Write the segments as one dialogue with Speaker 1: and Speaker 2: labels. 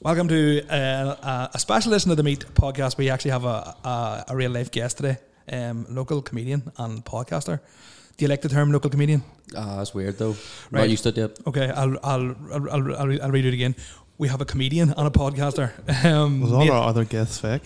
Speaker 1: Welcome to uh, a special edition of the Meet podcast. We actually have a, a, a real life guest today, um, local comedian and podcaster. Do you like the term local comedian?
Speaker 2: Ah, it's weird though.
Speaker 1: Right.
Speaker 2: Not used to it yet.
Speaker 1: Okay, I'll I'll I'll, I'll, I'll, re- I'll read it again. We have a comedian and a podcaster. Um,
Speaker 3: Was all
Speaker 1: Nate-
Speaker 3: our other guests fake?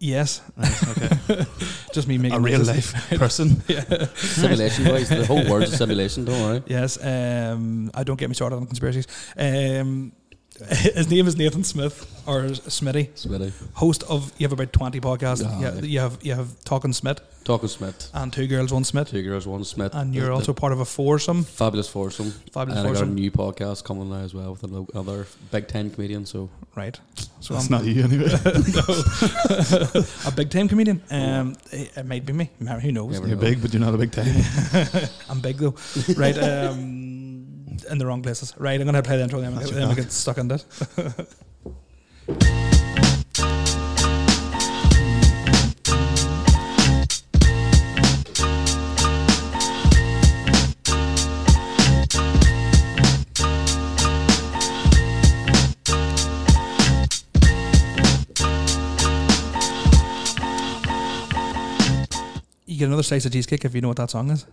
Speaker 1: yes,
Speaker 3: Right, okay.
Speaker 1: just me making
Speaker 3: a real
Speaker 1: noises.
Speaker 3: life person.
Speaker 1: Yeah.
Speaker 2: Simulation wise, the whole world's a simulation. Don't worry.
Speaker 1: Yes, um, I don't get me started on conspiracies. Um, his name is Nathan Smith or Smitty,
Speaker 2: Smitty,
Speaker 1: host of you have about twenty podcasts.
Speaker 2: Ah,
Speaker 1: yeah,
Speaker 2: like-
Speaker 1: you have you have Talking Smith
Speaker 2: talking Smith,
Speaker 1: and Two Girls One Smith,
Speaker 2: two girls, one Smith,
Speaker 1: and
Speaker 2: The-
Speaker 1: you're
Speaker 2: the
Speaker 1: also part of a foursome,
Speaker 2: fabulous foursome.
Speaker 1: fabulous
Speaker 2: and I got a
Speaker 1: foursome,
Speaker 2: new podcast coming now as well with another big time comedian. So
Speaker 1: right? So
Speaker 3: That's
Speaker 1: I'm
Speaker 3: not you anyway.
Speaker 1: a big time comedian. Um, it, it might be me. Who knows?
Speaker 2: Never
Speaker 3: You're
Speaker 2: know.
Speaker 3: big, but you're not a big time.
Speaker 1: I'm big though, right? Um, in the wrong places, right? I'm gonna play the intro then,
Speaker 3: That's
Speaker 1: and
Speaker 3: your
Speaker 1: then we
Speaker 3: cock.
Speaker 1: get stuck on that. You get another slice of cheesecake if you know what that song is.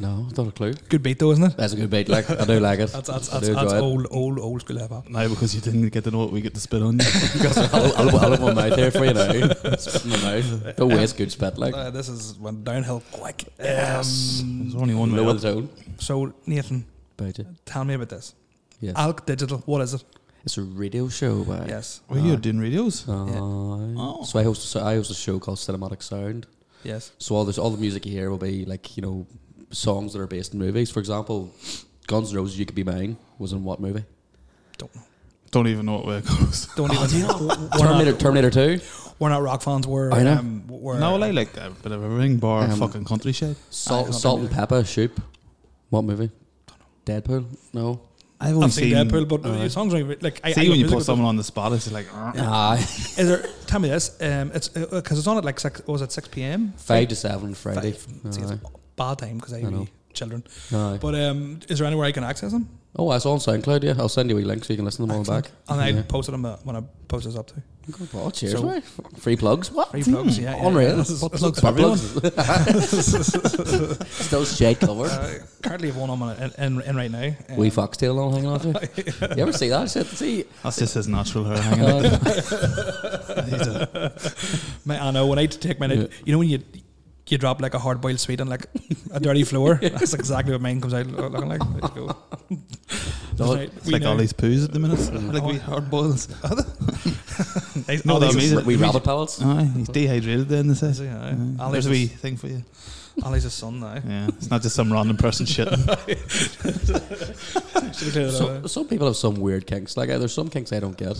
Speaker 2: No, not a clue.
Speaker 1: Good beat though, isn't it?
Speaker 2: That's a good beat. Like I do like it.
Speaker 1: That's that's
Speaker 2: I
Speaker 1: that's,
Speaker 2: do
Speaker 1: that's
Speaker 2: enjoy it.
Speaker 1: old old old school hip hop.
Speaker 3: now because you didn't get to know what we get to spit on you.
Speaker 2: I'll, I'll, I'll have my mouth here for you now. Spit in my mouth. Don't waste good spit. Like
Speaker 1: Uh, this is went downhill quick. Um,
Speaker 3: There's only one way
Speaker 2: low in
Speaker 3: up.
Speaker 2: the tone.
Speaker 1: So Nathan,
Speaker 2: About you.
Speaker 1: tell me about this.
Speaker 2: Yes.
Speaker 1: Alk Digital, what is it?
Speaker 2: It's a radio show, right?
Speaker 1: Yes,
Speaker 3: Were you doing radios?
Speaker 2: Uh,
Speaker 3: Oh.
Speaker 2: So I host, so I host a show called Cinematic Sound.
Speaker 1: yes,
Speaker 2: So all this, all the music you hear will be like you know songs that are based in movies. For example, Guns N' Roses, "You Could Be Mine" was in what movie?
Speaker 1: don't know.
Speaker 3: Don't even know what way it goes.
Speaker 1: Don't even. we're,
Speaker 2: Terminator,
Speaker 1: not,
Speaker 2: Terminator Two.
Speaker 1: we're not rock fans. We're
Speaker 2: I know.
Speaker 1: um, we're
Speaker 3: No, well, I like a bit of a ring bar,
Speaker 2: Um,
Speaker 3: fucking country shit.
Speaker 1: I
Speaker 2: Salt,
Speaker 1: can't
Speaker 2: Salt and
Speaker 1: remember.
Speaker 2: Pepper, Shoop. What movie? Deadpool. No.
Speaker 3: I've
Speaker 1: I've
Speaker 3: only
Speaker 1: seen
Speaker 3: seen.
Speaker 1: Deadpool, but
Speaker 2: Alright.
Speaker 1: your songs are even- like I, I
Speaker 3: See
Speaker 1: got
Speaker 3: when you
Speaker 1: music
Speaker 3: put
Speaker 1: with
Speaker 3: someone on the spot, it's like. "Uh, "Arr."
Speaker 2: Ah,
Speaker 1: them. Is there? Tell me this. Um, it's uh, because it's on at like six. Was it six p.m.
Speaker 2: five to seven on Friday.
Speaker 1: See, it's a
Speaker 2: Aye.
Speaker 1: bad time because I,
Speaker 2: I know.
Speaker 1: have children.
Speaker 2: Aye.
Speaker 1: But um, is there anywhere I can access them?
Speaker 2: Oh, that's on SoundCloud. Yeah, I'll send you a link so you can listen to them all
Speaker 1: Excellent.
Speaker 2: back.
Speaker 1: And I
Speaker 2: yeah.
Speaker 1: posted them uh, when I posted this up too.
Speaker 2: oh, cheers!
Speaker 1: So-
Speaker 2: mate. free plugs. What?
Speaker 1: Free plugs, yeah, yeah.
Speaker 2: Unreal.
Speaker 1: This is-
Speaker 2: Butt
Speaker 1: this
Speaker 2: plugs
Speaker 1: is for
Speaker 2: for everyone. Still shade covered.
Speaker 1: Uh, currently have one on my- in, in, in right now. Um,
Speaker 2: Wee foxtail on hanging off you. You ever see that shit? See,
Speaker 3: That's just his natural hair hanging out.
Speaker 2: uh,
Speaker 3: He's a-
Speaker 1: My, I know when I take my,
Speaker 2: Yeah.
Speaker 1: you know when you you drop like a hard boiled sweet on like a dirty floor. That's exactly what mine comes out lo- looking like. There you go.
Speaker 2: No,
Speaker 1: Right,
Speaker 3: It's
Speaker 1: we
Speaker 3: like
Speaker 1: know.
Speaker 3: all these poos at the minute. like we
Speaker 1: Oh.
Speaker 3: hard boils.
Speaker 1: Nice-
Speaker 3: no,
Speaker 1: all
Speaker 3: that
Speaker 1: these-
Speaker 3: means-
Speaker 2: we Uh-huh.
Speaker 3: we-
Speaker 2: rabbit pellets.
Speaker 3: Aye, he's dehydrated then, they
Speaker 1: Is
Speaker 3: say.
Speaker 1: he? Aye.
Speaker 3: Aye.
Speaker 1: I'll
Speaker 3: Mm. There's a
Speaker 1: leave
Speaker 3: wee
Speaker 1: this-
Speaker 3: thing for you.
Speaker 1: Ali's a son now.
Speaker 3: Yeah, it's not just some random person shitting.
Speaker 1: Should we clear that
Speaker 2: So,
Speaker 1: out?
Speaker 2: some people have some weird kinks. Like uh, there's some kinks I don't get.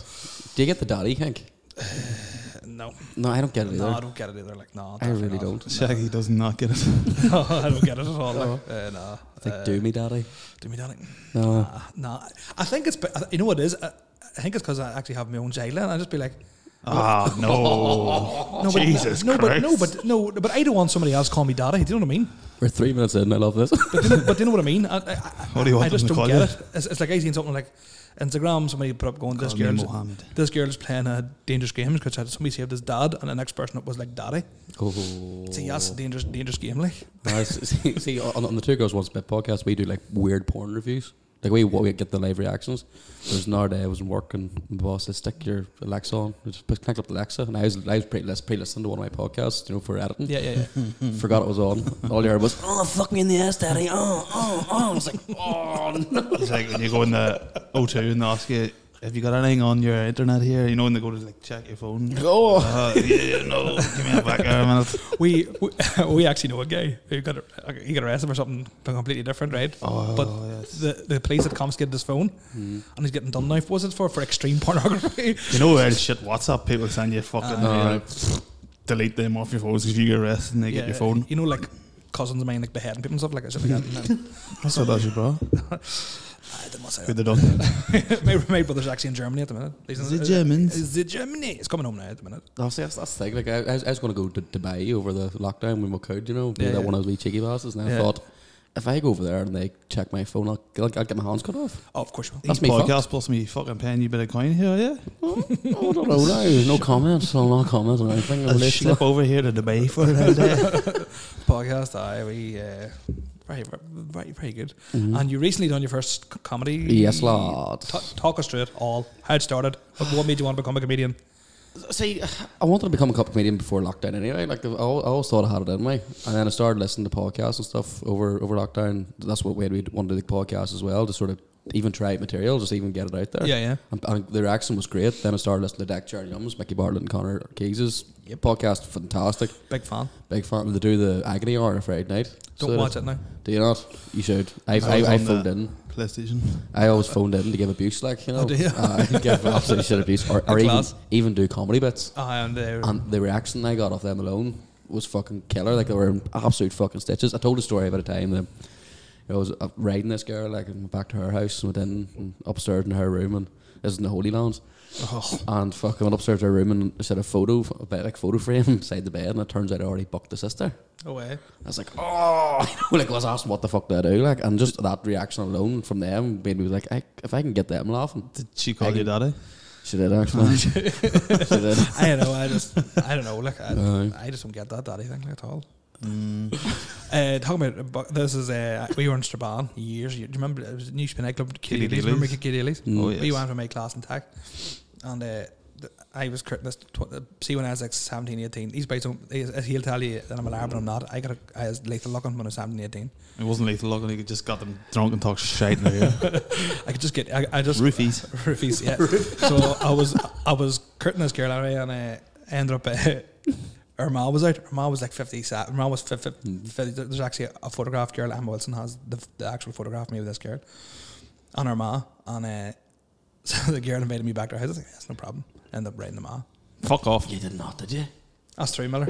Speaker 2: Do you get the daddy kink?
Speaker 1: No,
Speaker 2: No, I don't get it either.
Speaker 1: no, I don't get it either. Like, no,
Speaker 2: I
Speaker 1: definitely
Speaker 2: really
Speaker 1: not.
Speaker 3: Shaggy does not get it.
Speaker 1: No, I don't get it at all. Like, uh, no,
Speaker 2: It's like
Speaker 1: Uh,
Speaker 2: do me daddy.
Speaker 1: do me darling.
Speaker 2: No.
Speaker 1: Nah, nah. I think it's. be- You know what it is? I, I think it's because I actually have my own child, and I just be like,
Speaker 3: Ah, no.
Speaker 1: no, but
Speaker 3: Jesus
Speaker 1: no,
Speaker 3: Christ.
Speaker 1: but no, but no, but I don't want somebody else to call me daddy. Do you know what I mean?
Speaker 2: We're three minutes in. I love this.
Speaker 1: But do you know, but do you know what I mean? I, I, I-
Speaker 3: What do you want
Speaker 1: I just
Speaker 3: them to
Speaker 1: don't
Speaker 3: call
Speaker 1: get
Speaker 3: you?
Speaker 1: it. It's, it's like I seen something like Instagram. Somebody put up going, "This
Speaker 3: Call me
Speaker 1: girl's
Speaker 3: Mohammed.
Speaker 1: this girl's playing a dangerous game because somebody saved his dad, and the next person up was like daddy."
Speaker 2: oh.
Speaker 1: See, that's a dangerous, dangerous game. Like,
Speaker 2: Uh, see, see, on, on the Two Girls One Spit podcast, we do like weird porn reviews. Like we we get the live reactions. There's another day I was in work and my boss said, "Stick your Alexa on." Just put- connect up the Alexa, and I was I was pre pre listening to one of my podcasts, you know, for editing.
Speaker 1: yeah, yeah, yeah.
Speaker 2: Mm-hmm. Forgot it was on. All you heard was, "Oh, fuck me in the ass, daddy." Oh, oh, oh. I was like, "Oh, no."
Speaker 3: It's like when you go in the O2 and they ask you, have you got anything on your internet here? You know, and they go to like check your phone.
Speaker 2: oh.
Speaker 3: Uh, yeah, yeah, no, give me a back there a minute.
Speaker 1: we, we we actually know a guy who got ar- he got arrested for something completely different, right?
Speaker 3: Oh,
Speaker 1: but
Speaker 3: yes. Hmm.
Speaker 1: the the police had confiscated his phone, and he's getting done now. for- Was it for for extreme pornography?
Speaker 3: You know where shit WhatsApp people send you fucking
Speaker 2: Uh,
Speaker 3: you know, delete them off your phones if you get arrested and they get your phone.
Speaker 1: You know, like cousins of mine like beheading people and stuff like that. shit Like that. And then-
Speaker 3: That's what that's bro.
Speaker 1: I didn't want to say that.
Speaker 3: Could have done.
Speaker 1: my, my brother's actually in Germany at the minute. er He's in-
Speaker 3: The Germans.
Speaker 1: He's in Uh, Germany. He's coming home now at the minute.
Speaker 2: No, see, that's, that's the thing. Like, I, I was, I was going to go to Dubai over the lockdown when we could, you know, be
Speaker 1: Yeah,
Speaker 2: that
Speaker 1: yeah.
Speaker 2: one of those wee cheeky bastards. And I
Speaker 1: Yeah.
Speaker 2: thought, if I go over there and they check my phone, I'll, I'll, I'll get my hands cut off.
Speaker 1: Oh, of course you will.
Speaker 2: That's
Speaker 3: These
Speaker 2: me fucked.
Speaker 3: podcasts plus me fucking paying you a bit of coin here, yeah?
Speaker 2: Oh, I don't know now. No comments. I'll not comment on anything.
Speaker 3: I'll slip over here to Dubai for a day.
Speaker 1: Podcast,
Speaker 2: er
Speaker 1: aye, we
Speaker 2: øh,
Speaker 1: uh, very, very, very good. And you recently done your first c- comedy.
Speaker 2: Mhm. Yes, lad.
Speaker 1: Ta talk us through it all. How it started. What made you want to become a comedian?
Speaker 2: See, I wanted to become a comp comedian before lockdown anyway. Like, I al- I always thought I had it in me. And then I started listening to podcasts and stuff over, over lockdown. That's what we we wanted to do the podcast as well, to sort of even try out material, just even get it out there.
Speaker 1: Yeah, yeah.
Speaker 2: And, and the reaction was great. Then I started listening to Deck Charlie Yums, Mickey Bartlett, and Connor Keyes' podcast. Fantastic.
Speaker 1: Big fan.
Speaker 2: Big fan. They do the agony hour on Friday night.
Speaker 1: Don't
Speaker 2: So
Speaker 1: watch it now.
Speaker 2: Do you not? You should. I,
Speaker 3: I was
Speaker 2: I, I
Speaker 3: on
Speaker 2: phoned
Speaker 3: the-
Speaker 2: in.
Speaker 3: PlayStation.
Speaker 2: I always phoned in to give abuse, like you know,
Speaker 1: Oh, do you?
Speaker 2: Uh, give absolute shit abuse, or, or even,
Speaker 1: class.
Speaker 2: even do comedy bits.
Speaker 1: Aye, and, uh,
Speaker 2: And the reaction I got off them alone was fucking killer. Like they were in absolute fucking stitches. I told a story about a time that I was uh, riding this girl, like and went back to her house and went in and upstairs in her room, and this is in the Holy Lands. And fucking went upstairs to her room and set a photo, a bed, like photo frame beside the bed, and it turns out I already bucked the sister.
Speaker 1: away.
Speaker 2: I was like, oh, like I was asking what the fuck do I do, like, and just that reaction alone from them made me like, I, if I can get them laughing,
Speaker 3: Did she call
Speaker 2: Egg.
Speaker 3: you daddy?
Speaker 2: she did actually. she did.
Speaker 1: I don't know. I just, I don't know. Look, I,
Speaker 2: Aye.
Speaker 1: I just don't get that daddy thing at all.
Speaker 3: Mm,
Speaker 1: Uh, talking about bu- this is uh, we were in Strabane years. Do you remember it was a new Spinhead Club? Kitty
Speaker 3: Kitty
Speaker 1: Dailies. Remember
Speaker 3: Dailies.
Speaker 1: Kitty Dailies?
Speaker 2: Mm.
Speaker 3: Oh,
Speaker 1: We
Speaker 3: yes.
Speaker 1: went from my class in tech, and uh, th- I was crit- this tw- uh, see when I was like 17, 18. These bites don't. he- He'll tell you that I'm an Arab, and I'm not. I got a, I was lethal looking when I was 17, 18.
Speaker 3: It wasn't lethal luck, and you just got them drunk and talk shite in their ear.
Speaker 1: I could just get I, I just
Speaker 3: Roofies.
Speaker 1: roofies. Yeah. so I was I was curtain this girl out and I ended up. Uh, her mom was out. Her mom was like fifty. Her mom was fif- fif- fifty. There's actually a, photograph. Girl Emma Wilson has the, f- the actual photograph of me with this girl, and her ma. And uh, so the girl invited me back to her house. I was like, that's no problem. End up writing the ma.
Speaker 3: Fuck off.
Speaker 2: You did not, did you?
Speaker 1: That's three Miller.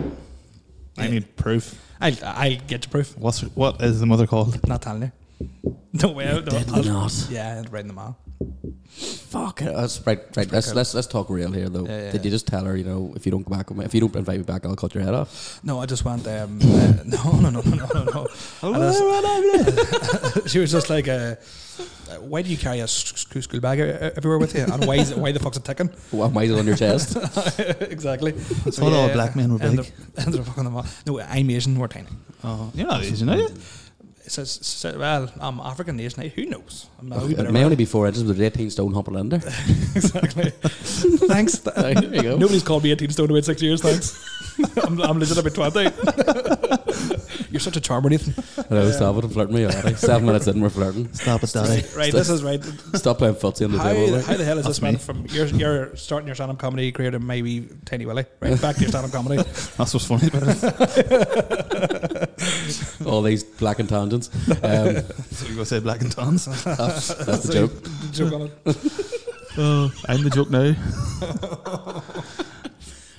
Speaker 3: I need proof.
Speaker 1: I I get to proof.
Speaker 3: What's what is the mother called?
Speaker 1: Not telling you. No way. No,
Speaker 2: Did
Speaker 1: I'll-
Speaker 2: not.
Speaker 1: yeah, and writing the ma.
Speaker 2: Fuck. it. That's right. Right. Let's let's let's talk real here though.
Speaker 1: Yeah, yeah,
Speaker 2: Did you just tell her, you know, if you don't go back, with me- if you don't invite me back, I'll cut your head off?
Speaker 1: No, I just went. Um, uh, no, no, no, no, no, no. I just- she was just like, uh, uh, "Why do you carry a s- s- school bag e- everywhere with you? And why is it, why the fuck's it ticking?"
Speaker 2: Why why is it on your chest?
Speaker 1: exactly.
Speaker 3: It's not all black men were
Speaker 1: and
Speaker 3: big.
Speaker 1: They're, and they're fucking them all. No, I'm Asian. We're tiny.
Speaker 3: Oh, you're not Asian, are you?
Speaker 1: It says, so- well, I'm African Asian. eh? Who knows? I'm a wee bit
Speaker 2: it may
Speaker 1: around.
Speaker 2: only be four inches, but it's eighteen stone humping in there.
Speaker 1: exactly. thanks. Th-
Speaker 2: there you go.
Speaker 1: Nobody's called me 18 stone away in six years. Thanks. I'm, I'm legit about 20. You're such a charmer, Nathan.
Speaker 2: Hello, stop it. I'm flirting me already. Seven minutes in, we're flirting.
Speaker 3: Stop it, daddy.
Speaker 1: Right, this is right.
Speaker 2: Stop playing footsie on the
Speaker 1: How,
Speaker 2: table. like.
Speaker 1: how the hell is this man from you're, you're starting your stand-up comedy career to maybe Tiny Willie, right back to your stand-up comedy?
Speaker 3: That's what's funny about it.
Speaker 2: All these black and tangents. Um,
Speaker 3: So you go say black and tans.
Speaker 2: that's, that's the joke.
Speaker 1: Joke on it.
Speaker 3: Oh, I'm the joke now.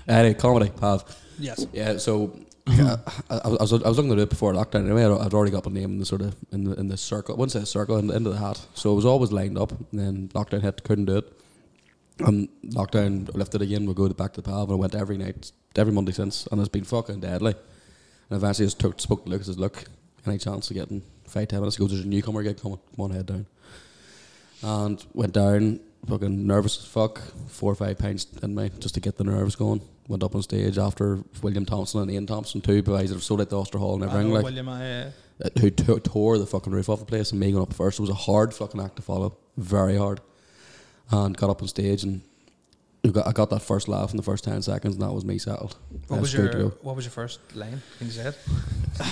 Speaker 2: Anyway, comedy, Pav.
Speaker 1: Yes.
Speaker 2: Yeah, so yeah, I, I, was, I was looking to do it before lockdown anyway. I'd, I'd already got my name in the sort of in the, in the circle. I wouldn't say a circle, in the end of the hat. So it was always lined up. And then lockdown hit, couldn't do it. Um, lockdown lifted again. We'll go to- back to the Pav. And I went every night, every Monday since. And it's been fucking deadly. And eventually I just took, spoke to Lucas and said, Look, any chance of getting five, ten minutes? He goes, There's a newcomer gig coming. Come on, head down. And went down, fucking nervous as fuck, four or five pints in me just to get the nerves going. Went up on stage after William Thompson and Ian Thompson, two guys that have sold out the Ulster Hall and
Speaker 1: I know,
Speaker 2: everything, like,
Speaker 1: William, I, uh,
Speaker 2: uh, who to- tore the fucking roof off the place and me going up first. It was a hard fucking act to follow, very hard. And got up on stage and we got, I got that first laugh in the first 10 seconds, and that was me settled.
Speaker 1: what
Speaker 2: That
Speaker 1: was
Speaker 2: good to
Speaker 1: your
Speaker 2: go.
Speaker 1: what was your first line? Can you say it?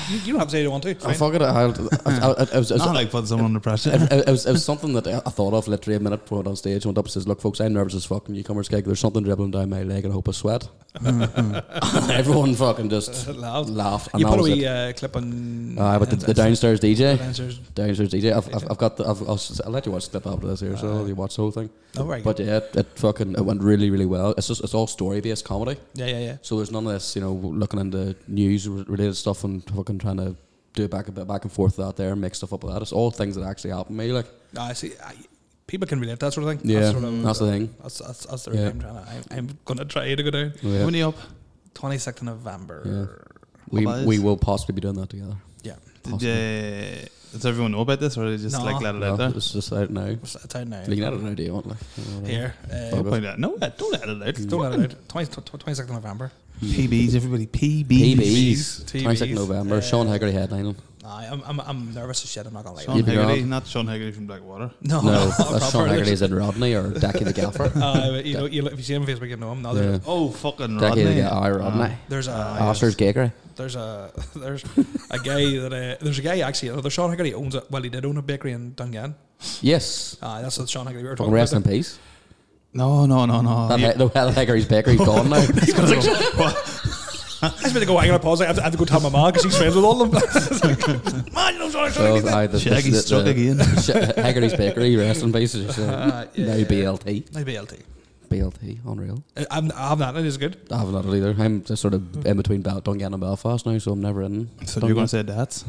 Speaker 1: You, you don't have to say you want to. it's
Speaker 2: I
Speaker 1: fine.
Speaker 2: fucking it. I, I, I, I, I was, I was,
Speaker 3: Not like putting someone under pressure.
Speaker 2: it, it- it was, it was something that I I thought of literally a minute before I went on stage. I went up and says, "Look, folks, I'm nervous as fuck. Newcomers gig. There's something dribbling down my leg, and I hope I sweat." Everyone fucking just
Speaker 1: Uh, Loud.
Speaker 2: laughed.
Speaker 1: Mm-hmm.
Speaker 2: And
Speaker 1: You
Speaker 2: that
Speaker 1: put a
Speaker 2: was
Speaker 1: wee
Speaker 2: it.
Speaker 1: uh, clip on.
Speaker 2: Aye, but the, the downstairs DJ,
Speaker 1: dancers.
Speaker 2: downstairs DJ. I've, I've, I've got. The, I've, I'll, s- I'll let you watch the clip after this here, so I'll let you watch the whole thing.
Speaker 1: Oh right.
Speaker 2: But yeah, it, it fucking it went really, really well. It's just it's all story based comedy.
Speaker 1: yeah, yeah, yeah.
Speaker 2: So there's none of this, you know, looking into news r- related stuff and fucking trying to do it back a bit back and forth with that there and make stuff up with that. It's all things that actually happened to me. Like,
Speaker 1: No, I see. I, people can relate to that sort of thing.
Speaker 2: yeah,
Speaker 1: That's, sort of,
Speaker 2: that's the thing.
Speaker 1: that's, that's, that's the
Speaker 2: Yeah.
Speaker 1: route I'm trying to. I'm, I'm gonna try to go down.
Speaker 2: Yeah.
Speaker 3: When are you up?
Speaker 1: 22nd of November.
Speaker 2: We,
Speaker 3: Popeyes.
Speaker 2: we will possibly be doing that together.
Speaker 1: Yeah.
Speaker 3: Did
Speaker 2: Possibly.
Speaker 3: you, does everyone know about this, or did they just
Speaker 1: No.
Speaker 3: like let it
Speaker 2: No,
Speaker 3: out there?
Speaker 2: it's just out now.
Speaker 1: It's out now.
Speaker 2: You can edit it now, do you want? Like,
Speaker 1: Here.
Speaker 2: Oh,
Speaker 1: Uh,
Speaker 2: but-
Speaker 3: Point out. No, don't let it out.
Speaker 1: don't let it out. 20, 22nd November.
Speaker 3: PBs, everybody. PBs.
Speaker 2: PBs.
Speaker 1: TVs,
Speaker 2: 22nd November.
Speaker 1: uh,
Speaker 2: Sean Haggerty headlining.
Speaker 1: Nah, I'm, I'm, I'm nervous as shit. I'm not going to lie.
Speaker 3: Sean
Speaker 2: You'd be
Speaker 3: Haggerty,
Speaker 2: grand.
Speaker 3: not Sean Haggerty from Blackwater.
Speaker 1: No,
Speaker 2: no,
Speaker 1: proper.
Speaker 2: that's Sean Haggerty's in Rodney or Decky the Gaffer.
Speaker 1: Uh, you know, you, look- if you see him on Facebook, you know him. No, there's,
Speaker 2: Yeah. Uh,
Speaker 3: Oh, fucking
Speaker 2: Decky the
Speaker 3: Rodney. Ah.
Speaker 2: Gaffer. Aye, Rodney.
Speaker 1: there's a
Speaker 2: Oscar's Gakery.
Speaker 1: there's a there's a guy that uh, there's a guy actually another Sean Haggerty owns it. Well, he did own a bakery in Dungan.
Speaker 2: Yes.
Speaker 1: Uh, that's the Sean Haggerty we were
Speaker 2: Fucking
Speaker 1: talking
Speaker 2: rest in
Speaker 1: about.
Speaker 2: peace.
Speaker 3: No, no, no, no.
Speaker 2: That
Speaker 3: You-
Speaker 2: he- the well Haggerty's bakery's Oh, gone now.
Speaker 1: I just made to go. I gotta pause. I have to, I have to go tell my mom because she's friends with all of them. It's like, Man, you know Sean
Speaker 2: So,
Speaker 1: Haggerty.
Speaker 2: aye, the-
Speaker 3: Shaggy
Speaker 2: the-
Speaker 3: struck
Speaker 2: the-
Speaker 3: again.
Speaker 2: Sh- Haggerty's bakery. Rest in peace. as you said.
Speaker 1: Uh, yeah,
Speaker 2: now
Speaker 1: yeah.
Speaker 2: BLT.
Speaker 1: No BLT.
Speaker 2: BLT. Unreal.
Speaker 1: Uh, I'm, I have that. It is good.
Speaker 2: I haven't had it either. I'm just sort of in between Bel- Dungan and Belfast now, so I'm never in.
Speaker 3: So
Speaker 2: Dungan.
Speaker 3: you're going to say that's?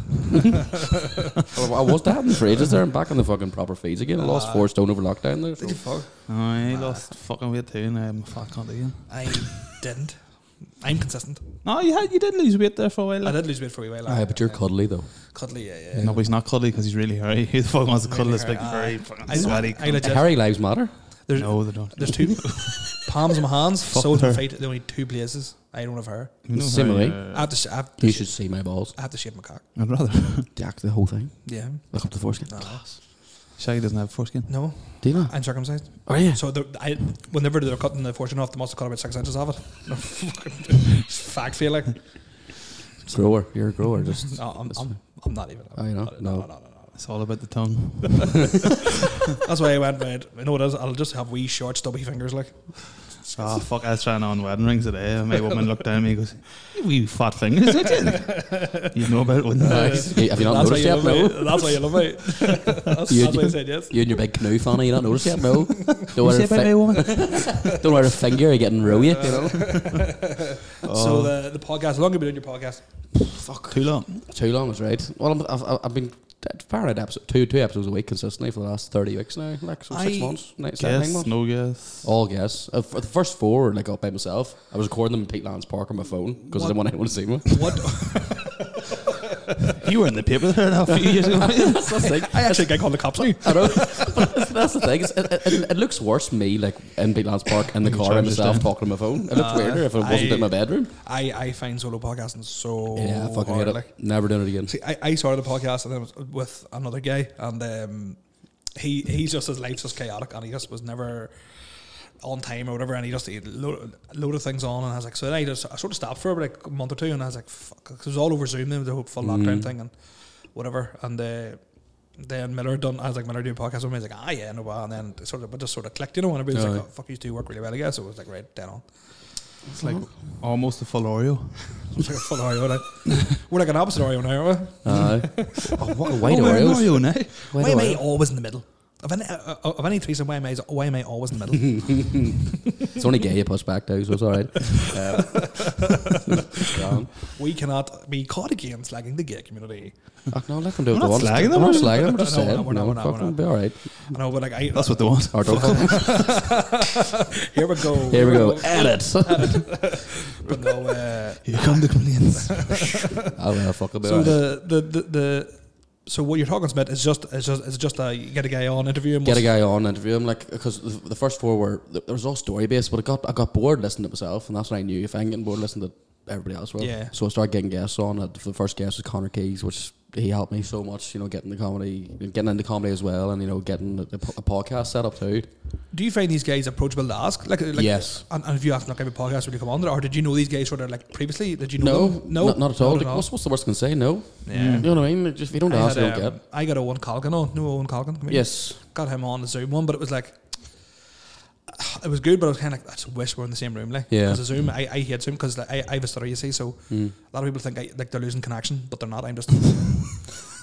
Speaker 2: Well, I was that in for ages there. I'm back on the fucking proper feeds again. I lost four stone over lockdown there. So.
Speaker 1: Did you fuck?
Speaker 3: I lost fucking weight too, and I'm a fat cunt again.
Speaker 1: I didn't. I'm consistent.
Speaker 3: No, you had you did lose weight there for a while.
Speaker 1: I
Speaker 3: like.
Speaker 1: did lose weight for a wee while.
Speaker 2: Aye, but you're
Speaker 1: Uh,
Speaker 2: cuddly though.
Speaker 1: cuddly. Yeah, yeah.
Speaker 3: No, but he's not cuddly because he's really hairy. Who the fuck wants to
Speaker 1: Really
Speaker 3: cuddle this
Speaker 1: hairy,
Speaker 3: big
Speaker 1: aye.
Speaker 3: hairy fucking
Speaker 1: I-
Speaker 3: sweaty?
Speaker 1: I legit-
Speaker 2: Harry lives matter.
Speaker 1: There's,
Speaker 3: No, they don't.
Speaker 1: there's two palms on my hands.
Speaker 3: Fuck
Speaker 1: soles in my
Speaker 3: her.
Speaker 1: feet. There are only two places. I don't have hair.
Speaker 3: You know
Speaker 2: Similar.
Speaker 3: how, uh,
Speaker 1: I have to. sh- I have to
Speaker 2: You
Speaker 1: sh-
Speaker 2: should see my balls.
Speaker 1: I have to shave my cock.
Speaker 3: I'd rather.
Speaker 2: Jack the whole thing.
Speaker 1: Yeah.
Speaker 2: Look up the foreskin.
Speaker 1: No.
Speaker 3: Shaggy doesn't have foreskin.
Speaker 1: No,
Speaker 2: Do you know?
Speaker 1: I'm circumcised.
Speaker 2: Oh yeah.
Speaker 1: So the, I, whenever they're cutting the fortune off, they must have cut about six inches of it. It's fact feeling.
Speaker 2: Grower. You're a grower. Just
Speaker 1: No, I'm,
Speaker 2: That's
Speaker 1: I'm, I'm not even.
Speaker 2: Oh, you know?
Speaker 1: No,
Speaker 2: No.
Speaker 1: no, no, no. no.
Speaker 3: It's all about the tongue.
Speaker 1: That's why I went with. You know what it is? I'll just have wee short, stubby fingers. Like
Speaker 3: oh, fuck. I was trying on wedding rings today, and my woman looked down at me and goes, You wee fat fingers, would you? You'd know about it, wouldn't you?
Speaker 2: nice. Have you not
Speaker 1: that's why
Speaker 2: noticed
Speaker 1: you love
Speaker 2: yet? No.
Speaker 1: me. That's why you love me. That's,
Speaker 2: You-
Speaker 1: that's why I said yes.
Speaker 2: You and your big canoe fanny, you not noticed yet? No. Don't wear, a,
Speaker 3: about
Speaker 2: fi-
Speaker 3: my woman?
Speaker 2: don't wear a finger, you're getting row you. you know? Oh.
Speaker 1: So uh, the the podcast. How long have you been doing your podcast?
Speaker 3: Fuck. Too long.
Speaker 2: Too long is right. Well, I'm, I've, I've- I've been at far out episode, two two episodes a week consistently for the last thirty weeks now, like so six
Speaker 1: I
Speaker 2: months, nine, seven, eight
Speaker 3: Yes,
Speaker 2: months.
Speaker 3: no guess.
Speaker 2: All guess. Uh, for the first four were like up by myself. I was recording them in Pete Lands Park on my phone because I didn't want anyone to see me.
Speaker 1: What?
Speaker 3: You were in the paper there a few years ago.
Speaker 2: that's the thing.
Speaker 1: I actually get called the cops. now.
Speaker 2: I know. But that's the thing. It's, it, it, it looks worse me like in Pete Lands Park in the
Speaker 3: You
Speaker 2: car by
Speaker 3: charge us
Speaker 2: myself
Speaker 3: down.
Speaker 2: talking on my phone. It looked
Speaker 1: Uh,
Speaker 2: weirder if it wasn't
Speaker 1: I-
Speaker 2: in my bedroom.
Speaker 1: I I find solo podcasting so
Speaker 2: yeah, I fucking
Speaker 1: hard.
Speaker 2: hate it.
Speaker 1: like.
Speaker 2: Never done it again.
Speaker 1: See, I, I started the podcast and then was with another guy, and um, he he's just his life's just chaotic, and he just was never on time or whatever, and he just he load, load of things on, and I was like, so then I just I sort of stopped for about like a month or two, and I was like, fuck, 'cause it was all over Zoom, then the whole full lockdown thing and whatever, and uh, then Miller done, I was like Miller doing podcast with me, he's like, ah yeah, no, bother," and then it sort of but just sort of clicked, you know, and everybody's
Speaker 2: Aye.
Speaker 1: like, oh, fuck, you two work really well, I guess, so it was like right dead on,
Speaker 3: It's like almost a full Oreo.
Speaker 1: it was like a full Oreo, like, we're like an opposite Oreo now, aren't we?
Speaker 2: Uh, oh, what a white
Speaker 3: Oh, we're an
Speaker 2: Oreos.
Speaker 3: Oreo now.
Speaker 2: White
Speaker 1: Why am I
Speaker 2: Oreos.
Speaker 1: always in the middle? Of any, uh, uh, of any threesome, why am I, why am I always in the middle?
Speaker 2: It's only gay you push back though, so it's all right. Uh, gone.
Speaker 1: we cannot be caught again slagging the gay community.
Speaker 2: Fuck, Oh, no, let them do
Speaker 3: We're
Speaker 2: what they
Speaker 3: not
Speaker 2: want.
Speaker 3: slagging
Speaker 2: We're not
Speaker 3: them, are we?
Speaker 2: slagging them. We're just
Speaker 1: No, we're
Speaker 2: saying.
Speaker 1: not, we're not,
Speaker 2: no,
Speaker 1: we're not,
Speaker 2: fuck
Speaker 1: we're
Speaker 2: them,
Speaker 1: not.
Speaker 2: Be all right.
Speaker 1: I know, but like, I,
Speaker 3: That's what they want.
Speaker 2: Or don't.
Speaker 1: here we go.
Speaker 2: Here we go. Edit.
Speaker 1: But no, uh,
Speaker 3: Here come the complaints.
Speaker 2: Oh well, fuck them. be all
Speaker 1: so
Speaker 2: right.
Speaker 1: the, the, the, the, so what you're talking about is just, is just, is just a you get a guy on interview him.
Speaker 2: Get a
Speaker 1: what's-
Speaker 2: guy on interview him like because the the first four were there was all story based, but I got I got bored listening to myself, and that's when I knew if I'm getting bored listening to everybody else, well,
Speaker 1: Yeah.
Speaker 2: So I started getting guests on. uh, The first guest was Connor Keys, which he helped me so much, you know, getting the comedy, getting into comedy as well, and you know, getting a, a po- a podcast set up too.
Speaker 1: Do you find these guys approachable to ask? Like, like
Speaker 2: Yes.
Speaker 1: And, and if you ask not every podcast, will you come on there? Or did you know these guys sort of like previously? Did you know?
Speaker 2: No,
Speaker 1: them?
Speaker 2: no, not, not at all. Like, What's, what's the worst I can say? No,
Speaker 1: Yeah.
Speaker 2: you know what I mean. Like, Just if you don't
Speaker 1: I,
Speaker 2: ask, you
Speaker 1: had,
Speaker 2: don't
Speaker 1: um,
Speaker 2: get.
Speaker 1: I got Owen Colgan on. No Owen Colgan. I mean,
Speaker 2: Yes,
Speaker 1: got him on the Zoom one, but it was like it was good, but I was kind of like, I just wish we were in the same room, like,
Speaker 2: Yeah.
Speaker 1: Because the Zoom, I, I hate Zoom because like, I, I have a stutter, you see, so a lot of people think I, like they're losing connection, but they're not. I'm just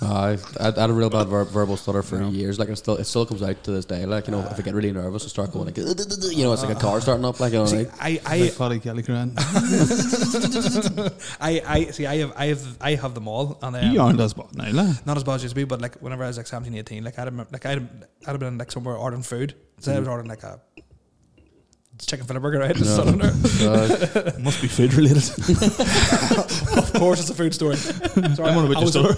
Speaker 2: I I had a real bad ver- verbal stutter for years. Like, it still it still comes out to this day. Like, you know, if I get really nervous, I start going like, you know, it's like a car starting up. Like, you know,
Speaker 1: Ah. see,
Speaker 2: like,
Speaker 1: I,
Speaker 3: Big
Speaker 1: I,
Speaker 3: Paddy Kelly Curran.
Speaker 1: I, I, see, I have, I have, I have them all, and um,
Speaker 3: You aren't as bad now, lah.
Speaker 1: not as bad as used to be, but like whenever I was like 17, 18, like I'd have, like I'd, I'd have been like somewhere ordering food, so I was ordering like a chicken fillet burger, right?
Speaker 2: No.
Speaker 1: Cylinder.
Speaker 2: Uh,
Speaker 3: It must be food related.
Speaker 1: of course, it's a food story. Sorry,
Speaker 3: I'm on about
Speaker 1: I
Speaker 3: your
Speaker 1: was
Speaker 3: store.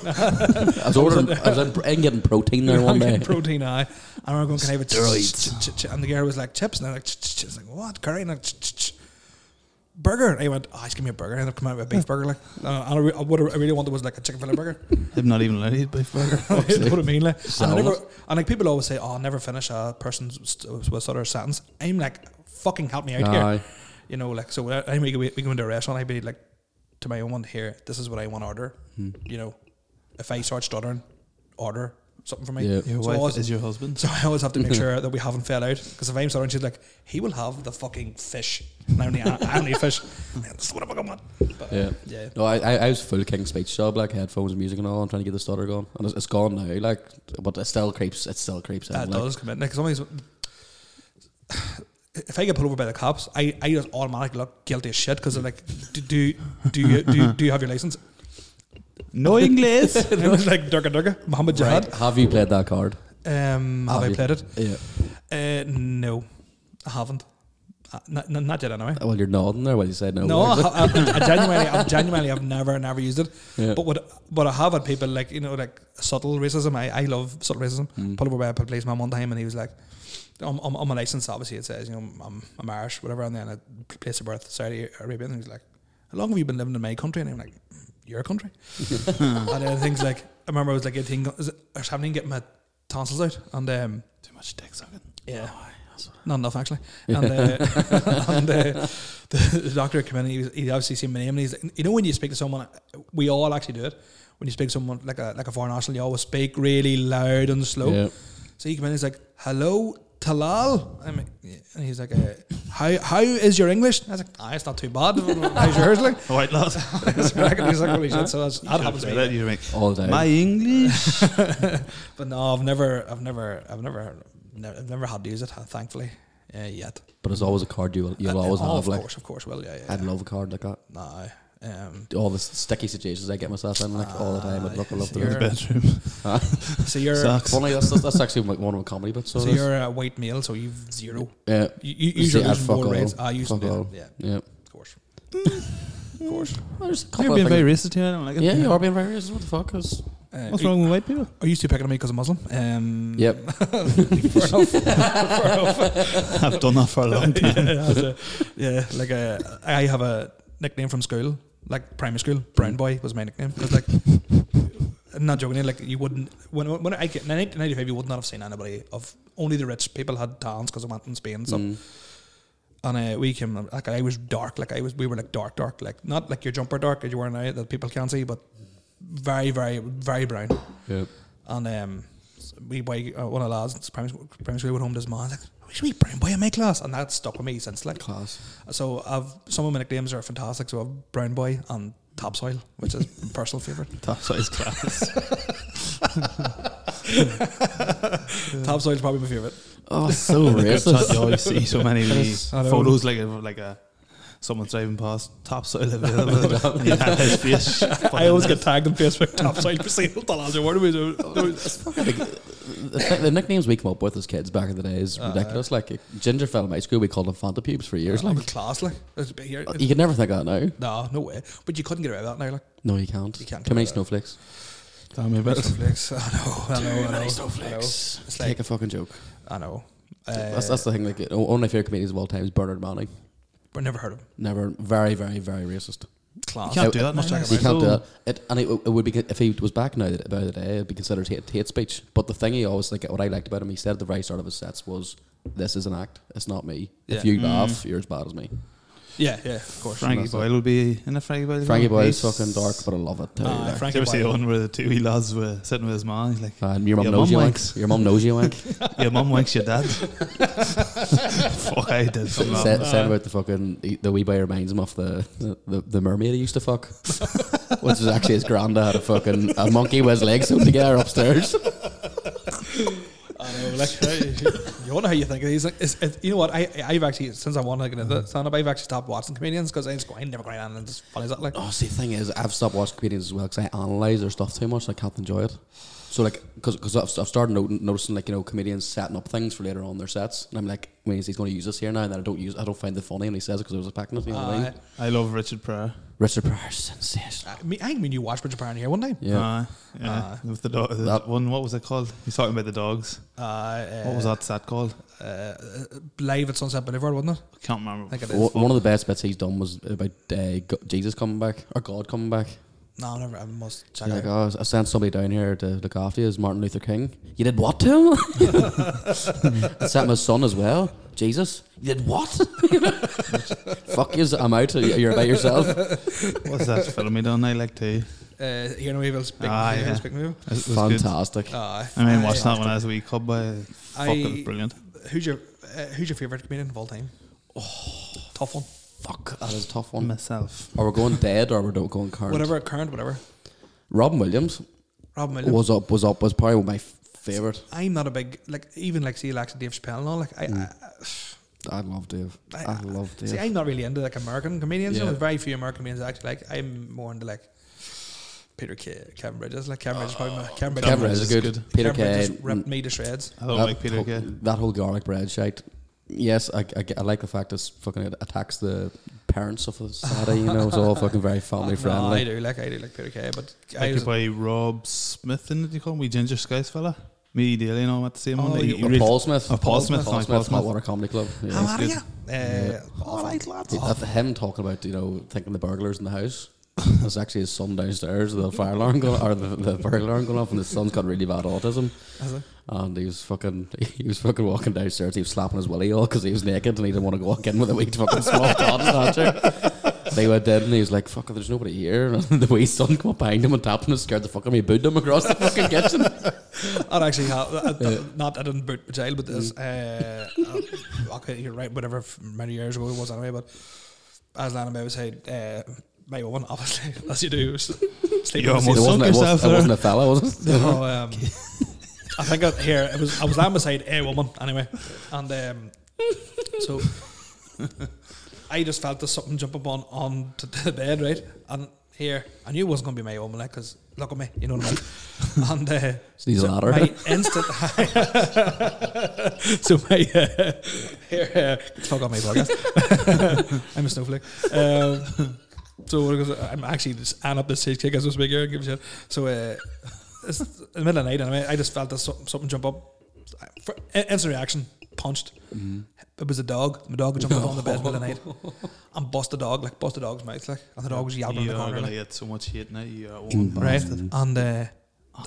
Speaker 2: I was ordering, I was in, in getting protein there one
Speaker 1: I'm
Speaker 2: day.
Speaker 1: getting protein eye. And I'm going, can I have a
Speaker 2: Steroids.
Speaker 1: ch- ch- ch- ch-" And the girl was like, chips. And I'm like, ch- ch- ch- I was like, what? Curry? And I'm like, ch- ch- ch- burger. And I went, oh, just give me a burger. And I come out with a
Speaker 2: Hmm.
Speaker 1: beef burger. Like, and I, re- what I really wanted was like a chicken fillet burger.
Speaker 3: I'm not even allowed to eat beef burger.
Speaker 1: what I mean, like, and, I
Speaker 2: Salad.
Speaker 1: never, and like people always say, oh, I'll never finish a person's st- with sort of sentence. I'm like, fucking help me out here.
Speaker 2: Aye.
Speaker 1: You know, like, so when we, we, we go into a restaurant, I'd be like, to my own one here, this is what I want to order.
Speaker 2: Hmm.
Speaker 1: You know, if I start stuttering, order something for me.
Speaker 2: Yeah.
Speaker 3: Your
Speaker 1: So I
Speaker 3: wife
Speaker 1: was-
Speaker 3: is your husband.
Speaker 1: so I always have to make sure that we haven't fell out because if I'm sorry, she's like, he will have the fucking fish. And I only, I only fish. That's what I fucking want. But,
Speaker 2: Yeah.
Speaker 1: yeah.
Speaker 2: No, I, I, I was full King Speech job, like headphones and music and all. I'm trying to get the stutter going, and it's, it's gone now. Like, but it still creeps. It still creeps.
Speaker 1: That
Speaker 2: out, like,
Speaker 1: does come in because somebody's. If I get pulled over by the cops, I, I just automatically look guilty as shit because they're like, do do do you do, you- do you have your license?
Speaker 3: No English. Is
Speaker 1: And I was like, Durga Durga, Muhammad
Speaker 2: Right.
Speaker 1: Jihad.
Speaker 2: Have you played that card?
Speaker 1: Um, have I
Speaker 2: you-
Speaker 1: played it?
Speaker 2: Yeah.
Speaker 1: Uh, no, I haven't. Uh, not, not- not yet, anyway.
Speaker 2: Well, you're nodding there while you said no.
Speaker 1: No,
Speaker 2: words.
Speaker 1: I, I, I genuinely, I genuinely have never, never used it.
Speaker 2: Yeah.
Speaker 1: But what, but I have had people like you know like subtle racism. I, I love subtle racism. Pulled over by a policeman one time, and he was like, "I'm, I'm, I'm a license, obviously it says you know I'm, I'm Irish, whatever." And then a place of birth, Saudi Arabia, and he was like, "How long have you been living in my country?" And I'm like, "Your country." and then things like I remember I was like 18 go- or 17 getting my tonsils out, and um,
Speaker 3: Too much dick sucking.
Speaker 1: yeah. Not enough, actually. And, uh, and uh, the, the doctor came in and he, was, he obviously seen my name. And he's like, you know, when you speak to someone, we all actually do it. When you speak to someone like a, like a foreign national, you always speak really loud and slow.
Speaker 2: Yeah.
Speaker 1: So he came in and he's like, hello, Talal. I'm like, "Yeah." And he's like, uh, how, how is your English? I was like, ah, it's not too bad. How's yours? Like,
Speaker 3: White lad.
Speaker 1: so I reckon he's like, holy shit. So that's, that happens to me.
Speaker 3: You make
Speaker 2: All day.
Speaker 3: my English.
Speaker 1: But no, I've never, I've never, I've never, never I've never had to use it, thankfully, uh, yet.
Speaker 2: but it's always a card you will, you'll always
Speaker 1: oh,
Speaker 2: have.
Speaker 1: Of
Speaker 2: Like,
Speaker 1: course, of course. Well, yeah, yeah.
Speaker 2: I'd love a card like that.
Speaker 1: No. Um,
Speaker 2: All the s- sticky situations I get myself in, like all the time. I'd love, love to
Speaker 1: Ah, You're-
Speaker 3: The
Speaker 2: do.
Speaker 3: bedroom.
Speaker 1: so you're
Speaker 3: Sucks.
Speaker 2: Funny, that's, that's, that's actually like one of my comedy bits. So,
Speaker 1: so
Speaker 2: that's-
Speaker 1: you're a white male, uh, so you've zero.
Speaker 2: yeah,
Speaker 1: You, you
Speaker 2: You see,
Speaker 1: usually
Speaker 2: I
Speaker 1: lose
Speaker 2: fuck
Speaker 1: more
Speaker 2: all.
Speaker 1: rates. I usually
Speaker 2: Fuck
Speaker 1: do.
Speaker 2: all.
Speaker 1: Yeah,
Speaker 2: yeah.
Speaker 1: of course. of course.
Speaker 2: Well, there's a couple
Speaker 3: You're
Speaker 2: of
Speaker 3: being
Speaker 2: things-
Speaker 3: very racist here. I don't like it.
Speaker 2: Yeah, you are being very racist. What the fuck is?
Speaker 1: Uh,
Speaker 3: What's
Speaker 1: are-
Speaker 3: wrong with white people?
Speaker 1: Are you still picking on me because I'm Muslim? Um,
Speaker 2: Yep.
Speaker 1: fair enough. fair enough.
Speaker 3: I've done that for a long time.
Speaker 1: yeah, that's a- yeah, like uh, I have a nickname from school, like primary school. Brown boy was my nickname. 'Cause, like, I'm not joking. Like you wouldn't when when I get in 1995, you would not have seen anybody of only the rich people had tans because I went in Spain. So
Speaker 2: Mm.
Speaker 1: and uh, we came like I was dark, like I was we were like dark, dark, like not like your jumper dark as you were now that people can't see, but very, very, very brown.
Speaker 2: Yeah.
Speaker 1: And um, we boy, uh, one of the lads, in primary school, primary school went home to his mom, like, "Who's we brown boy in my class?" And that stuck with me since like
Speaker 2: Class.
Speaker 1: so I've some of my nicknames are fantastic. So I've Brown Boy and Topsoil, which is my personal favourite.
Speaker 3: That's what his class.
Speaker 1: Topsoil is probably my favourite.
Speaker 2: Oh, so
Speaker 3: You
Speaker 2: racist.
Speaker 3: always oh, see so many of these
Speaker 1: I know.
Speaker 3: photos like a, like a someone driving past top soil available. and he had his face.
Speaker 1: I always get tagged on Facebook. Topsoil for sale. Dollars. What do we do?
Speaker 2: the, fact- the nicknames we come up with as kids back in the day is
Speaker 1: Ah.
Speaker 2: ridiculous. Like Ginger fell in my school, we called him Fanta Pubes for years.
Speaker 1: Like
Speaker 2: Like
Speaker 1: class, like it's a bit here.
Speaker 2: you could never think that now.
Speaker 1: no, no way. But you couldn't get away with that now, like
Speaker 2: No, you can't.
Speaker 1: You can't
Speaker 2: Too many
Speaker 1: do that.
Speaker 2: snowflakes.
Speaker 3: Tell me about it.
Speaker 1: snowflakes. I know, I know, I know. I know. It's
Speaker 2: Take
Speaker 1: like
Speaker 2: a fucking joke.
Speaker 1: I know. Uh,
Speaker 2: that's that's the thing. Like o- one of my favorite comedians of all time is Bernard Manning.
Speaker 1: but never heard of 'em.
Speaker 2: Never, very, very, very racist.
Speaker 1: class.
Speaker 3: You can't
Speaker 2: I-
Speaker 3: do that.
Speaker 1: Must
Speaker 3: now.
Speaker 1: check
Speaker 2: You
Speaker 1: Right.
Speaker 2: can't do that. It, and it, it would be if he was back now that about the day, it'd be considered hate, hate speech. But the thing he always like what I liked about him, he said at the very start of his sets was, "This is an act. It's not me. If
Speaker 1: Yeah.
Speaker 2: you laugh, you're as bad as me."
Speaker 1: Yeah, yeah, of course.
Speaker 3: Frankie
Speaker 2: That's
Speaker 3: Boyle would be in a Frankie Boyle.
Speaker 2: Frankie Boy is
Speaker 3: He's-
Speaker 2: fucking dark, but I love it. Too.
Speaker 1: Aye,
Speaker 3: Did you
Speaker 1: Frankie
Speaker 3: ever see the
Speaker 1: Boyle.
Speaker 3: one where the two wee lads were sitting with his mom? He's like,
Speaker 2: and your mum
Speaker 3: Your
Speaker 2: knows you
Speaker 3: mum wanks.
Speaker 2: wank. Your mum knows you wank.
Speaker 3: your mum wakes your dad. Fuck, I did something wrong.
Speaker 2: Said, said about the fucking the wee boy reminds him of the the, the mermaid he used to fuck, which is actually his granddad. A fucking a monkey with his legs sewn together upstairs.
Speaker 1: I know, like you wonder how you think of these. Like, it's, it's, you know what? I I- I've actually since I wanted to get
Speaker 3: Mm-hmm.
Speaker 1: into stand up, I've actually stopped watching comedians because I just go, I never going on and just funny as that. Like,
Speaker 2: Oh, see, the thing is, I've stopped watching comedians as well because I analyze their stuff too much. I can't enjoy it. So like, because I've, I've started not- noticing like you know comedians setting up things for later on their sets, and I'm like, when he's going to use this here now, and then I don't use, I don't find it funny, and he says it because I was attacking it. You know what I mean?
Speaker 1: Aye.
Speaker 3: I love Richard Pryor.
Speaker 2: Richard Pryor's sensational.
Speaker 1: I mean, I think we knew watch Bridge Apparent here one time.
Speaker 2: Yeah,
Speaker 3: Aye, yeah.
Speaker 1: Aye.
Speaker 3: With the dog, the
Speaker 2: That-
Speaker 3: one. What was it called? He's talking about the dogs.
Speaker 1: Uh, uh,
Speaker 3: What was that set called?
Speaker 1: Uh, uh, live at Sunset Boulevard, wasn't it?
Speaker 3: I can't
Speaker 1: I
Speaker 3: remember.
Speaker 1: think it
Speaker 2: One-
Speaker 1: is.
Speaker 2: one of the best bits he's done was about uh, Go- Jesus coming back or God coming back.
Speaker 1: No, never. I must check
Speaker 2: You're
Speaker 1: it
Speaker 2: like,
Speaker 1: out.
Speaker 2: oh, I sent somebody down here to look after you. Is Martin Luther King? You did what to him? I sent my son as well. Jesus, you did what? Fuck yous, I'm out. You're by yourself.
Speaker 3: What's that film he done? I like to.
Speaker 1: Uh, Here No Evil's big,
Speaker 3: Ah,
Speaker 1: Here No
Speaker 3: yeah.
Speaker 1: Evil's big movie. Uh,
Speaker 3: It was good.
Speaker 2: Fantastic.
Speaker 1: Aye.
Speaker 3: I mean,
Speaker 1: Aye.
Speaker 3: watched that when I was a wee cub. By fucking brilliant.
Speaker 1: Who's your uh, Who's your favorite comedian of all time? Oh, tough one.
Speaker 2: Fuck, that is a tough one.
Speaker 3: Myself.
Speaker 2: Are we going dead or we're not going current?
Speaker 1: Whatever current, whatever.
Speaker 2: Robin Williams
Speaker 1: Robin Williams.
Speaker 2: was up, was up, was probably my favorite.
Speaker 1: I'm not a big like even like see like Dave Chappelle and all like I,
Speaker 2: Mm. I love Dave.
Speaker 1: I-
Speaker 2: I, love
Speaker 1: I
Speaker 2: Dave.
Speaker 1: see I'm not really into like American comedians.
Speaker 2: Yeah.
Speaker 1: There's very few American comedians I actually like. I'm more into like Peter Kay, Kevin Bridges. Like Kevin Bridges, probably my,
Speaker 3: Oh,
Speaker 1: Kevin Bridges,
Speaker 2: Cameron is
Speaker 3: is
Speaker 2: good.
Speaker 3: good.
Speaker 2: Peter
Speaker 1: Kevin Bridges
Speaker 2: Kay.
Speaker 1: ripped me to shreds.
Speaker 3: I don't
Speaker 2: that
Speaker 3: like Peter
Speaker 2: whole-
Speaker 3: Gay.
Speaker 2: That whole garlic bread shite. Yes, I, I, get- I like the fact it's fucking it attacks the parents of the Saturday, you know, it's all fucking very family
Speaker 1: Uh, no, I
Speaker 2: friendly.
Speaker 1: do like I do like Peter Kay, but I
Speaker 3: Like
Speaker 1: was,
Speaker 3: by Rob Smith, in it you call him? We Ginger Skies fella. Me Daly and all that same
Speaker 1: Oh,
Speaker 3: one.
Speaker 1: you-
Speaker 3: He- he
Speaker 2: Or
Speaker 3: reads-
Speaker 2: Paul Smith.
Speaker 3: Oh, Paul Smith,
Speaker 2: Paul
Speaker 3: sorry,
Speaker 2: Smith,
Speaker 3: Paul Smith.
Speaker 2: Water Comedy Club.
Speaker 1: how
Speaker 2: Yeah.
Speaker 1: are
Speaker 3: good.
Speaker 1: you? Uh, All right, lads.
Speaker 2: Uh, Him talking about, you know, thinking the burglars in the house. There's actually his son downstairs, the fire alarm going, or the, the burglar alarm going off, and his son's got really bad autism.
Speaker 1: Has it?
Speaker 2: And he was fucking, he was fucking walking downstairs. He was slapping his willy all because he was naked and he didn't want to walk in with a wee fucking small toddler. on it. They went in and he was like, "Fuck, there's nobody here." And the wee son come up behind him and tapped him and scared the fuck out of me, booed him across the fucking kitchen.
Speaker 1: I'd actually have uh, uh, not I didn't boot my child, but this uh, uh, okay, you're right. Whatever, f- many years ago it was anyway. But as Lana May would say, uh, my woman, obviously, as you do, s- sleep
Speaker 3: You
Speaker 1: with the
Speaker 2: It
Speaker 1: seat.
Speaker 3: almost-
Speaker 2: wasn't, it,
Speaker 3: yourself
Speaker 2: was, it
Speaker 3: there.
Speaker 2: wasn't a fella, was it?
Speaker 1: So, um, I think I, here it was. I was lying beside a woman anyway, and um, so I just felt there's something jump up on on to the bed, right? And here I knew it wasn't gonna be my woman, like, cause look at me, you know what I mean. and uh,
Speaker 2: Sneeze
Speaker 1: so
Speaker 2: ladder.
Speaker 1: my instant. so my uh, here, uh, fuck off my podcast. I'm a snowflake. Um, so what goes- I'm actually just an up this stage kick as we speak here. Give a shit. So uh, it's in the middle of the night, and I, I just felt that something, something jump up. For, in- instant reaction, punched. It was a dog. My dog jumped up on the bed in the middle of the night and bust the dog, like bust the dog's mouth, like, and the dog was yelping in
Speaker 3: You
Speaker 1: the
Speaker 3: are
Speaker 1: corner,
Speaker 3: going to
Speaker 1: like,
Speaker 3: get so much hate now. You are one.
Speaker 1: right? And uh,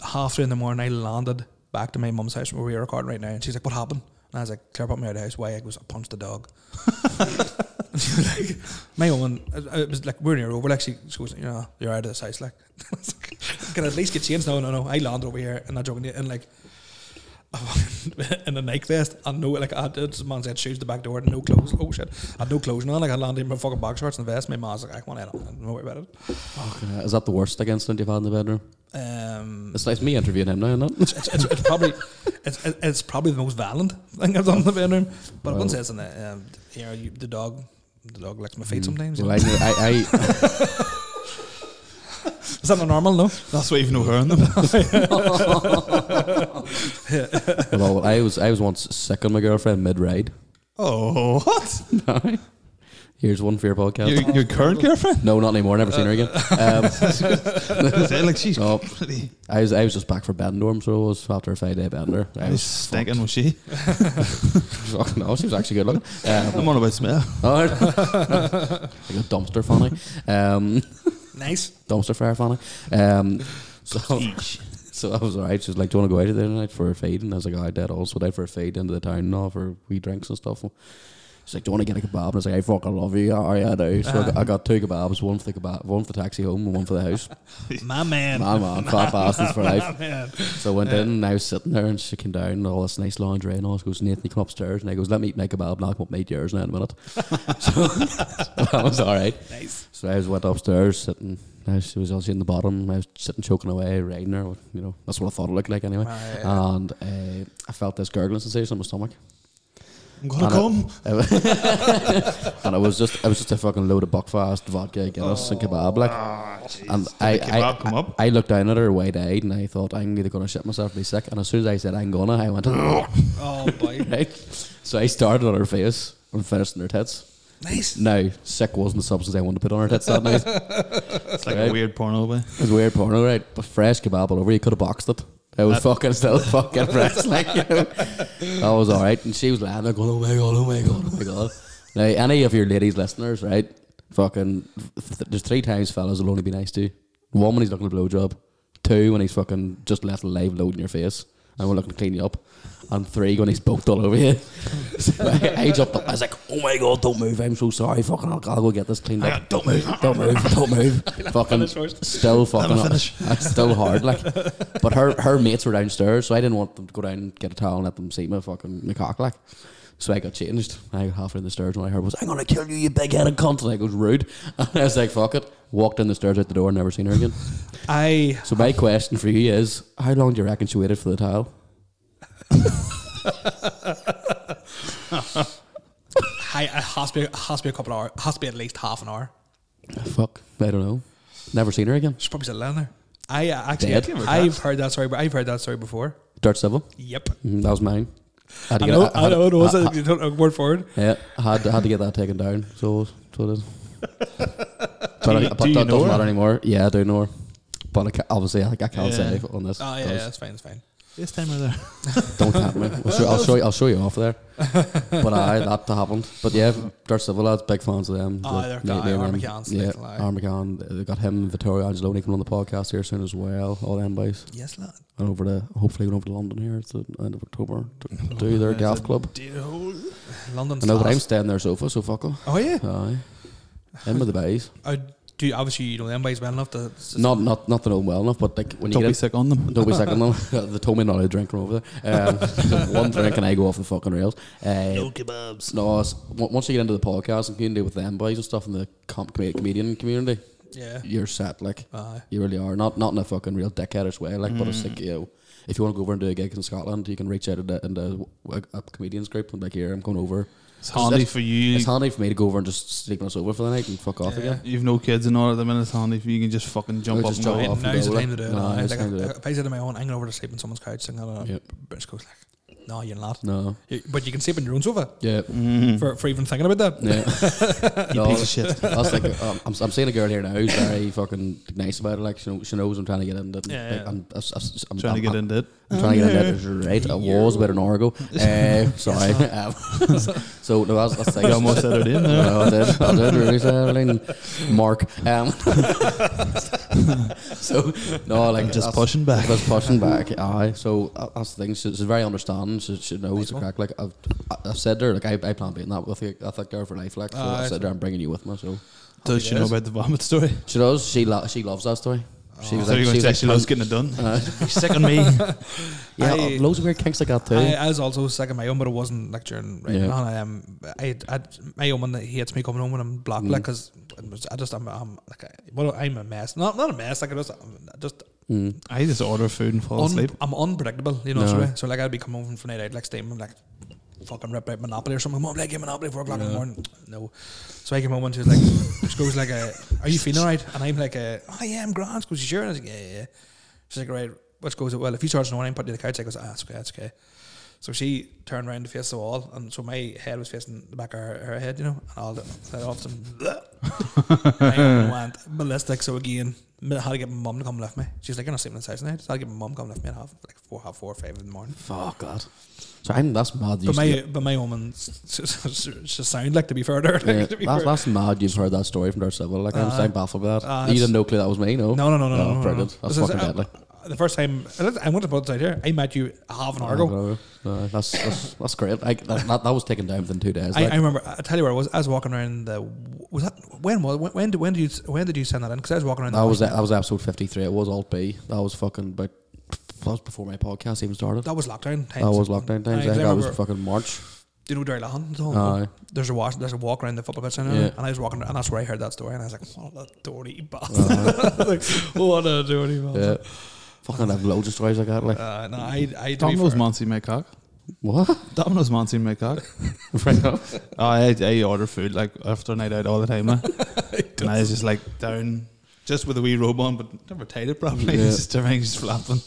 Speaker 1: halfway in the morning, I landed back to my mum's house where we are recording right now, and she's like, "What happened?" And I was like, "Claire put me out of the house." Why? I goes, "I punched the dog." And she was like, my woman, I- I- it was like we're near over. Like she, she goes, you know, you're out of this house. Like, I was like, can I at least get changed? No, no, no. I landed over here, and I joking, and like, I fucking- in a night vest, and no, like I had this man said shoes at the back door, and no clothes. Oh shit, I had no clothes on. Like I landed in my fucking box shorts and vest. My mom's like, I want it. Don't worry about it.
Speaker 2: Fucking hell. uh, Is that the worst like, incident you've had in the bedroom?
Speaker 1: Um,
Speaker 2: It's like me interviewing him now, isn't it?
Speaker 1: it's, it's, it's probably it's, it's- it's probably the most violent thing I've done in the bedroom. But
Speaker 2: Well.
Speaker 1: one says in it, um, you know, you, the dog, the dog licks my feet sometimes. you
Speaker 2: Mm. Well,
Speaker 1: know.
Speaker 2: I, knew- I, I,
Speaker 1: Is that not normal? No.
Speaker 3: That's why you've no hair on them.
Speaker 2: well, I was I was once sick on my girlfriend mid ride.
Speaker 3: Oh, what?
Speaker 2: Here's one for your podcast.
Speaker 3: Your, your current girlfriend?
Speaker 2: no, not anymore. Never seen her again. Um,
Speaker 3: Is it like she's
Speaker 2: Oh.
Speaker 3: bloody-
Speaker 2: I was I was just back for Bendorm, so I was after a five day Bender. I
Speaker 3: She's
Speaker 2: was
Speaker 3: stinking, was she?
Speaker 2: fucking no, she was actually good looking. Um,
Speaker 3: I'm on about smell.
Speaker 2: all right. like a dumpster funny, um,
Speaker 1: Nice.
Speaker 2: dumpster fire funny. Um, so so I was alright. She was like, "Do you want to go out of there tonight for a feed?" And I was like, "I did also out for a feed into the town and all for wee drinks and stuff." She's like, "Do you want to get a kebab?" And I was like, "I fucking love you. Oh, yeah, I do." So I, got, I got two kebabs, one for the kebab, one for the taxi home, and one for the house.
Speaker 1: My man.
Speaker 2: Man, man, fat bastards for life.
Speaker 1: My man.
Speaker 2: So I went in and I was sitting there and she came down and all this nice lingerie and all. She goes, Nathan, you come upstairs. And I goes, let me eat my kebab and I'll come up and eat yours now in a minute. so that was all right.
Speaker 1: Nice.
Speaker 2: So I just went upstairs sitting. Now she was obviously in the bottom. and I was sitting choking away, riding her. You know, that's what I thought it looked like anyway.
Speaker 1: Right.
Speaker 2: And uh, I felt this gurgling sensation in my stomach.
Speaker 1: I'm gonna
Speaker 2: And I-
Speaker 1: come.
Speaker 2: and I was just, I was just a fucking load of Buckfast vodka Guinness and kebab, like. and I,
Speaker 3: Oh, the
Speaker 2: I,
Speaker 3: kebab come up?
Speaker 2: I, I looked down at her wide eyed, and I thought I'm either gonna shit myself or be sick. And as soon as I said I'm gonna, I went
Speaker 1: Oh boy,
Speaker 2: right. So I started on her face and finished on her tits.
Speaker 1: nice.
Speaker 2: Now, sick wasn't the substance I wanted to put on her tits that night.
Speaker 3: It's like
Speaker 2: Right.
Speaker 3: a weird porno way.
Speaker 2: It was weird porno, right? But fresh kebab all over. You could have boxed it. It was fucking still fucking fresh. Like, you know, that was all right. And she was laughing, going, "Oh my god, oh my god, oh my god." Now, any of your ladies listeners, right? Fucking, th- there's three times fellas will only be nice to. you. One when he's looking at a blowjob. Two when he's fucking just left a live load in your face and we're looking to clean you up. And three when he's booked all over you. So I, I jumped up. I was like, "Oh my god, don't move! I'm so sorry. Fucking, I'll, I'll go get this cleaned up. Don't move, don't move, don't move. fucking, still fucking, up. It's still hard. Like, but her her mates were downstairs, so I didn't want them to go down and get a towel and let them see my fucking my cock. Like, so I got changed. I got halfway in the stairs when I heard was, "I'm gonna kill you, you big headed cunt." And I goes rude, and I was like, "Fuck it." Walked down the stairs out the door, never seen her again.
Speaker 1: I
Speaker 2: So my question for you is, how long do you reckon she waited for the towel?
Speaker 1: I, I has to be has to be a couple of hours. Has to be at least half an hour.
Speaker 2: Fuck, I don't know. Never seen her again.
Speaker 1: She's probably still laying there. I uh, actually,
Speaker 2: Dead.
Speaker 1: I've heard that story. but I've heard that story before.
Speaker 2: Dirt civil.
Speaker 1: Yep.
Speaker 2: Mm, That was mine. Had
Speaker 1: I
Speaker 2: to get-
Speaker 1: know.
Speaker 2: I
Speaker 1: I
Speaker 2: had-
Speaker 1: know. It was
Speaker 2: I-
Speaker 1: a- you don't know, word for it.
Speaker 2: Yeah, I had I had to get that taken down. So so it is. But, I-
Speaker 3: you-
Speaker 2: but
Speaker 3: do you
Speaker 2: that
Speaker 3: know
Speaker 2: doesn't
Speaker 3: her?
Speaker 2: matter anymore. Yeah, I do know her. But I ca- obviously, I, I can't say
Speaker 3: Yeah.
Speaker 2: on this.
Speaker 1: Oh yeah, yeah,
Speaker 2: because
Speaker 1: it's fine. It's fine.
Speaker 3: This time or there.
Speaker 2: Don't cap me. I'll show, I'll show you. I'll show you off there. but I that happened. But yeah, Dirt Civil lads, big fans of them.
Speaker 1: Oh,
Speaker 2: They-
Speaker 1: they're
Speaker 2: they-
Speaker 1: guy-
Speaker 2: they were-
Speaker 1: Armageddon's
Speaker 2: Yeah,
Speaker 1: like, like-
Speaker 2: Armageddon. They got him, Vittorio Angeloni coming on the podcast here soon as well. All them boys.
Speaker 1: Yes, lad.
Speaker 2: And over to hopefully going over to London here at the end of October to do their gaff club.
Speaker 1: London.
Speaker 2: I know, but I'm staying their sofa, so fuck 'em.
Speaker 1: Oh yeah.
Speaker 2: Aye. In with the boys.
Speaker 1: Uh, do you- obviously you know them boys well enough to.
Speaker 2: Not not not that I'm well enough, but like when
Speaker 3: Don't
Speaker 2: you
Speaker 3: be
Speaker 2: get
Speaker 3: sick on them.
Speaker 2: in, don't be second them. they told me not to drink from over there. Um, one drink and I go off the fucking rails. Uh,
Speaker 3: kebabs.
Speaker 2: no, it's- on- once you get into the podcast and community with them boys and stuff in the com- com- comedian community,
Speaker 1: Yeah. Uh,
Speaker 2: you're set. Like
Speaker 1: Aye.
Speaker 2: you really are. Not not in a fucking real dickheadish way. Like, but it's like you. Know, if you want to go over and do a gig in Scotland, you can reach out into, into a, a comedians group and be like, here I'm going over.
Speaker 3: It's handy for you.
Speaker 2: It's handy for me to go over and just sleep on a sofa for the night and fuck off
Speaker 1: Yeah.
Speaker 2: again.
Speaker 3: You've no kids and all at the minute. It's handy for you. You can just fucking jump
Speaker 2: Or
Speaker 3: up
Speaker 2: just
Speaker 3: and
Speaker 2: jump
Speaker 3: go.
Speaker 2: off. and
Speaker 1: Now's the
Speaker 2: go,
Speaker 1: time to do it.
Speaker 2: like,
Speaker 1: No,
Speaker 2: nah, it's
Speaker 1: like,
Speaker 2: time to do
Speaker 1: if
Speaker 2: it.
Speaker 1: if I said to my own, I'm going over to sleep on someone's couch, so I'm gonna
Speaker 2: Yep.
Speaker 1: British goes like, no, you're not.
Speaker 2: No.
Speaker 1: You- But you can sleep on your own sofa
Speaker 2: Yeah.
Speaker 1: for, for even thinking about that.
Speaker 2: Yeah. No,
Speaker 3: Mm-hmm. Piece of shit.
Speaker 2: I was like, um, I'm, I'm seeing a girl here now who's very fucking nice about it. Like, she, know, she knows I'm trying to get into it.
Speaker 1: Yeah, yeah.
Speaker 2: Like, I'm, I s- I s- I'm-
Speaker 3: Trying to
Speaker 2: I'm-
Speaker 3: get into it.
Speaker 2: I'm trying to get into it. Right. I was about an hour ago. Uh, sorry. Um, so, no, that's, that's like,
Speaker 3: You almost said it in there.
Speaker 2: No, I did. I did really sadly. Mark. Um, so no, like
Speaker 3: Just
Speaker 2: that's-
Speaker 3: pushing back.
Speaker 2: Just pushing back. Aye. So uh, that's the thing. She- She's very understanding. She, she knows the crack. Like I've, I- I've said to her, like I, I plan being that with you. I think there for life. Like so
Speaker 1: Aye.
Speaker 2: I said, there, I'm bringing you with me. So
Speaker 3: Does she know about the vomit story?
Speaker 2: she does. She lo- she loves that story.
Speaker 1: Oh,
Speaker 2: She was
Speaker 3: So you're
Speaker 2: like,
Speaker 3: going
Speaker 2: she
Speaker 3: to
Speaker 2: was like,
Speaker 3: say she loves
Speaker 2: "Cunt."
Speaker 3: getting it done?
Speaker 2: Uh,
Speaker 3: You're sick on me.
Speaker 2: yeah,
Speaker 1: I-
Speaker 2: loads of weird kinks like that too.
Speaker 1: I, I was also sick of my own, but it wasn't like during right
Speaker 2: Yeah.
Speaker 1: now. And I, um, I, I, my own one that hates me coming home when I'm
Speaker 2: Mm.
Speaker 1: blocked, like 'cause like because I just I'm, I'm like I, well I'm a mess. Not not a mess. Like I just I'm just
Speaker 2: Mm.
Speaker 3: I just order food and fall
Speaker 1: un,
Speaker 3: asleep.
Speaker 1: I'm unpredictable. You know,
Speaker 2: No.
Speaker 1: sort of. so like I'd be coming home from Friday night, like steam, like fucking rip out Monopoly or something. Mom, like game Monopoly four o'clock in the morning. No, so I came home and she was like, she goes like, uh, "Are you feeling alright?" And I'm like, uh, "Oh yeah, I'm grand." She goes, "You sure?" And I was like, "Yeah, yeah." yeah." She's like, "Right." Which goes well. If you start snoring, I'm putting you to the couch. I goes, "Ah, it's okay, it's okay." So she turned around to face the wall, and so my head was facing the back of her, her head, you know, and all the I often I went ballistic. So again, I had to get my mum to come lift me. She's like, "You're not sleeping in the house tonight." So I had to get my mum to come lift me at half, like four, half four, five in the morning.
Speaker 2: Fuck that. So I'm that's mad. you
Speaker 1: But
Speaker 2: used to
Speaker 1: my but my woman, she sound like to be further. Like,
Speaker 2: Yeah,
Speaker 1: to be
Speaker 2: that's,
Speaker 1: fair.
Speaker 2: that's mad you've heard that story from Dar Civil. Like, I'm, I'm baffled by that.
Speaker 1: Uh,
Speaker 2: you
Speaker 1: it's-
Speaker 2: didn't know clue that was me, no?
Speaker 1: No, no, no, no, no,
Speaker 2: Oh,
Speaker 1: no, no, no.
Speaker 2: brilliant. That's
Speaker 1: This is-
Speaker 2: fucking deadly.
Speaker 1: uh, The first time I'm going to put this out here. I met you half an hour ago.
Speaker 2: Uh, no, that's, that's, that's great. Like, that, that, that was taken down within two days.
Speaker 1: I,
Speaker 2: like.
Speaker 1: I remember. I tell you where I was. I was walking around the. Was that when? Was when? When did, when did you when did you send that in? Because I was walking around.
Speaker 2: that
Speaker 1: the
Speaker 2: was
Speaker 1: house.
Speaker 2: that was episode 53. It was Alt B. That was fucking, but that was before my podcast even started. That,
Speaker 1: That was lockdown times.
Speaker 2: was lockdown times. I
Speaker 1: I
Speaker 2: think that was
Speaker 1: remember-
Speaker 2: fucking March.
Speaker 1: Do you know Derry Lahan?
Speaker 2: Aye.
Speaker 1: There's a walk. There's a walk around the football pitch, and,
Speaker 2: Yeah.
Speaker 1: and I was walking, and that's where I heard that story, and I was like, "What a dirty bastard! like, what a dirty bastard!"
Speaker 2: Yeah. Fucking have loads of stories like that. Like,
Speaker 1: Uh, no, I, I to be
Speaker 3: Tom knows
Speaker 1: fair-
Speaker 3: Monty Maycock.
Speaker 2: What?
Speaker 3: Domino's man seen my cock.
Speaker 2: Right up.
Speaker 3: Oh, I, I order food like after a night out all the time. eh? and I was just like down, just with a wee robe on, but never tied it properly.
Speaker 2: Yeah.
Speaker 3: It's just everything's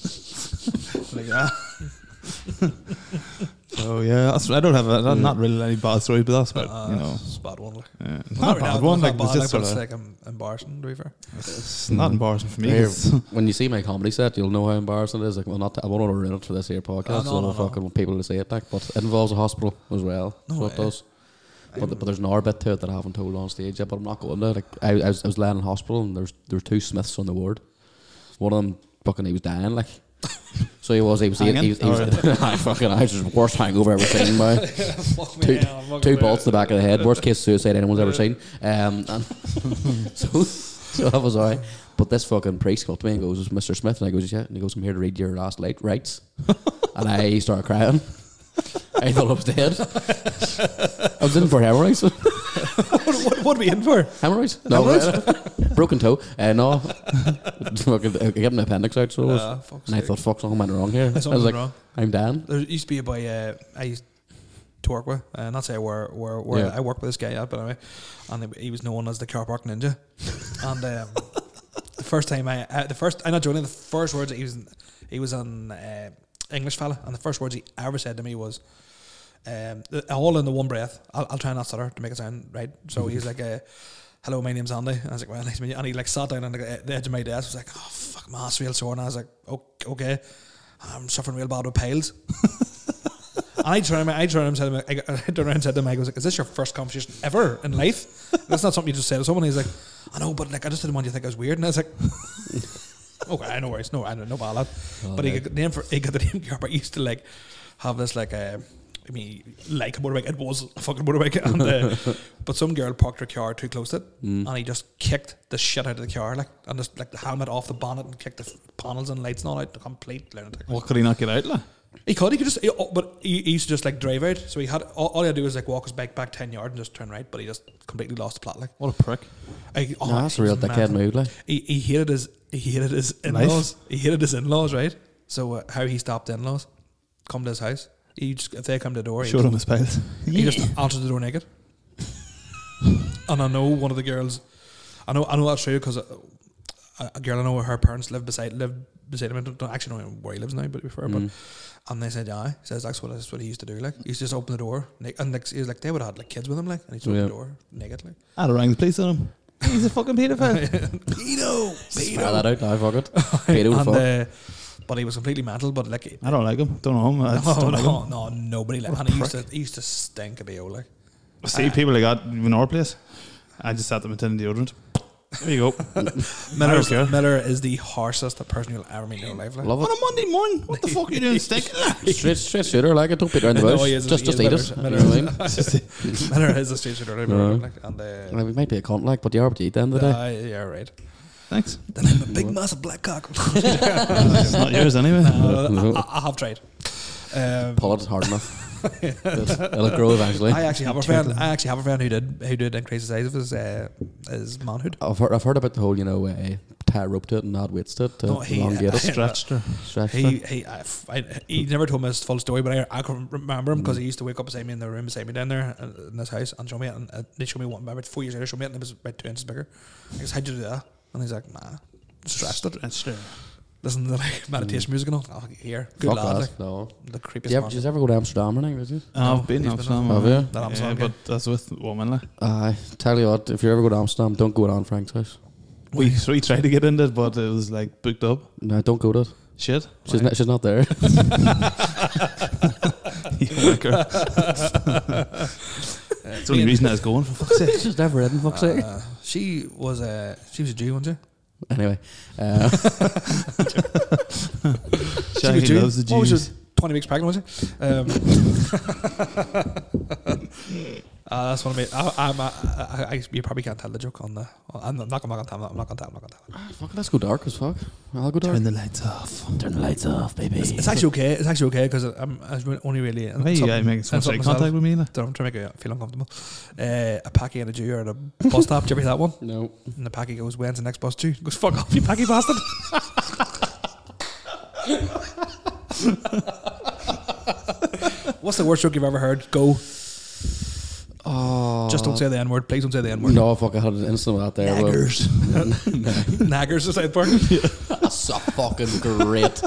Speaker 3: just flapping. like ah. so yeah, that's, I don't have a, not- not really any bad stories, but that's about
Speaker 1: Uh,
Speaker 3: you know.
Speaker 1: spot one. Like.
Speaker 3: Yeah. It's
Speaker 1: Not
Speaker 3: not
Speaker 1: right
Speaker 3: a
Speaker 1: now,
Speaker 3: bad
Speaker 1: it's
Speaker 3: one,
Speaker 1: not
Speaker 3: like it's
Speaker 1: bad, but
Speaker 3: just sort
Speaker 1: it's
Speaker 3: of,
Speaker 1: like um, embarrassing to be fair.
Speaker 3: it's not embarrassing for me.
Speaker 2: Here,
Speaker 3: it's-
Speaker 2: when you see my comedy set, you'll know how embarrassing it is. Like, well, not that, I won't order it for this here podcast,
Speaker 1: Oh, no,
Speaker 2: so I
Speaker 1: no,
Speaker 2: don't
Speaker 1: no.
Speaker 2: fucking want people to see it back. But it involves a hospital as well.
Speaker 1: No uh,
Speaker 2: so it
Speaker 1: way.
Speaker 2: does. But, but there's an orbit to it that I haven't told on stage yet. But I'm not going there. Like I, I, was, I was laying in hospital and there's there were two Smiths on the ward. One of them fucking he was dying like. So he was he was, he,
Speaker 3: Hanging?
Speaker 2: he was, he was I fucking I was just worst hangover I've ever seen. By
Speaker 1: Fuck
Speaker 2: two,
Speaker 1: yeah, I'm not
Speaker 2: two
Speaker 1: gonna-
Speaker 2: bolts to the back of the head. Worst case suicide anyone's ever seen. Um, and so, so that was all right. But this fucking priest comes up to me and goes, "Is Mr. Smith. And I goes, yeah. And he goes, I'm here to read your last light rites. and I started crying. I thought I was dead. I was in for hemorrhoids.
Speaker 1: what, what, what are we in for?
Speaker 2: Hemorrhoids? No. broken toe. Uh, no. Fucking- I get my appendix out. So it was-
Speaker 1: Uh, fuck's
Speaker 2: and I
Speaker 1: sake.
Speaker 2: thought, fuck, something went wrong here. I
Speaker 1: Something
Speaker 2: was like,
Speaker 1: wrong.
Speaker 2: I'm down.
Speaker 1: There used to be a boy uh, I used to work with, uh, not say where where, where
Speaker 2: Yeah.
Speaker 1: I worked with this guy at, but anyway, and he was known as the car park ninja. and um, the first time I, uh, the first, I'm not joking, the first words that he was, he was an uh, English fella, and the first words he ever said to me was, um, th- all in the one breath. I'll, I'll try not stutter to make it sound right. So he's like, uh, "Hello, my name's Andy." And I was like, "Well, nice to meet you." And he like sat down on the, the edge of my desk. I was like, "Oh fuck, my ass real sore." And I was like, "O- "Okay, I'm suffering real bad with piles." and I turned, around- I turned around and said, to him, I, go- I turned around and said to him, I was like, "Is this your first conversation ever in life? That's not something you just say to someone." He's like, "I know, but like, I just didn't want you to think I was weird." And I was like. Okay, I know where it's no, I don't know about that. but he
Speaker 2: no.
Speaker 1: got the name for he got the name Garber. He used to like have this like uh, I mean, like a motorbike. It was a fucking motorbike, and, uh, but some girl parked her car too close to it, and he just kicked the shit out of the car, like and just like the helmet off the bonnet and kicked the panels and lights and all out. The complete lunatic.
Speaker 3: what could he not get out? Like?
Speaker 1: He could, he could just, he- oh, but he, he used to just like drive out. So he had all, all he had to do was like walk his bike back ten yards and just turn right, but he just completely lost the plot. Like,
Speaker 3: What a prick!
Speaker 1: I, oh,
Speaker 2: no, that's
Speaker 1: he
Speaker 2: a real
Speaker 1: was
Speaker 2: dickhead
Speaker 1: mental
Speaker 2: move, like.
Speaker 1: he, he hated his he hated his in
Speaker 3: Life.
Speaker 1: laws. He hated his in laws, right? So uh, how he stopped in laws? Come to his house. He just if they come to the door, he,
Speaker 3: Showed
Speaker 1: just,
Speaker 3: him his pals.
Speaker 1: he just answered the door naked. and I know one of the girls. I know I know that's true because a, a- a girl I know her parents live beside lived beside him. I don't, don't actually know where he lives now, but before, but
Speaker 3: Mm.
Speaker 1: and they said, yeah, he says that's what that's what he used to do. Like he used to just open the door, na- and like, he was like they would have had like kids with him, like, and he just opened
Speaker 2: Yeah.
Speaker 1: the door naked, like.
Speaker 3: I'd have rang the police on him. He's a fucking paedophile.
Speaker 1: Pedo,
Speaker 2: Spell that out now, fuck it. Pedo,
Speaker 1: and,
Speaker 2: fuck.
Speaker 1: uh, but he was completely mental. But like, he-
Speaker 3: I don't like him. Don't know him. I just
Speaker 1: no,
Speaker 3: don't like
Speaker 1: no,
Speaker 3: him.
Speaker 1: no, nobody. Like, and he used to, he used to stink a bit. Like,
Speaker 3: See, people I got in our place. I just sat them in tin deodorant. There you go.
Speaker 1: Miller,
Speaker 3: don't
Speaker 1: is,
Speaker 3: care.
Speaker 1: Miller is the harshest person you'll ever meet in your life. Like.
Speaker 2: Love it.
Speaker 3: On a Monday morning, what the fuck are you doing, stick?
Speaker 2: Straight, straight shooter, like it. Don't beat around the bush.
Speaker 1: No, he is-
Speaker 2: just,
Speaker 1: he
Speaker 2: just
Speaker 1: is
Speaker 2: eat
Speaker 1: better-
Speaker 2: it.
Speaker 1: better-
Speaker 2: you know what I mean?
Speaker 1: Miller is a stage shooter.
Speaker 2: No.
Speaker 1: Like, and uh,
Speaker 2: Like, we might be a cunt, like, but you are what you eat at the end of the day.
Speaker 1: uh, yeah, right.
Speaker 3: Thanks.
Speaker 1: Then I'm a big massive black cock.
Speaker 3: It's not yours anyway.
Speaker 1: No, I, I, I have tried. Um,
Speaker 2: Pull it hard enough. It'll grow eventually.
Speaker 1: I actually have a friend. I actually have a friend who did who did increase the size of his uh, his manhood.
Speaker 2: I've heard, I've heard about the whole, you know, uh, tie a rope to it and add weights to it to
Speaker 1: No, he-
Speaker 2: elongate it.
Speaker 3: Stretched her.
Speaker 2: Stretch
Speaker 1: He
Speaker 2: it.
Speaker 1: he, I, I, he never told me his full story, but I, I can remember him because
Speaker 2: Mm.
Speaker 1: he used to wake up beside me in the room beside me down there uh, in this house and show me it. And uh, they showed me one about four years later. Showed me it, and it was about two inches bigger. I guess how'd you do that? And he's like, nah, stressed it.
Speaker 3: Stretched her.
Speaker 1: Listen to like meditation music and all. Oh, here, good
Speaker 2: Mm. Fuck
Speaker 1: lad,
Speaker 2: that.
Speaker 1: like,
Speaker 2: No.
Speaker 1: the creepiest
Speaker 2: Did you, ever,
Speaker 1: man.
Speaker 2: did you ever go to Amsterdam or anything, did you?
Speaker 1: No,
Speaker 3: I've been
Speaker 1: he's
Speaker 3: in
Speaker 1: been
Speaker 3: Amsterdam.
Speaker 2: Have you?
Speaker 1: That
Speaker 3: Yeah,
Speaker 1: Amazon
Speaker 3: but that's with woman. Like.
Speaker 2: I tell you what, if you ever go to Amsterdam, don't go to Anne Frank's house.
Speaker 3: We so we tried to get in it, but it was like booked up.
Speaker 2: No, don't go to it.
Speaker 3: Shit.
Speaker 2: She's, not, she's not there.
Speaker 3: You wanker. It's the only reason I was going for fuck's sake.
Speaker 2: she's never in, fuck's sake.
Speaker 1: uh, she was a she was a Jew, wasn't she?
Speaker 2: Anyway. Uh,
Speaker 1: was
Speaker 3: Shaggy
Speaker 1: Jew.
Speaker 3: loves the
Speaker 1: What was
Speaker 3: Jews.
Speaker 1: she? Twenty weeks pregnant, was she? Um, uh, that's one of me. I, I'm, uh, I, I, you probably can't tell the joke on the. I'm not, I'm not gonna tell. I'm not gonna tell. I'm not gonna tell.
Speaker 2: fuck, let's go dark as fuck. I'll go dark.
Speaker 3: Turn the lights off.
Speaker 2: Turn the lights off, baby.
Speaker 1: It's actually okay. It's actually okay because I'm I was re- only really.
Speaker 3: Why you guys making so much eye contact with me? Like?
Speaker 1: Don't, I'm trying to make you feel uncomfortable. Uh, a packy and a Jew are at a bus stop. Did you ever hear that one?
Speaker 2: No.
Speaker 1: And the packy goes, "When's the next bus due?" He goes, "Fuck off, you packy bastard." What's the worst joke you've ever heard? Go.
Speaker 2: Oh.
Speaker 1: Just don't say the N word. Please don't say the N word.
Speaker 2: No, fuck, I had an incident with that there. where-
Speaker 1: Naggers. Naggers is out there.
Speaker 2: That's a fucking great,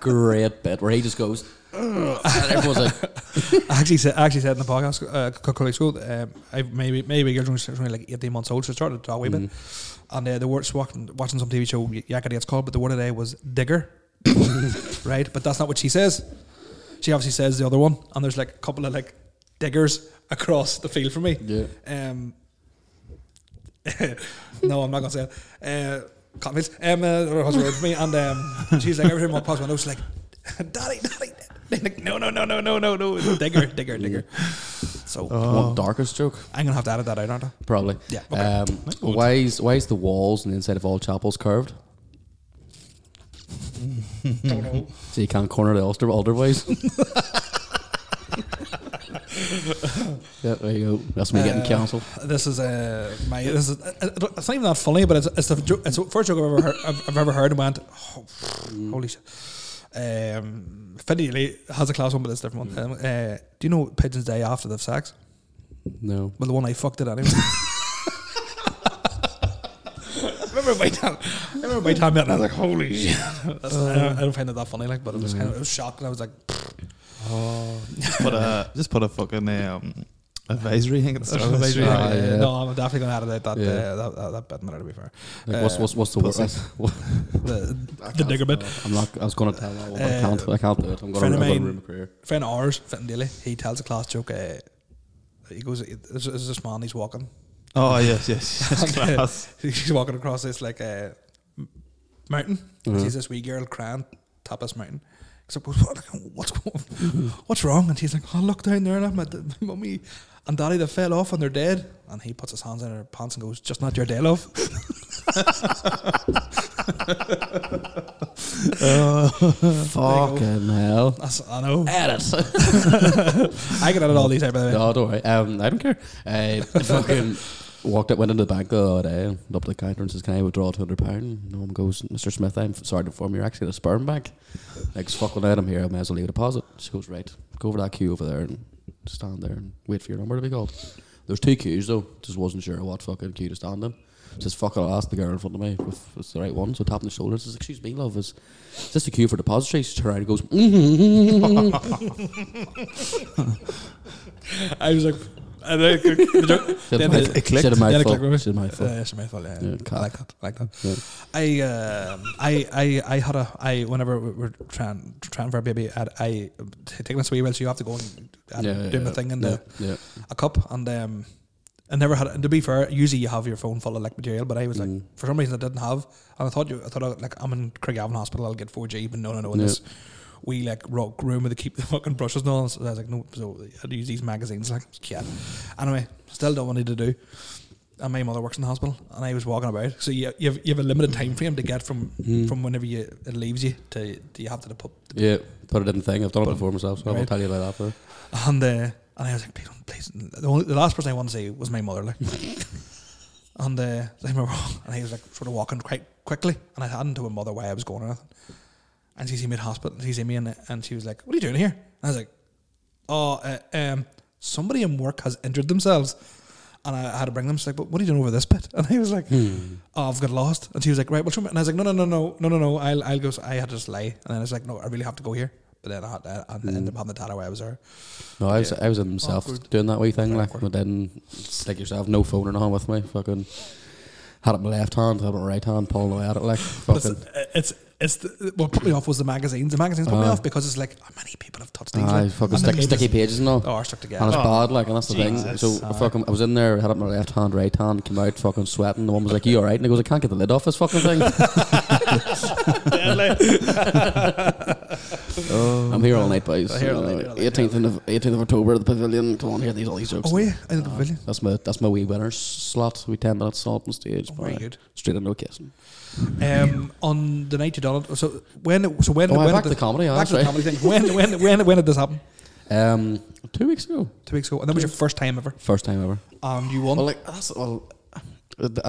Speaker 2: great bit where he just goes, "Ugh," and everyone's like,
Speaker 1: I actually said, I actually said in the podcast, uh, co- colleague school, um, I maybe maybe girls was only like eighteen months old, so I started to talk a wee bit. And uh, the word watching, watching some TV show, Yakety it's called, but the word of the day was digger, right? But that's not what she says. She obviously says the other one, and there's like a couple of like diggers across the field from me.
Speaker 2: yeah.
Speaker 1: Um, no, I'm not gonna say it. Uh, Cottonfields. Um, uh, her husband wrote to me, and um, she's like, every time I walk past my window, she's like, "Daddy, daddy." They're Like, no, no, no, no, no, no, no. Digger, digger, digger. So
Speaker 2: One darkest joke,
Speaker 1: I'm gonna have to edit that out, aren't I?
Speaker 2: probably.
Speaker 1: Oh. Yeah, okay.
Speaker 2: Um, why is why is the walls and the inside of all chapels curved?
Speaker 1: Don't know.
Speaker 2: So you can't corner the Ulster otherwise. yeah, there you go. That's me getting
Speaker 1: Uh,
Speaker 2: cancelled.
Speaker 1: This is uh, my. This is. I- I don't- It's not even that funny, but it's, it's the jo- it's the first joke I've ever heard, I've, I've ever heard and went, oh,
Speaker 2: Mm.
Speaker 1: holy shit. Um, Finny Lee has a class one, but it's a different
Speaker 2: Mm.
Speaker 1: one. Um, uh, do you know pigeons die after they've sex?
Speaker 2: No.
Speaker 1: Well, the one I fucked it anyway. remember my time. I remember my time, and I was like, "Holy shit!"
Speaker 2: Uh.
Speaker 1: That's- I, don't, I don't find it that funny, like, but it was
Speaker 2: Mm.
Speaker 1: kind of it was shocking. I was like,
Speaker 3: Just put a just put a fucking um, advisory thing at the start of the
Speaker 1: "That's
Speaker 3: advisory.
Speaker 1: right,
Speaker 2: Ah,
Speaker 1: uh,
Speaker 2: yeah.
Speaker 1: "No, I'm definitely gonna edit out that,
Speaker 2: Yeah.
Speaker 1: uh, that that that bit in there." To be fair,
Speaker 2: Like, what's
Speaker 1: Uh,
Speaker 2: what's what's the worst?
Speaker 3: pussy.
Speaker 2: what-
Speaker 1: the, the digger bit.
Speaker 2: I'm not. I was gonna tell that, one, but I
Speaker 1: Uh,
Speaker 2: can't. I can't do it. I'm gonna,
Speaker 1: friend
Speaker 2: I'm
Speaker 1: of
Speaker 2: gonna
Speaker 1: mine-
Speaker 2: ruin my career.
Speaker 1: friend of ours, Fenton Daly, he tells a class joke. Uh, he goes, "There's there's this man, he's walking,
Speaker 3: Oh yes, yes, yes. class.
Speaker 1: She's walking across this like uh, m- mountain. She's this wee girl crying top of this mountain. So goes, what, what's going- what's wrong? And she's like, oh look down there, and my, d- my mummy and daddy they fell off and they're dead. And he puts his hands in her pants and goes, just not your day, love.
Speaker 2: Fucking hell.
Speaker 1: That's, I know.
Speaker 2: Edit.
Speaker 1: I can edit all these out by the way.
Speaker 2: No, don't worry. Um, I don't care. I fucking walked up, went into the bank the other day, and up to the counter and says, "Can I withdraw two hundred pound?" No one goes, "Mr. Smith, I'm f- sorry to inform you, you're actually at a sperm bank." Like, fuck, when I'm here, I may as well leave a deposit. She goes, "Right, go over that queue over there and stand there and wait for your number to be called." There's two queues though. Just wasn't sure what fucking queue to stand in. Says, "Fuck it," I asked the girl in front of me if it's the right one. So tapping the shoulder, says, "Excuse me, love, is is this the queue for depository?" She turned around and goes, mm-hmm.
Speaker 1: I was like, and then, the joke, then
Speaker 2: She had
Speaker 1: it,
Speaker 2: a
Speaker 1: clicked. Then it
Speaker 2: mouthful.
Speaker 1: clicked.
Speaker 2: She had a mouthful.
Speaker 1: Uh, yes, my fault, yeah. I
Speaker 2: Yeah, cat.
Speaker 1: like that. Like that.
Speaker 2: Yeah.
Speaker 1: I, um, I, I, I had a, I whenever we were trying, trying for a baby, I'd, I taking this wee while, so you have to go and uh, doing the thing in the
Speaker 2: yeah.
Speaker 1: a cup, and um, I never had. And to be fair, usually you have your phone full of like material, but I was like,
Speaker 2: Mm.
Speaker 1: for some reason, I didn't have, and I thought you, I thought I, like I'm in Craigavon Hospital, I'll get 4G, but no, no, no, in
Speaker 2: Yeah.
Speaker 1: this. We like rock room where they keep the fucking brushes and all. So I was like, no, so I'd use these magazines. Like, yeah. Anyway, still don't want to do and my mother works in the hospital, and I was walking about. So you you have, you have a limited time frame to get from
Speaker 2: Mm.
Speaker 1: from whenever you it leaves you to, to you have to the pub.
Speaker 2: Yeah, put it in the thing. I've done it before myself, so I'll
Speaker 1: Right.
Speaker 2: tell you about that. Though.
Speaker 1: And uh, and I was like, please, don't, please. And The, only, the last person I wanted to see was my mother. Like, and uh, I remember, and I was like sort of walking quite quickly, and I hadn't told my mother why I was going or anything. And she seen me at hospital. She seen me, and and she was like, "What are you doing here?" And I was like, "Oh, uh, um, somebody in work has injured themselves." And I had to bring them. She's like, "But what are you doing over this bit?" And I was like, "Oh, I've got lost." And she was like, "Right, well, show me." And I was like, "No, no, no, no, no, no, no. I'll, I'll go." So I had to just lie, and then I was like, "No, I really have to go here." But then I, had, I, I ended up having to tell her why I was there.
Speaker 2: No, I was I was in myself
Speaker 1: Awkward.
Speaker 2: doing that wee thing,
Speaker 1: Very
Speaker 2: like,
Speaker 1: awkward.
Speaker 2: but then it's like yourself, no phone or nothing with me. Fucking had it in my left hand, had it in my right hand, pulling away at it, like
Speaker 1: But
Speaker 2: fucking.
Speaker 1: uh, it's, it's it's the, what put me off was the magazines. The magazines put me
Speaker 2: Aye.
Speaker 1: off because it's like how many people have touched these.
Speaker 2: Uh, Aye,
Speaker 1: like,
Speaker 2: fucking
Speaker 1: and
Speaker 2: stick,
Speaker 1: the
Speaker 2: sticky
Speaker 1: pages
Speaker 2: pages and all.
Speaker 1: are stuck
Speaker 2: And
Speaker 1: together.
Speaker 2: it's
Speaker 3: Oh,
Speaker 2: er bad, like, and that's the thing.
Speaker 3: Jesus.
Speaker 2: So I fucking, I was in there, had it in my left hand, right hand, came out fucking sweating. The one was like, "You all right?" And he goes, "I can't get the lid off this fucking thing." I'm here all night, boys.
Speaker 1: I'm here all night, here all night,
Speaker 2: 18th of 18th of October, at the pavilion. Come on, here these all these jokes.
Speaker 1: Oh yeah, I did the pavilion.
Speaker 2: That's my that's my wee winner slot. We ten minutes salt on stage.
Speaker 1: Oh, Very
Speaker 2: boy.
Speaker 1: good.
Speaker 2: Straight into a kissing.
Speaker 1: Um, on the night you done it. So when so when
Speaker 2: Oh, I
Speaker 1: when
Speaker 2: back
Speaker 1: did
Speaker 2: the comedy.
Speaker 1: back
Speaker 2: Back
Speaker 1: to the comedy thing. When when when when did this happen?
Speaker 2: Um, two weeks ago,
Speaker 1: Two weeks ago, and that was your first time ever,
Speaker 2: first time ever.
Speaker 1: and you won.
Speaker 2: Well, like that's well, I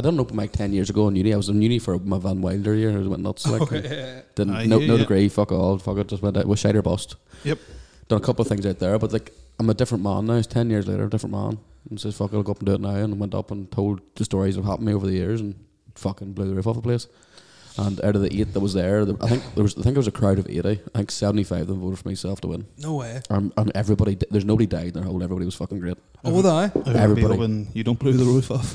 Speaker 2: didn't open mic ten years ago in uni. I was in uni for my Van Wilder year.
Speaker 1: Oh,
Speaker 2: I went nuts. Like,
Speaker 1: Okay.
Speaker 2: didn't
Speaker 3: I
Speaker 2: no
Speaker 3: hear
Speaker 2: no
Speaker 3: ya.
Speaker 2: degree. Fuck all. Fuck it. Just went out with shite or bust.
Speaker 3: Yep.
Speaker 2: done a couple of things out there, but like I'm a different man now. It's ten years later, a different man. And says, "Fuck, it, I'll go up and do it now." And I went up and told the stories that have happened to me over the years, and fucking blew the roof off the place. And out of the eight that was there, there- I think there was I think there was a crowd of eighty. I think seventy five of them voted for myself to win.
Speaker 1: No way.
Speaker 2: Um, and everybody, di- there's nobody died in their hole. Everybody was fucking great.
Speaker 1: Oh, would I?
Speaker 2: Everybody.
Speaker 3: When you don't blow the roof off.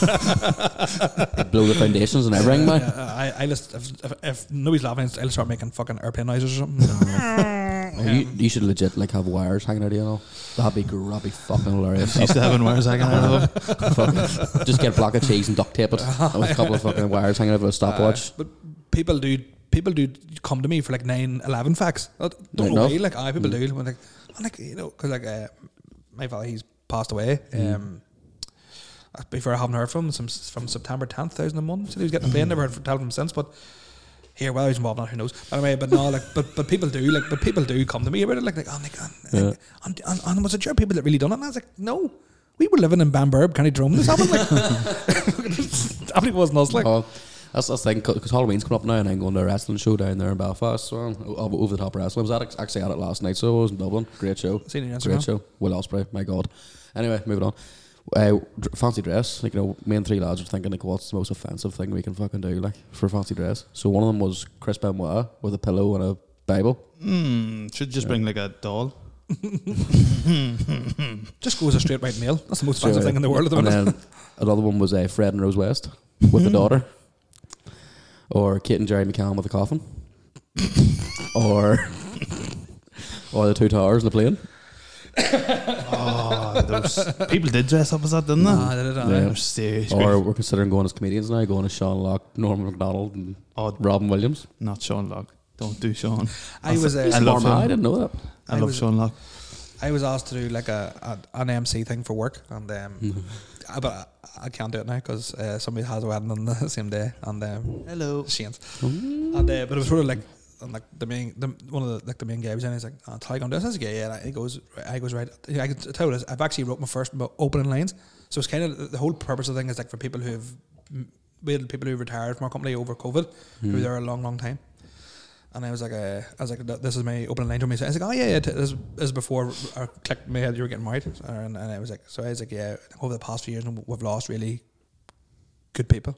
Speaker 2: Blew the foundations and everything, man.
Speaker 1: Yeah, I, I just, if, if, if nobody's laughing, I'll start making fucking airplane noises or something.
Speaker 2: Oh, You, you should legit like have wires hanging out of you and all. That'd be gr- that'd be fucking hilarious.
Speaker 3: used to having wires hanging out of them.
Speaker 2: Fucking- just get a block of cheese and duct tape it.
Speaker 1: Oh,
Speaker 2: With a couple of fucking wires hanging out of a stopwatch.
Speaker 1: Uh, But people do people do come to me for like nine, eleven facts. I
Speaker 2: Right
Speaker 1: Don't know
Speaker 2: enough.
Speaker 1: me, like I people do. When like, I'm like you know, because like uh, my father he's passed away. Um, that's before I haven't heard from him since from September tenth, thousand and one. So he was getting playing. Never heard from tell him since, but. Here, whether he's involved or not, who knows? But anyway, but no, like, but but people do, like, but people do come to me about it, like, like, oh, Nick, and, and, and, and, and was it your people that really done it? And I was like, no, we were living in Bamburb, County Drum. This happened, like, happened wasn't us, like,
Speaker 2: Oh, that's that's the thing because Halloween's coming up now, and I'm going to a wrestling show down there in Belfast. So I'm o- over the top wrestling. I was at it, actually at it last night, so I was in Dublin. Great show.
Speaker 1: Seen it on
Speaker 2: Great
Speaker 1: Instagram.
Speaker 2: show. Will Osprey, my god. Anyway, moving on. Uh, dr- fancy dress, like you know, me and three lads were thinking like, what's the most offensive thing we can fucking do, like for fancy dress? So one of them was Chris Benoit with a pillow and a Bible.
Speaker 3: Hmm, should just bring like a doll.
Speaker 1: just goes a straight white male. That's the most expensive
Speaker 2: So,
Speaker 1: thing in the world at the
Speaker 2: and
Speaker 1: minute. Hmm.
Speaker 2: then another one was uh, Fred and Rose West with a daughter, or Kate and Jerry McCann with a coffin, or or the two towers in the plane.
Speaker 3: Oh, those people did dress up as that, didn't they?
Speaker 1: Nah, they did, aye.
Speaker 2: Yeah.
Speaker 3: They're serious.
Speaker 2: Or we're considering going as comedians now, going as Sean Locke, Norman McDonald, and
Speaker 3: oh,
Speaker 2: Robin Williams.
Speaker 3: not Sean Locke. Don't do Sean.
Speaker 1: I was uh,
Speaker 3: I love
Speaker 2: Norman, I
Speaker 3: him.
Speaker 2: didn't know that.
Speaker 3: I,
Speaker 1: I
Speaker 3: love
Speaker 1: was-
Speaker 3: Sean Locke.
Speaker 1: I was asked to do like a, a an MC thing for work, and um, I, but I, I can't do it now because uh, somebody has a wedding on the same day, and um,
Speaker 3: Hello.
Speaker 1: Shane's. And uh, but it was sort of like and like the main the, one of the like the main guy was in. He's like, "Oh, "Tell you gonna do this?" I said, "Yeah." yeah. And I- he goes, "I goes right." I can tell you this. I've actually wrote my first mo- opening lines, so it's kind of the whole purpose of the thing is like for people who've m- we had people who retired from our company over COVID who were there a long, long time. And I was like, uh, I was like, "Th- this is my opening line to me. So I was like, oh yeah, yeah. T- this this is before I clicked in my head you were getting married, and, and I was like, so I was like, yeah. Over the past few years, we've lost really good people.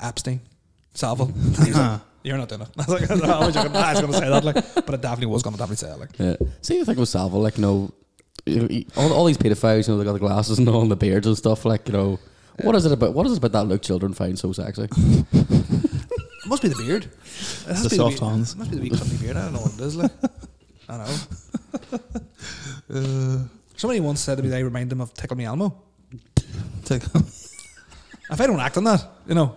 Speaker 1: Epstein, Saville. He was like, You're not doing it. I was like, no, I was joking. I was going to say that, like, but I definitely was going to definitely say that, like.
Speaker 2: Yeah. See the thing with Savile, like you know, you- you- all, all these pedophiles, you know, they got the glasses and all, and the beards and stuff. Like you know, what is it about? What is it about that look children find so sexy?
Speaker 1: It must be the beard. It has
Speaker 3: the
Speaker 1: to be
Speaker 3: soft
Speaker 1: be-
Speaker 3: hands.
Speaker 1: It must be the wee cuddly beard. I don't know what it is, like. I know. Uh, Somebody once said to me that I remind them of Tickle Me Elmo. If I don't act on that, you know,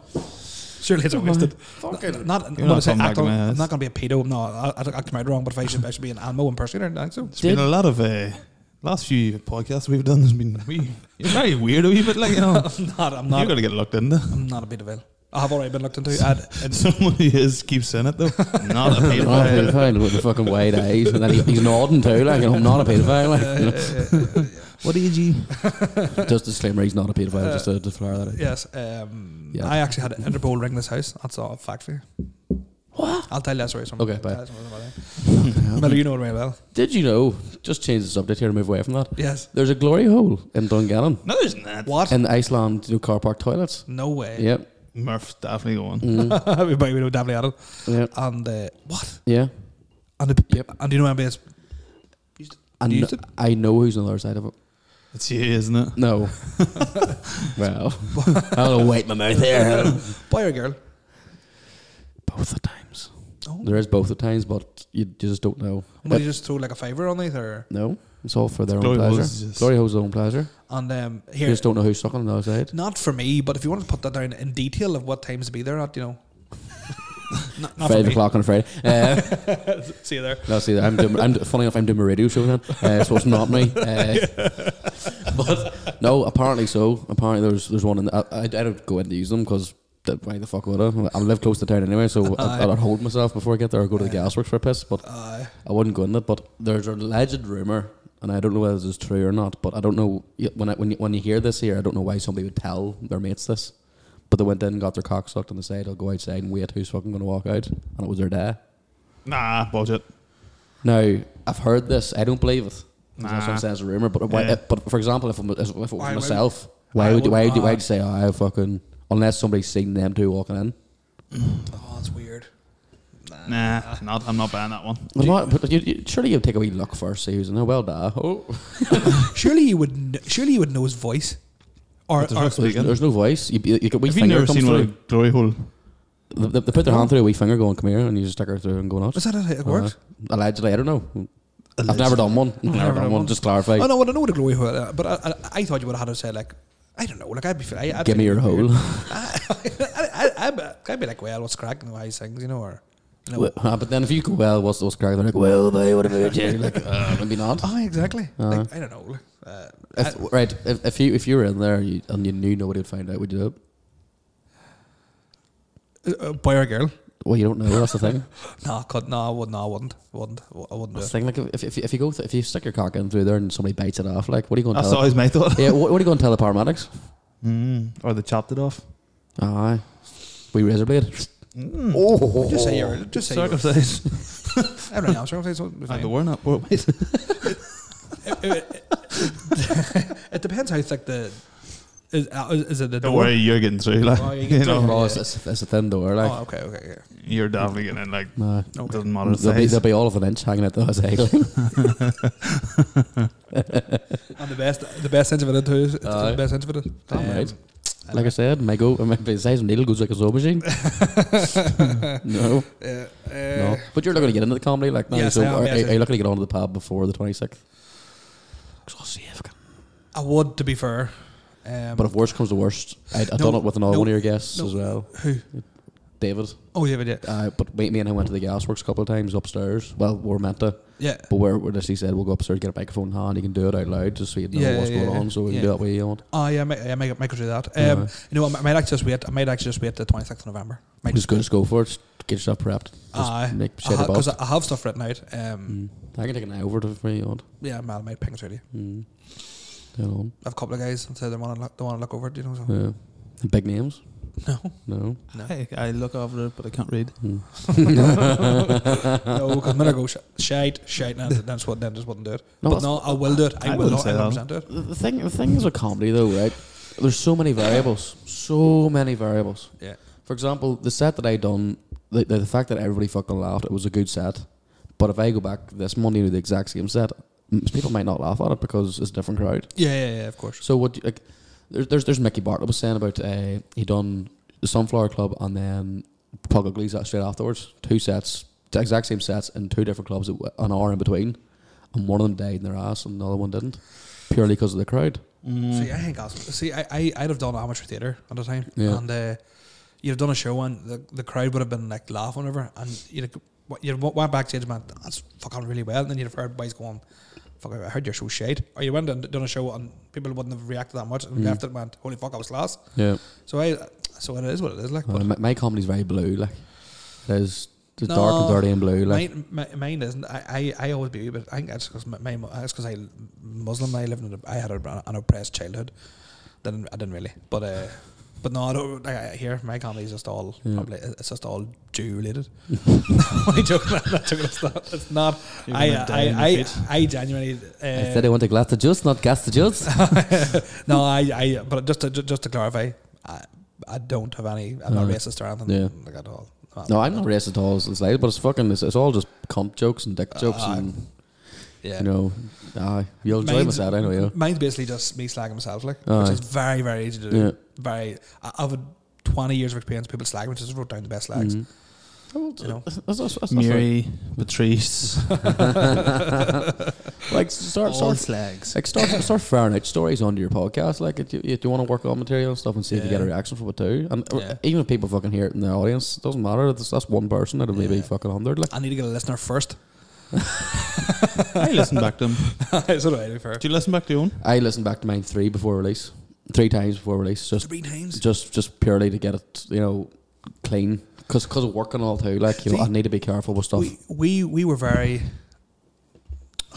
Speaker 1: surely it's wasted. Fucking not. I'm,
Speaker 3: You're
Speaker 1: not
Speaker 3: not
Speaker 1: say
Speaker 3: coming back
Speaker 1: act
Speaker 3: to
Speaker 1: on,
Speaker 3: my
Speaker 1: I'm
Speaker 3: house.
Speaker 1: not going to be a pedo. No, I, I, I come out wrong. But if I should, I should be an Elmo impersonator. I think so.
Speaker 3: There's been a lot of uh, last few podcasts we've done. There's been we you're very weird a wee bit, like you know.
Speaker 1: I'm not. I'm
Speaker 3: you
Speaker 1: not.
Speaker 3: gotta get looked into.
Speaker 1: I'm not a pedophile. I have already been looked into. I'd,
Speaker 3: Someone who is keeps saying it though. Not
Speaker 2: not a
Speaker 3: a pedophile.
Speaker 2: paedophile with the fucking wide eyes, and then he, he's nodding too, like I'm not a paedophile. Like, you know.
Speaker 3: what did you?
Speaker 2: Just disclaimer, he's not a paedophile. just to, to flare that out.
Speaker 1: Yes. Um,
Speaker 2: Yeah.
Speaker 1: I actually had an Interpol ring this house. That's all fact for you. What? I'll tell you that story sometime.
Speaker 2: Okay, bye.
Speaker 1: Tell you something about that. Miller, you know it very well.
Speaker 2: Did you know? Just change the subject here and move away from that.
Speaker 1: Yes.
Speaker 2: There's a glory hole in Dungannon
Speaker 3: No, there's not.
Speaker 1: What?
Speaker 2: in Iceland. You know, car park toilets.
Speaker 1: no way.
Speaker 2: Yep.
Speaker 3: Murph's definitely going.
Speaker 1: we might- we know definitely had it.
Speaker 2: Yep.
Speaker 1: And uh, what?
Speaker 2: Yeah.
Speaker 1: And, the,
Speaker 2: Yep.
Speaker 1: and do you know anybody else?
Speaker 2: And
Speaker 1: Used it?
Speaker 2: I know who's on the other side of it.
Speaker 3: It's you, isn't it?
Speaker 2: No. well, I'll wait my mouth here.
Speaker 1: Boy or girl?
Speaker 2: both the times.
Speaker 1: Oh.
Speaker 2: There is both the times, but you just don't know.
Speaker 1: Somebody
Speaker 2: It-
Speaker 1: just throw like a fiver on it, or
Speaker 2: no, it's all for their own
Speaker 3: Glory
Speaker 2: pleasure.
Speaker 3: hole's just-
Speaker 2: glory hole's their own pleasure.
Speaker 1: and um,
Speaker 2: You
Speaker 1: here.
Speaker 2: just don't know who's sucking on the other side.
Speaker 1: Not for me, but if you want to put that down in detail of what times to be there at, you know. not not for
Speaker 2: Five
Speaker 1: me.
Speaker 2: o'clock on Friday. Uh,
Speaker 1: See you there.
Speaker 2: no, see, I'm doing. I'm do- funny enough. I'm doing a radio show then, uh, so it's not me. Uh, but no, apparently so. Apparently there's there's one. In the, I, I I don't go in to use them because. Why the fuck would I? I live close to town anyway, so I, I'd hold myself before I get there or go to the gasworks for a piss. But
Speaker 1: Uh,
Speaker 2: I wouldn't go in it, but there's a alleged rumor, and I don't know whether this is true or not. But I don't know y- when I, when you, when you hear this here, I don't know why somebody would tell their mates this. But they went in, and got their cock sucked on the side. I'll go outside and wait. Who's fucking going to walk out? And it was their day.
Speaker 3: Nah, budget.
Speaker 2: Now I've heard this. I don't believe it. That's what
Speaker 3: Nah.
Speaker 2: I'm saying. It's a rumor. But why,
Speaker 3: Yeah.
Speaker 2: but for example, if, I'm, if it was
Speaker 1: Why would-
Speaker 2: myself, why would
Speaker 1: would-
Speaker 2: why do
Speaker 1: ah.
Speaker 2: why would you say oh, I fucking unless somebody's seen them two walking in?
Speaker 1: Oh, that's weird.
Speaker 3: Nah, not, I'm not buying that one.
Speaker 2: Well, not, but you, you, surely you'd take a wee look first, see who's in there. Well, da. Oh,
Speaker 1: Surely you would. kn- Surely you would know his voice. Or,
Speaker 3: But there's
Speaker 1: or
Speaker 3: no
Speaker 2: there's, there's no voice. You, you, you get wee
Speaker 3: Have you
Speaker 2: finger
Speaker 3: never
Speaker 2: comes
Speaker 3: seen one
Speaker 2: through.
Speaker 3: of glory hole?
Speaker 2: They, they- they put their hand through a wee finger, going come here, and you just stick her through and go nuts.
Speaker 1: is that how it works?
Speaker 2: Uh, allegedly, I don't know. I've never done one. I've never, done, one. Just clarify.
Speaker 1: oh no, well, I know what a glory hole. is, But I, I, I thought you would have had to say like, I don't know. Like I'd be. fe- I, I'd
Speaker 2: Give me
Speaker 1: feel
Speaker 2: your
Speaker 1: weird.
Speaker 2: hole.
Speaker 1: I, I, I, I'd, be, I'd be like, well, what's cracking? Why these things, you know? Or no.
Speaker 2: Well, uh, but then if you go, well, what's those characters? Like, well, they would have been here. Like, uh, maybe not.
Speaker 1: Oh, exactly.
Speaker 2: Uh-huh.
Speaker 1: like, I don't know. like, Uh,
Speaker 2: If, right. If, if you if you were in there and you, and you knew nobody would find out, would you do it?
Speaker 1: uh, boy or girl?
Speaker 2: Well, you don't know. That's the thing.
Speaker 1: No, I could no, I wouldn't. No, I wouldn't. Wouldn't. I wouldn't. Do
Speaker 2: that's the
Speaker 1: it.
Speaker 2: thing. Like, if, if, if you go th- if you stick your cock in through there and somebody bites it off, like, what are you going to
Speaker 3: That's
Speaker 2: tell?
Speaker 3: always my thought.
Speaker 2: yeah. What, what are you going to tell the paramedics?
Speaker 3: Mm. Or they chopped it off.
Speaker 2: Aye. We razor blade.
Speaker 3: Mm.
Speaker 2: Oh.
Speaker 1: Just say you're. Just say you're.
Speaker 3: Circumcised.
Speaker 1: I don't know. Circumcised. would be
Speaker 3: Ah,
Speaker 1: fine.
Speaker 3: but we're not. We're,
Speaker 1: it, it- it- it depends how thick the is. uh, is- Is it the
Speaker 3: don't
Speaker 1: door?
Speaker 3: worry, you're getting through. Like,
Speaker 1: Oh, you're
Speaker 3: you
Speaker 1: getting
Speaker 3: know,
Speaker 1: through.
Speaker 2: Well, it's, it's, it's a thin door. Like,
Speaker 1: Oh, okay, okay, okay.
Speaker 3: you're definitely getting in.
Speaker 1: Oh.
Speaker 3: Like,
Speaker 2: nah.
Speaker 1: Okay.
Speaker 3: doesn't matter the
Speaker 2: There'll be,
Speaker 3: size.
Speaker 2: there'll be all of an inch hanging out the house.
Speaker 1: And the best, the best sense of it too. Is,
Speaker 2: Aye.
Speaker 1: the best sense of it. is-
Speaker 2: Damn right.
Speaker 1: I
Speaker 2: Like I said, my go, my the size of needle goes like a sewing machine. no,
Speaker 1: Yeah, uh,
Speaker 2: no. But you're not going to get into the comedy like that.
Speaker 1: Yes,
Speaker 2: so
Speaker 1: I am,
Speaker 2: are,
Speaker 1: yes,
Speaker 2: are you
Speaker 1: yes.
Speaker 2: not going to get onto the pub before the 26th? 'Cause I'll see if I can-
Speaker 1: I would, to be fair. Um,
Speaker 2: But if worst comes to worst, I'd, I'd
Speaker 1: No,
Speaker 2: done it with another
Speaker 1: no,
Speaker 2: one of your guests
Speaker 1: no.
Speaker 2: as well.
Speaker 1: Who?
Speaker 2: David.
Speaker 1: oh yeah, but yeah,
Speaker 2: Uh, but me, me and him went to the gasworks a couple of times upstairs. Well, we were meant to.
Speaker 1: yeah.
Speaker 2: But where, where he said, we'll go upstairs, get a microphone in hand, you can do it out loud just so you know
Speaker 1: Yeah,
Speaker 2: what's
Speaker 1: yeah,
Speaker 2: going on. So we can
Speaker 1: yeah.
Speaker 2: do it way you want.
Speaker 1: Oh yeah, I might, I might, might go do that. Um,
Speaker 2: Aye.
Speaker 1: You know, I might- I might actually just wait. I might actually just wait till twenty sixth of November. Might
Speaker 2: Just go, just go for it. Just get yourself prepped. Just
Speaker 1: Aye.
Speaker 2: make shit about.
Speaker 1: because I, uh-huh, have stuff written out. Um,
Speaker 2: Mm. I can take an hour to for you want.
Speaker 1: Yeah, man, I might ping through. to you.
Speaker 2: Mm. Dead on.
Speaker 1: I have a couple of guys and say they want to they want to look over it. You know, so.
Speaker 2: Yeah. Big names?
Speaker 1: no,
Speaker 2: No.
Speaker 3: I, I look over it, but I can't read.
Speaker 2: Mm.
Speaker 1: no, because when I go sh- shite, shite, and that's what then just wouldn't do it.
Speaker 2: No,
Speaker 1: but no, I will do it. I,
Speaker 3: I
Speaker 1: will
Speaker 3: wouldn't
Speaker 1: not
Speaker 3: say that.
Speaker 1: 100% do it.
Speaker 2: the, the thing, the thing is with comedy though, right? There's so many variables, so many variables.
Speaker 1: Yeah.
Speaker 2: For example, the set that I done, the, the, the fact that everybody fucking laughed, it was a good set. But if I go back this Monday to the exact same set, m- people might not laugh at it because it's a different crowd.
Speaker 1: Yeah, yeah, yeah, of course.
Speaker 2: So what? do you- Like, there's there's there's Mickey Bartlett was saying about uh, he done the Sunflower Club and then Pug Uglies that straight afterwards. Two sets, the exact same sets in two different clubs, at an hour in between, and one of them died in their ass and the other one didn't, purely because of the crowd.
Speaker 3: Mm.
Speaker 2: Mm.
Speaker 1: See, I think also, see, I, I, I'd have done amateur theatre at the time,
Speaker 2: Yeah.
Speaker 1: and uh, you'd have done a show and the, the crowd would have been like laughing over, and you'd have, what- you'd have went backstage and went, that's fucking really well, and then you'd have heard boys going, fuck, I heard your show shade, or you went and done a show and people wouldn't have reacted that much, and
Speaker 2: Mm.
Speaker 1: left it and went, holy fuck, I was class.
Speaker 2: Yeah,
Speaker 1: So I, so it is what it is, like. But
Speaker 2: Uh, my, my comedy's very blue. Like, there's it's
Speaker 1: No,
Speaker 2: dark and dirty and blue. Like,
Speaker 1: mine, mi- mine isn't. I, I, I always be, but I think that's because my, my that's because I Muslim. I lived in a, I had a, an oppressed childhood. Then I didn't really, but uh, but no, I don't. Like, I, here my comedy is just all
Speaker 2: Yeah.
Speaker 1: probably it's just all Jew related. I'm joking. I'm not joking. It's not. It's not.
Speaker 3: You're
Speaker 1: I,
Speaker 3: gonna die on
Speaker 1: I,
Speaker 3: your
Speaker 1: I, I genuinely.
Speaker 2: I said I
Speaker 1: Uh,
Speaker 2: want a glass of juice, not gas of juice.
Speaker 1: no, I, I. But just to just to clarify, I, I don't have any. I'm not
Speaker 2: Alright.
Speaker 1: racist or anything
Speaker 2: Mm. Yeah.
Speaker 1: like at all.
Speaker 2: no, I'm not racist at all. It's, it's like, but it's fucking. It's, it's all just comp jokes and dick jokes
Speaker 1: Aye.
Speaker 2: and
Speaker 1: Ah, Yeah.
Speaker 2: you know. Aye, you'll enjoy my
Speaker 1: Mine's-
Speaker 2: set. I know you.
Speaker 1: Mine's basically just me slagging myself, like,
Speaker 2: Aye.
Speaker 1: which is very, very easy to do.
Speaker 2: Yeah.
Speaker 1: Very. I, I've had 20 years of experience. People slagging, which is wrote down the best slags.
Speaker 2: Mhm.
Speaker 1: You know,
Speaker 2: That's, that's, that's, that's right.
Speaker 3: Mary, Patrice,
Speaker 2: like start
Speaker 3: all
Speaker 2: start
Speaker 3: slags.
Speaker 2: like start start firing out stories onto your podcast. Like if you, if you want to work on material and stuff and see if you get a
Speaker 1: Yeah.
Speaker 2: reaction from it too. And or
Speaker 1: Yeah.
Speaker 2: even if people fucking hear it in the audience, doesn't matter. That's, that's one person out of maybe
Speaker 1: Yeah.
Speaker 2: fucking hundred. Like
Speaker 1: I need to get a listener first.
Speaker 3: I listen back to them.
Speaker 1: That's what I do for.
Speaker 3: Do you listen back to your own?
Speaker 2: I listened back to mine three before release, three times before release, just
Speaker 1: Three times.
Speaker 2: just just purely to get it you know clean. Cause, cause of work and all too, like you know,
Speaker 1: See,
Speaker 2: I need to be careful with stuff.
Speaker 1: We, we we were very.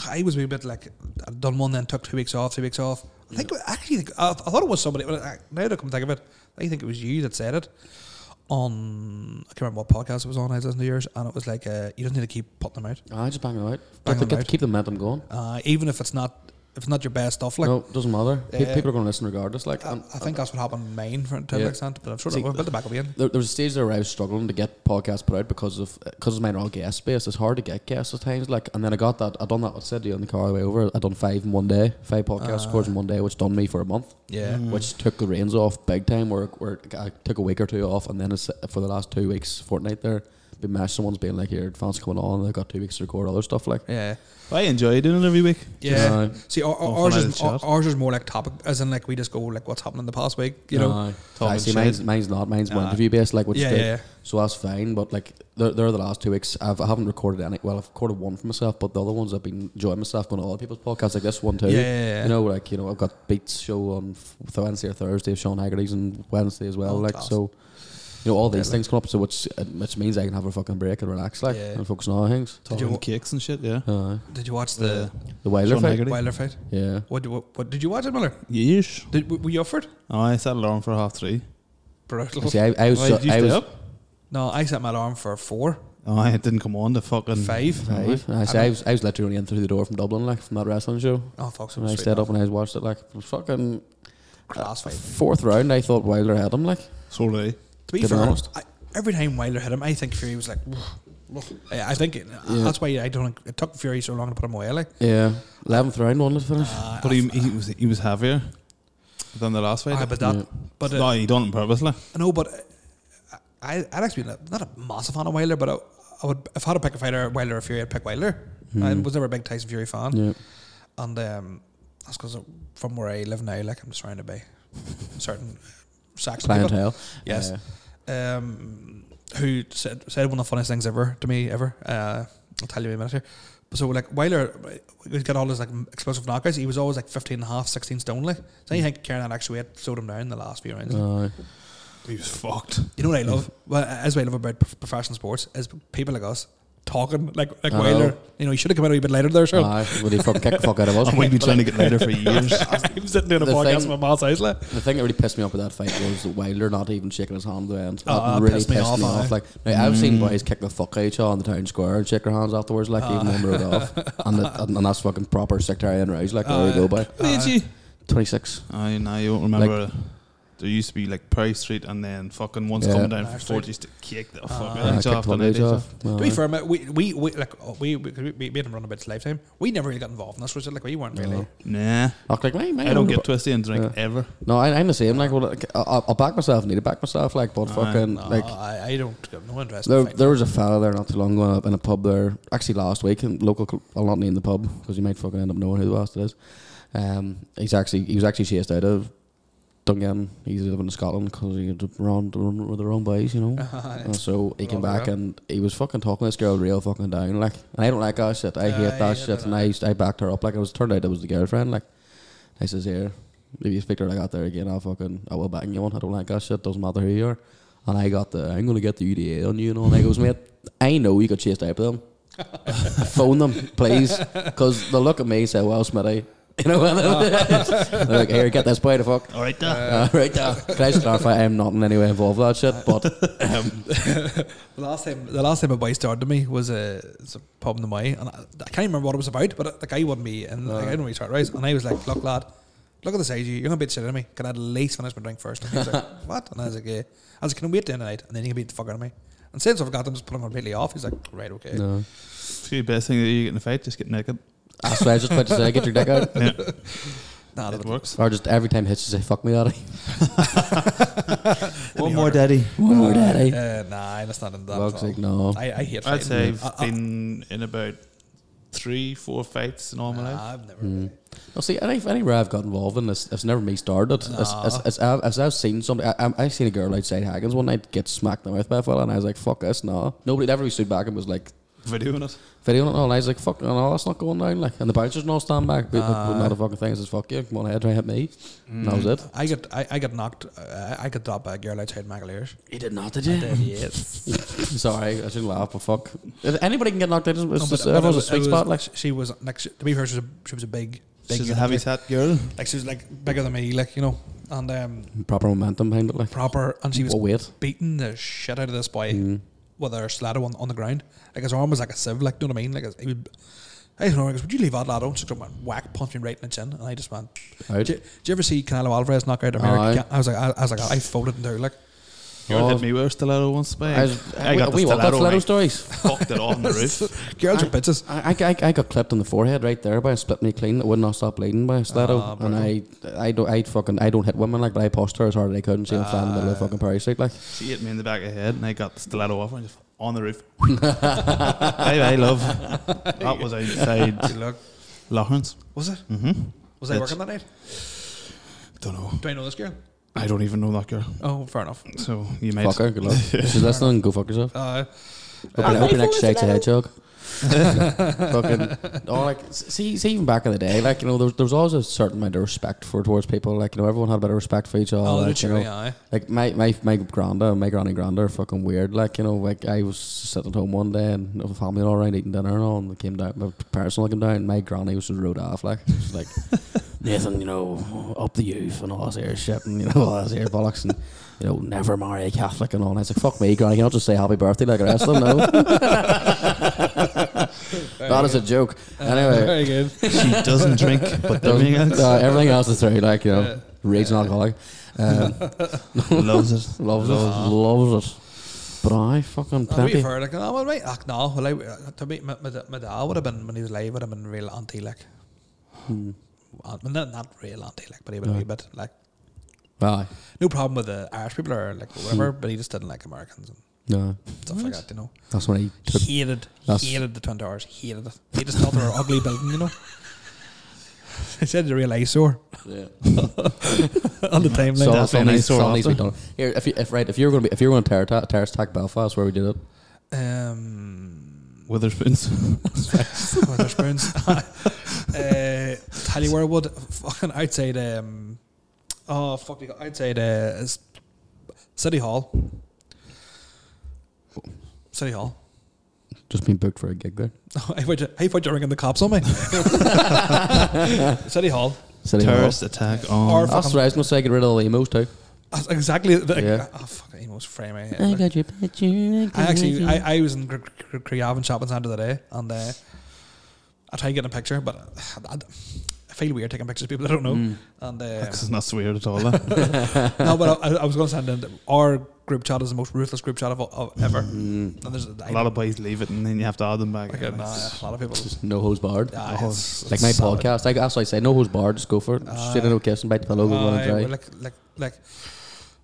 Speaker 1: I was a wee bit like I'd done one, then took two weeks off, two weeks off. I think I actually think I, I thought it was somebody. But I, now that I come to think of it, I think it was you that said it. on I can't remember what podcast it was on. I was listening to yours, and it was like uh, you don't need to keep putting them out,
Speaker 2: I just bang them out.
Speaker 1: Bang
Speaker 2: Keep-
Speaker 1: them
Speaker 2: keep,
Speaker 1: out.
Speaker 2: keep the momentum going.
Speaker 1: uh, even if it's not if it's not your best stuff. Like
Speaker 2: no, doesn't matter. Pe-
Speaker 1: Yeah.
Speaker 2: People are going to listen regardless. Like,
Speaker 1: I,
Speaker 2: and-
Speaker 1: I think that's what happened in mine for to
Speaker 2: Yeah.
Speaker 1: an extent, but I'm sure
Speaker 2: See-
Speaker 1: we'll build it back up again.
Speaker 2: there, there was a stage there where I was struggling to get podcasts put out because of because of my all guest based. It's hard to get guests at times. Like, and then I got that. I done that with City on the car way over. I done five in one day, five podcast records in one day, which done me for a month,
Speaker 1: Ah. Yeah,
Speaker 2: which took the reins off big time. Where where I took a week or two off, and then it's, for the last two weeks, fortnight there, been mashed. Someone's been like, "Here, fans coming on." I got two weeks to record other stuff like.
Speaker 1: yeah,
Speaker 3: I enjoy doing it every week.
Speaker 1: yeah.
Speaker 2: Aye.
Speaker 1: See, our,
Speaker 3: Oh,
Speaker 1: our- ours
Speaker 3: fun
Speaker 1: is
Speaker 3: out of the
Speaker 1: our,
Speaker 3: chat.
Speaker 1: ours is more like topic, as in like we just go like what's happened in the past week, you know?
Speaker 2: Aye.
Speaker 3: Talking
Speaker 2: I see.
Speaker 3: shit.
Speaker 2: Mine's, mine's not. Mine's more
Speaker 3: Aye.
Speaker 2: interview based, like which
Speaker 1: Yeah,
Speaker 2: is good.
Speaker 1: yeah, yeah.
Speaker 2: So that's fine. But like, they're, they're the last two weeks. I've, I haven't recorded any. Well, I've recorded one for myself, but the other ones I've been enjoying myself going to other people's podcasts, like this one too.
Speaker 1: Yeah, yeah, yeah.
Speaker 2: You know, like you know, I've got Beats show on f- Wednesday or Thursday, Sean Haggerty's on Wednesday as well.
Speaker 1: Oh,
Speaker 2: like
Speaker 1: class.
Speaker 2: so, you know, all these
Speaker 1: Deadly.
Speaker 2: things come up. So which uh, which means I can have a fucking break and relax, like,
Speaker 1: Yeah.
Speaker 2: and focus on other things.
Speaker 1: Did you
Speaker 3: Talking
Speaker 1: wa-
Speaker 3: kicks and shit, yeah.
Speaker 2: Uh,
Speaker 1: Did you watch the
Speaker 2: the Wilder
Speaker 3: Sean
Speaker 2: fight.
Speaker 3: Haggerty.
Speaker 1: Wilder fight?
Speaker 2: Yeah.
Speaker 1: What, what, what did you watch it, Miller?
Speaker 3: Yeesh.
Speaker 1: Did, w- were you offered?
Speaker 3: Oh, I set alarm for half three.
Speaker 1: Brutal.
Speaker 2: See, I, I was.
Speaker 3: Why,
Speaker 2: so-
Speaker 3: did you
Speaker 2: I
Speaker 3: stay
Speaker 2: was
Speaker 3: up?
Speaker 1: No, I set my alarm for four,
Speaker 3: Oh, it didn't come on to fucking
Speaker 1: five.
Speaker 2: Five. I, see, I was. I was literally only in through the door from Dublin, like from that wrestling show.
Speaker 1: Oh, fuck. So
Speaker 2: And I
Speaker 1: sweet,
Speaker 2: stayed
Speaker 1: man.
Speaker 2: up and I watched it like it was fucking
Speaker 1: Class fight.
Speaker 2: fourth round. I thought Wilder had him like
Speaker 3: Sorry.
Speaker 1: To be
Speaker 2: To be
Speaker 1: fair,
Speaker 2: honest.
Speaker 1: I, every time Wilder hit him, I think Fury was like, I I think it, uh,
Speaker 2: Yeah.
Speaker 1: that's why I don't. It took Fury so long to put him away. Like,
Speaker 2: yeah eleventh round one to finish.
Speaker 1: uh,
Speaker 3: But he, he was he was heavier than the last fight.
Speaker 1: I, but that,
Speaker 2: Yeah.
Speaker 1: but uh,
Speaker 3: no, he done it purposely.
Speaker 1: I know, but uh, I, I'd actually been a- not a massive fan of Wilder, but I, I would if I had to pick a fighter, Wilder or Fury, I'd pick Wilder.
Speaker 2: Hmm.
Speaker 1: I was never a big Tyson Fury fan,
Speaker 2: Yeah,
Speaker 1: and um, that's because from where I live now, like I'm surrounded by certain Saxon people.
Speaker 2: clientele.
Speaker 1: Yes.
Speaker 2: Uh,
Speaker 1: um, who said said one of the funniest things ever to me ever. Uh, I'll tell you in a minute here. So like Weiler, he's got all his like explosive knockouts. He was always like 15 and a half, 16 stone like. So
Speaker 2: Mm.
Speaker 1: you think carrying that extra weight slowed him down the last few rounds.
Speaker 2: aye.
Speaker 3: He was fucked.
Speaker 1: You know what I love? Well, as what I love about prof- professional sports is people like us talking like like
Speaker 2: I know. Uh,
Speaker 1: Weiler. You know, he should have come out a wee bit later there, sure.
Speaker 2: aye. Would he fucking kick the fuck out of us?
Speaker 3: And we've been trying to get later for years.
Speaker 1: he was sitting doing a
Speaker 2: The
Speaker 1: podcast
Speaker 2: thing-
Speaker 1: with Miles Eisley.
Speaker 2: The thing that really pissed me off with that fight was that Wilder not even shaking his hand at the end.
Speaker 1: Oh, that
Speaker 2: really
Speaker 1: pissed me off, aye. Mm.
Speaker 2: Like now, I've seen boys kick the fuck out of each other on the town square and shake their hands afterwards, like even when we rode off, and, the, and, and that's fucking proper sectarian rows. Like there you go, by
Speaker 3: Did you?
Speaker 2: twenty six.
Speaker 3: I now you don't remember. there used to be like Price Street, and then fucking once
Speaker 2: Yeah.
Speaker 3: coming down
Speaker 1: Price
Speaker 3: from
Speaker 1: Street.
Speaker 3: forty, used to kick the fuck
Speaker 1: Ah.
Speaker 3: out of each off. and each off.
Speaker 1: To be fair, mate, we we, we like oh, we, we we made him run a bit lifetime. We never really got involved in this, was it? Like we weren't really.
Speaker 2: No.
Speaker 3: Nah,
Speaker 2: like, my, my
Speaker 3: I don't
Speaker 2: own-
Speaker 3: get twisty and drink ever.
Speaker 2: No, I, I'm the same. Like, well, like I, I'll back myself. I need to back myself. Like, but fucking
Speaker 1: No,
Speaker 2: like.
Speaker 1: I, I don't have no interest.
Speaker 2: There,
Speaker 1: in fighting.
Speaker 2: there was a fella there not too long ago in a pub there, actually last week, in local. cl- I'll not name the pub because you might fucking end up knowing who the bastard is. Um, he's actually he was actually chased out of Dungan. He's living in Scotland because he had run, run with the wrong boys, you know. Uh, so he came
Speaker 1: Wrong
Speaker 2: back
Speaker 1: girl.
Speaker 2: and he was fucking talking to this girl real fucking down. Like, and I don't like that shit. I
Speaker 1: Yeah,
Speaker 2: hate
Speaker 1: yeah,
Speaker 2: that shit.
Speaker 1: no,
Speaker 2: And
Speaker 1: no.
Speaker 2: I used, I backed her up. Like, it was turned out it was the girlfriend. Like, I says here, if you speak to her like that there again, I'll fucking I will bang you one. I don't like that shit. Doesn't matter who you are. And I got the I'm gonna get the UDA on you. You know, and I goes, mate, I know you got chased out by them. Phone them, please, because they'll look at me and say, well, Smitty. You know, they're like, here, get this boy the fuck.
Speaker 3: All right, da.
Speaker 2: Uh, right there. Can I just clarify? I'm not in any way involved with that shit, but
Speaker 1: the last time the last time a boy started to me was a, it's a pub in the way, and I, I can't remember what it was about. But the guy wanted me, and like, I didn't really start right. And I was like, "Look, lad, look at the size of you. You're gonna beat the shit out of me. Can I at least finish my drink first? And he was like, "What?" And I was like, "Yeah." I was like, "Can I wait till the night, and then you can beat the fuck out of me?" And since I've got them, just put them completely off. He's like, "Right, okay."
Speaker 2: no.
Speaker 3: the best thing that you get in a fight, just get naked.
Speaker 2: That's what I was just about to say. Get your dick out.
Speaker 3: Yeah,
Speaker 1: Nah,
Speaker 3: it
Speaker 1: that
Speaker 3: works.
Speaker 2: Or just every time hits, you say, fuck me, daddy.
Speaker 3: One more, daddy.
Speaker 2: One more, daddy.
Speaker 1: Uh, nah, that's not in that. at
Speaker 2: Fuck's
Speaker 1: all.
Speaker 2: sake, no.
Speaker 1: I, I hate.
Speaker 3: I'd
Speaker 1: fighting.
Speaker 3: say I've
Speaker 1: I,
Speaker 3: been in about three, four fights in all my life.
Speaker 1: I, I've never.
Speaker 2: Hmm. Well, see, any, anywhere I've got involved in this, it's never me started. It's, it's, it's, I've, it's- I've seen somebody, I, I, I seen a girl outside Haggins one night get smacked in the mouth by a fella, and I was like, fuck this, no. Nobody ever really stood back and was like,
Speaker 3: Videoing it.
Speaker 2: videoing it, and all. And I was like, fuck, no, that's not going down. Like, and the bouncers and all stand back. But uh, not a fucking thing. I says, fuck you, come on ahead, try and hit me. And that was it.
Speaker 1: I got I, I got knocked. Uh, I got dropped by a girl outside Magalhães.
Speaker 2: You did not, did you?
Speaker 1: yes.
Speaker 2: Sorry, I shouldn't laugh, but fuck. If Anybody can get knocked out. It's, it's
Speaker 1: No,
Speaker 2: just,
Speaker 1: but- but
Speaker 2: everyone's
Speaker 1: it
Speaker 2: a
Speaker 1: was-
Speaker 2: sweet
Speaker 1: it
Speaker 2: spot.
Speaker 1: was-
Speaker 2: Like,
Speaker 1: she- she was like she, to be fair, she was a, she was a big, big
Speaker 3: She's a
Speaker 1: unit,
Speaker 3: heavy
Speaker 1: like,
Speaker 3: set girl.
Speaker 1: like she was like bigger than me, like you know. and um,
Speaker 2: Proper momentum behind it, like.
Speaker 1: proper, and she was
Speaker 2: What weight?
Speaker 1: beating the shit out of this boy
Speaker 2: Mm.
Speaker 1: with her slather on, on the ground. Like his arm was like a sieve, like, you know what I mean? Like, his- he would, I don't know, he goes, would you leave that lad out? She just went, whack, punched me right in the chin, and I just went,
Speaker 2: Out.
Speaker 1: do, you- do you ever see Canelo Alvarez knock out
Speaker 2: Aye.
Speaker 1: America? I was like, I, I was like, I folded in two, like,
Speaker 3: Girl
Speaker 2: Oh.
Speaker 3: hit me with a stiletto once. By.
Speaker 2: I, was,
Speaker 3: I got
Speaker 2: we, we
Speaker 3: the
Speaker 2: want that
Speaker 3: stiletto.
Speaker 2: stiletto
Speaker 3: and
Speaker 2: stories.
Speaker 3: I fucked it off on the roof.
Speaker 1: girls are bitches.
Speaker 2: I, I, I got clipped on the forehead right there by a split me clean that would not stop bleeding by a stiletto,
Speaker 1: Ah,
Speaker 2: and I I don't I fucking I don't hit women like, but I pushed her as hard as I could and she went flying
Speaker 1: Ah.
Speaker 2: in the middle of the fucking Perry Street like.
Speaker 3: She hit me in the back of the head, and I got the stiletto off, and just on the roof. bye bye, love. That was outside
Speaker 1: Good luck.
Speaker 3: Lawrence.
Speaker 1: Was it?
Speaker 3: Mm-hmm.
Speaker 1: Was I
Speaker 3: Bitch.
Speaker 1: working that night?
Speaker 3: Don't know.
Speaker 1: Do I know this girl?
Speaker 3: I don't even know that girl.
Speaker 1: Oh, fair enough.
Speaker 3: So you might.
Speaker 2: Fuck her, good luck. If She's listening. Go fuck yourself.
Speaker 1: Uh,
Speaker 2: Hope your-
Speaker 4: my
Speaker 2: hope your next
Speaker 4: phone's
Speaker 2: shite's a
Speaker 4: dead.
Speaker 2: hedgehog. fucking, oh, like s- see, see, even back in the day, like you know, there was, there was always a certain amount of respect for towards people. Like you know, everyone had a bit of respect for each other.
Speaker 1: oh,
Speaker 2: like, you
Speaker 1: literally,
Speaker 2: know.
Speaker 1: aye.
Speaker 2: Like my my my granda, and my granny granda are fucking weird. Like you know, like I was sitting at home one day and the family all around eating dinner and all, and they came down. My parents all came down, and my granny was just rode off like, she was like Nathan, you know, up the youth and all this air shit and you know all this air bollocks and you know never marry a Catholic and all. And I was like, fuck me, granny, can I just say happy birthday like the rest of them? No, that is a joke. Anyway,
Speaker 1: Very good.
Speaker 3: She doesn't drink, but everything
Speaker 2: doesn't-
Speaker 3: else
Speaker 2: no, everything else is through. Like you know, raging alcoholic. Um,
Speaker 3: loves it.
Speaker 2: Loves it.
Speaker 1: Ah.
Speaker 2: Loves it. But I fucking
Speaker 1: Uh, to be
Speaker 2: plenty.
Speaker 1: fair, like, oh, well, right, ach, no, well, I, to be, my, my, my dad would have been, when he was alive, would have been real anti, like,
Speaker 2: Hmm.
Speaker 1: aunt, well, not, not real anti, like, but he would
Speaker 2: Aye.
Speaker 1: have been a wee bit, like,
Speaker 2: Aye.
Speaker 1: no problem with the Irish people or, like, whatever, but he just didn't like Americans and
Speaker 2: No.
Speaker 1: stuff like that, you know.
Speaker 2: That's when he took.
Speaker 1: Hated,
Speaker 2: That's-
Speaker 1: hated the Twin Towers, hated it. He just thought they were an ugly building, you know. He said they're a real eyesore
Speaker 2: Yeah.
Speaker 1: on the timeline.
Speaker 2: So
Speaker 3: That's
Speaker 2: that's when
Speaker 3: when
Speaker 2: he
Speaker 3: I saw
Speaker 2: saw
Speaker 3: after.
Speaker 2: be done. Here, if you, if right, if you were going to be, if you were going to terror attack, terrorist attack Belfast, where we did it,
Speaker 1: Um,
Speaker 3: Witherspoons.
Speaker 1: Witherspoons. uh, tell you where I would fucking outside. Um, oh fuck! we got Outside uh, s- City Hall. City Hall.
Speaker 2: just being booked for a gig there.
Speaker 1: I thought you, I thought you were ringing the cops on me. City Hall.
Speaker 2: City Hall.
Speaker 3: Terrorist attack
Speaker 1: Or
Speaker 3: on.
Speaker 1: f-
Speaker 2: That's right. I was going to say, get rid of all the emos too.
Speaker 1: That's exactly. The,
Speaker 2: Yeah.
Speaker 1: Oh fuck! He most frame my head.
Speaker 4: I
Speaker 1: Like,
Speaker 4: got your picture.
Speaker 1: I
Speaker 2: Mm-hmm.
Speaker 1: actually, I, I was in Cre- Cre- Creavon shopping centre today, and uh, I tried getting a picture, but I, I, I feel weird taking pictures of people I don't know.
Speaker 2: Mm.
Speaker 1: And uh,
Speaker 3: This is not so weird at all. That.
Speaker 1: no, but I, I was going to send in the- our group chat is the most ruthless group chat of, of ever.
Speaker 2: Mm.
Speaker 1: And there's
Speaker 3: a lot of boys leave it and then you have to add them back.
Speaker 1: like, uh, nah, a lot of people.
Speaker 2: Just no hose barred.
Speaker 1: Ah,
Speaker 3: Oh,
Speaker 1: it's-
Speaker 2: like
Speaker 1: it's
Speaker 2: my
Speaker 1: solid. Ah.
Speaker 2: podcast. I, that's what I say. No hose barred. Just go for it.
Speaker 1: Aye.
Speaker 2: Shit, in no kiss and bite the pillow. Go on
Speaker 1: Aye,
Speaker 2: and
Speaker 1: well,
Speaker 2: dry.
Speaker 1: like, like, like,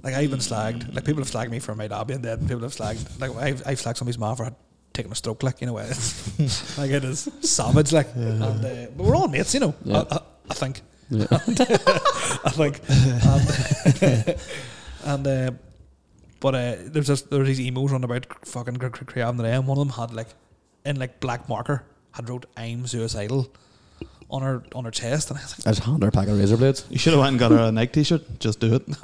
Speaker 1: like I've been slagged. Like people have slagged me for my dad being dead. People have slagged. Like I've, I've slagged somebody's mom for taking a stroke. Like you know, it's like it is savage. Like, and, uh, but we're all mates, you know.
Speaker 2: Yeah.
Speaker 1: I, I, I think.
Speaker 2: Yeah.
Speaker 1: I think. and and uh, but uh, there's just there's these emos on about fucking Cre- Cre- Creavon today, and one of them had like in like black marker had wrote "I'm suicidal" on her on her chest, and I was like.
Speaker 2: I just hand her a pack of razor blades.
Speaker 3: You should have went and got her a Nike t-shirt. Just do it.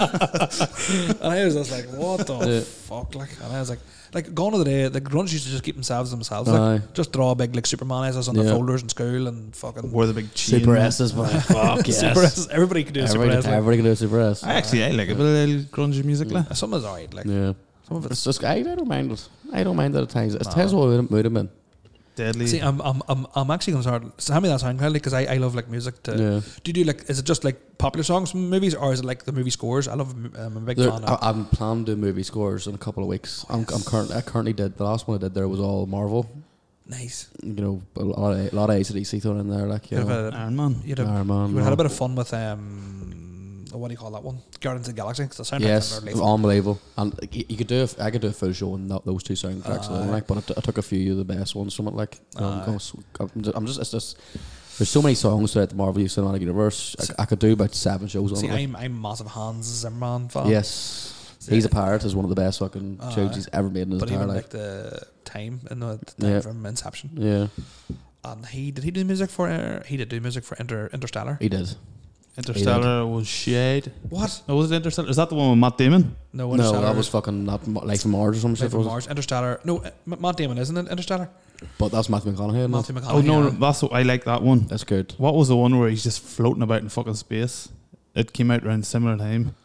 Speaker 1: and I was just like, what the
Speaker 2: Yeah.
Speaker 1: fuck? Like, and I was like, like gone are the day. The grunge used to just keep themselves to themselves.
Speaker 2: Aye.
Speaker 1: Like, just draw big like Superman eyes on their
Speaker 2: Yeah.
Speaker 1: folders in school and fucking
Speaker 3: Wear the big chain.
Speaker 2: Super S's, but fuck yes.
Speaker 1: Super S. Everybody could do a Super
Speaker 2: Everybody,
Speaker 1: S. Like,
Speaker 2: everybody can do a super S.
Speaker 3: I actually I like a bit of little grungy music. Like.
Speaker 1: some is alright. Like,
Speaker 2: Yeah.
Speaker 1: some of it's.
Speaker 2: It's just, I, I don't mind it. I don't mind it at times. It
Speaker 1: Nah.
Speaker 2: depends what mood- mood I'm in.
Speaker 3: Deadly.
Speaker 1: See, I'm, I'm, I'm, I'm actually gonna start. Send me that SoundCloud because I, I love like music. To,
Speaker 2: Yeah.
Speaker 1: Do you do like? Is it just like popular songs from movies, or is it like the movie scores? I love. um, I'm a big
Speaker 2: There,
Speaker 1: fan.
Speaker 2: I,
Speaker 1: of
Speaker 2: I'm planning to do movie scores in a couple of weeks. I'm, I'm currently, I currently did the last one I did there was all Marvel.
Speaker 1: Nice.
Speaker 2: You know, a lot of a lot of ACDC thrown in there, like you
Speaker 1: You'd
Speaker 2: know,
Speaker 1: have a,
Speaker 3: Iron Man.
Speaker 1: you'd have,
Speaker 2: Iron Man.
Speaker 1: you would have had a
Speaker 2: no.
Speaker 1: bit of fun with um, what do you call that one? Guardians of the Galaxy. 'cause the soundtrack's
Speaker 2: Yes,
Speaker 1: are lethal.
Speaker 2: unbelievable. And like, you, you could do, a f- I could do a full show and not those two soundtracks. alone,
Speaker 1: Aye.
Speaker 2: like, but I, t- I took a few of the best ones from it. Like, you know, I'm,
Speaker 1: Aye.
Speaker 2: gonna s- I'm just, I'm just, it's just. There's so many songs throughout the Marvel Cinematic Universe. I c- I, could do about seven shows on
Speaker 1: See,
Speaker 2: it. like.
Speaker 1: I'm I'm a massive Hans Zimmerman fan.
Speaker 2: Yes.
Speaker 1: See,
Speaker 2: He's a pirate. Is one of the best fucking
Speaker 1: Aye.
Speaker 2: shows he's ever made in his
Speaker 1: but
Speaker 2: entire
Speaker 1: even
Speaker 2: life.
Speaker 1: like the time and the the time
Speaker 2: Yeah.
Speaker 1: from Inception,
Speaker 2: yeah,
Speaker 1: and he did he do music for uh, he did do music for Inter, Interstellar.
Speaker 2: he did.
Speaker 3: Interstellar was shade.
Speaker 1: What?
Speaker 3: No, was it Interstellar? Is that the one with Matt Damon?
Speaker 1: No,
Speaker 2: No,
Speaker 1: Interstellar
Speaker 2: that was fucking not Ma- Life from Mars or some
Speaker 1: Life
Speaker 2: shit.
Speaker 1: on
Speaker 2: was it?
Speaker 1: Mars. Interstellar. No, uh, M- Matt Damon isn't it? Interstellar.
Speaker 2: But that's Matthew McConaughey. man.
Speaker 1: Matthew McConaughey. Uh,
Speaker 3: Oh no,
Speaker 1: yeah.
Speaker 3: that's I like that one.
Speaker 2: That's good.
Speaker 3: What was the one where he's just floating about in fucking space? It came out around similar time.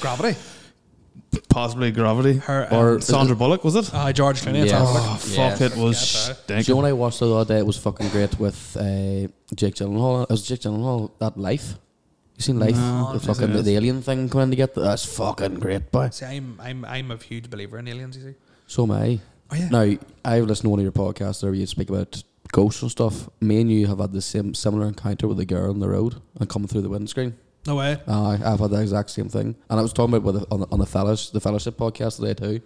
Speaker 1: Gravity.
Speaker 3: Possibly Gravity.
Speaker 1: Her
Speaker 2: Or-
Speaker 1: or
Speaker 2: is
Speaker 3: Sandra Bullock, was it?
Speaker 1: uh, George Clooney.
Speaker 2: Yeah.
Speaker 1: Yeah.
Speaker 3: Oh,
Speaker 2: Yeah.
Speaker 3: fuck, it was
Speaker 1: Forget
Speaker 2: Do you know
Speaker 3: stinking.
Speaker 2: what I watched the other day? It was fucking great with uh, Jake Gyllenhaal. It was Jake Gyllenhaal. That Life. You seen Life?
Speaker 3: No,
Speaker 2: the
Speaker 3: it isn't.
Speaker 2: fucking the, alien thing coming to get the, that's fucking great, boy.
Speaker 1: See, I'm I'm I'm a huge believer in aliens. You see.
Speaker 2: So am I.
Speaker 1: Oh yeah.
Speaker 2: Now I've listened to one of your podcasts where you speak about ghosts and stuff. Me and you have had the same similar encounter with a girl on the road and coming through the windscreen.
Speaker 1: No way.
Speaker 2: Uh, I've had the exact same thing, and I was talking about with the, on, the, on the fellas the fellowship podcast today too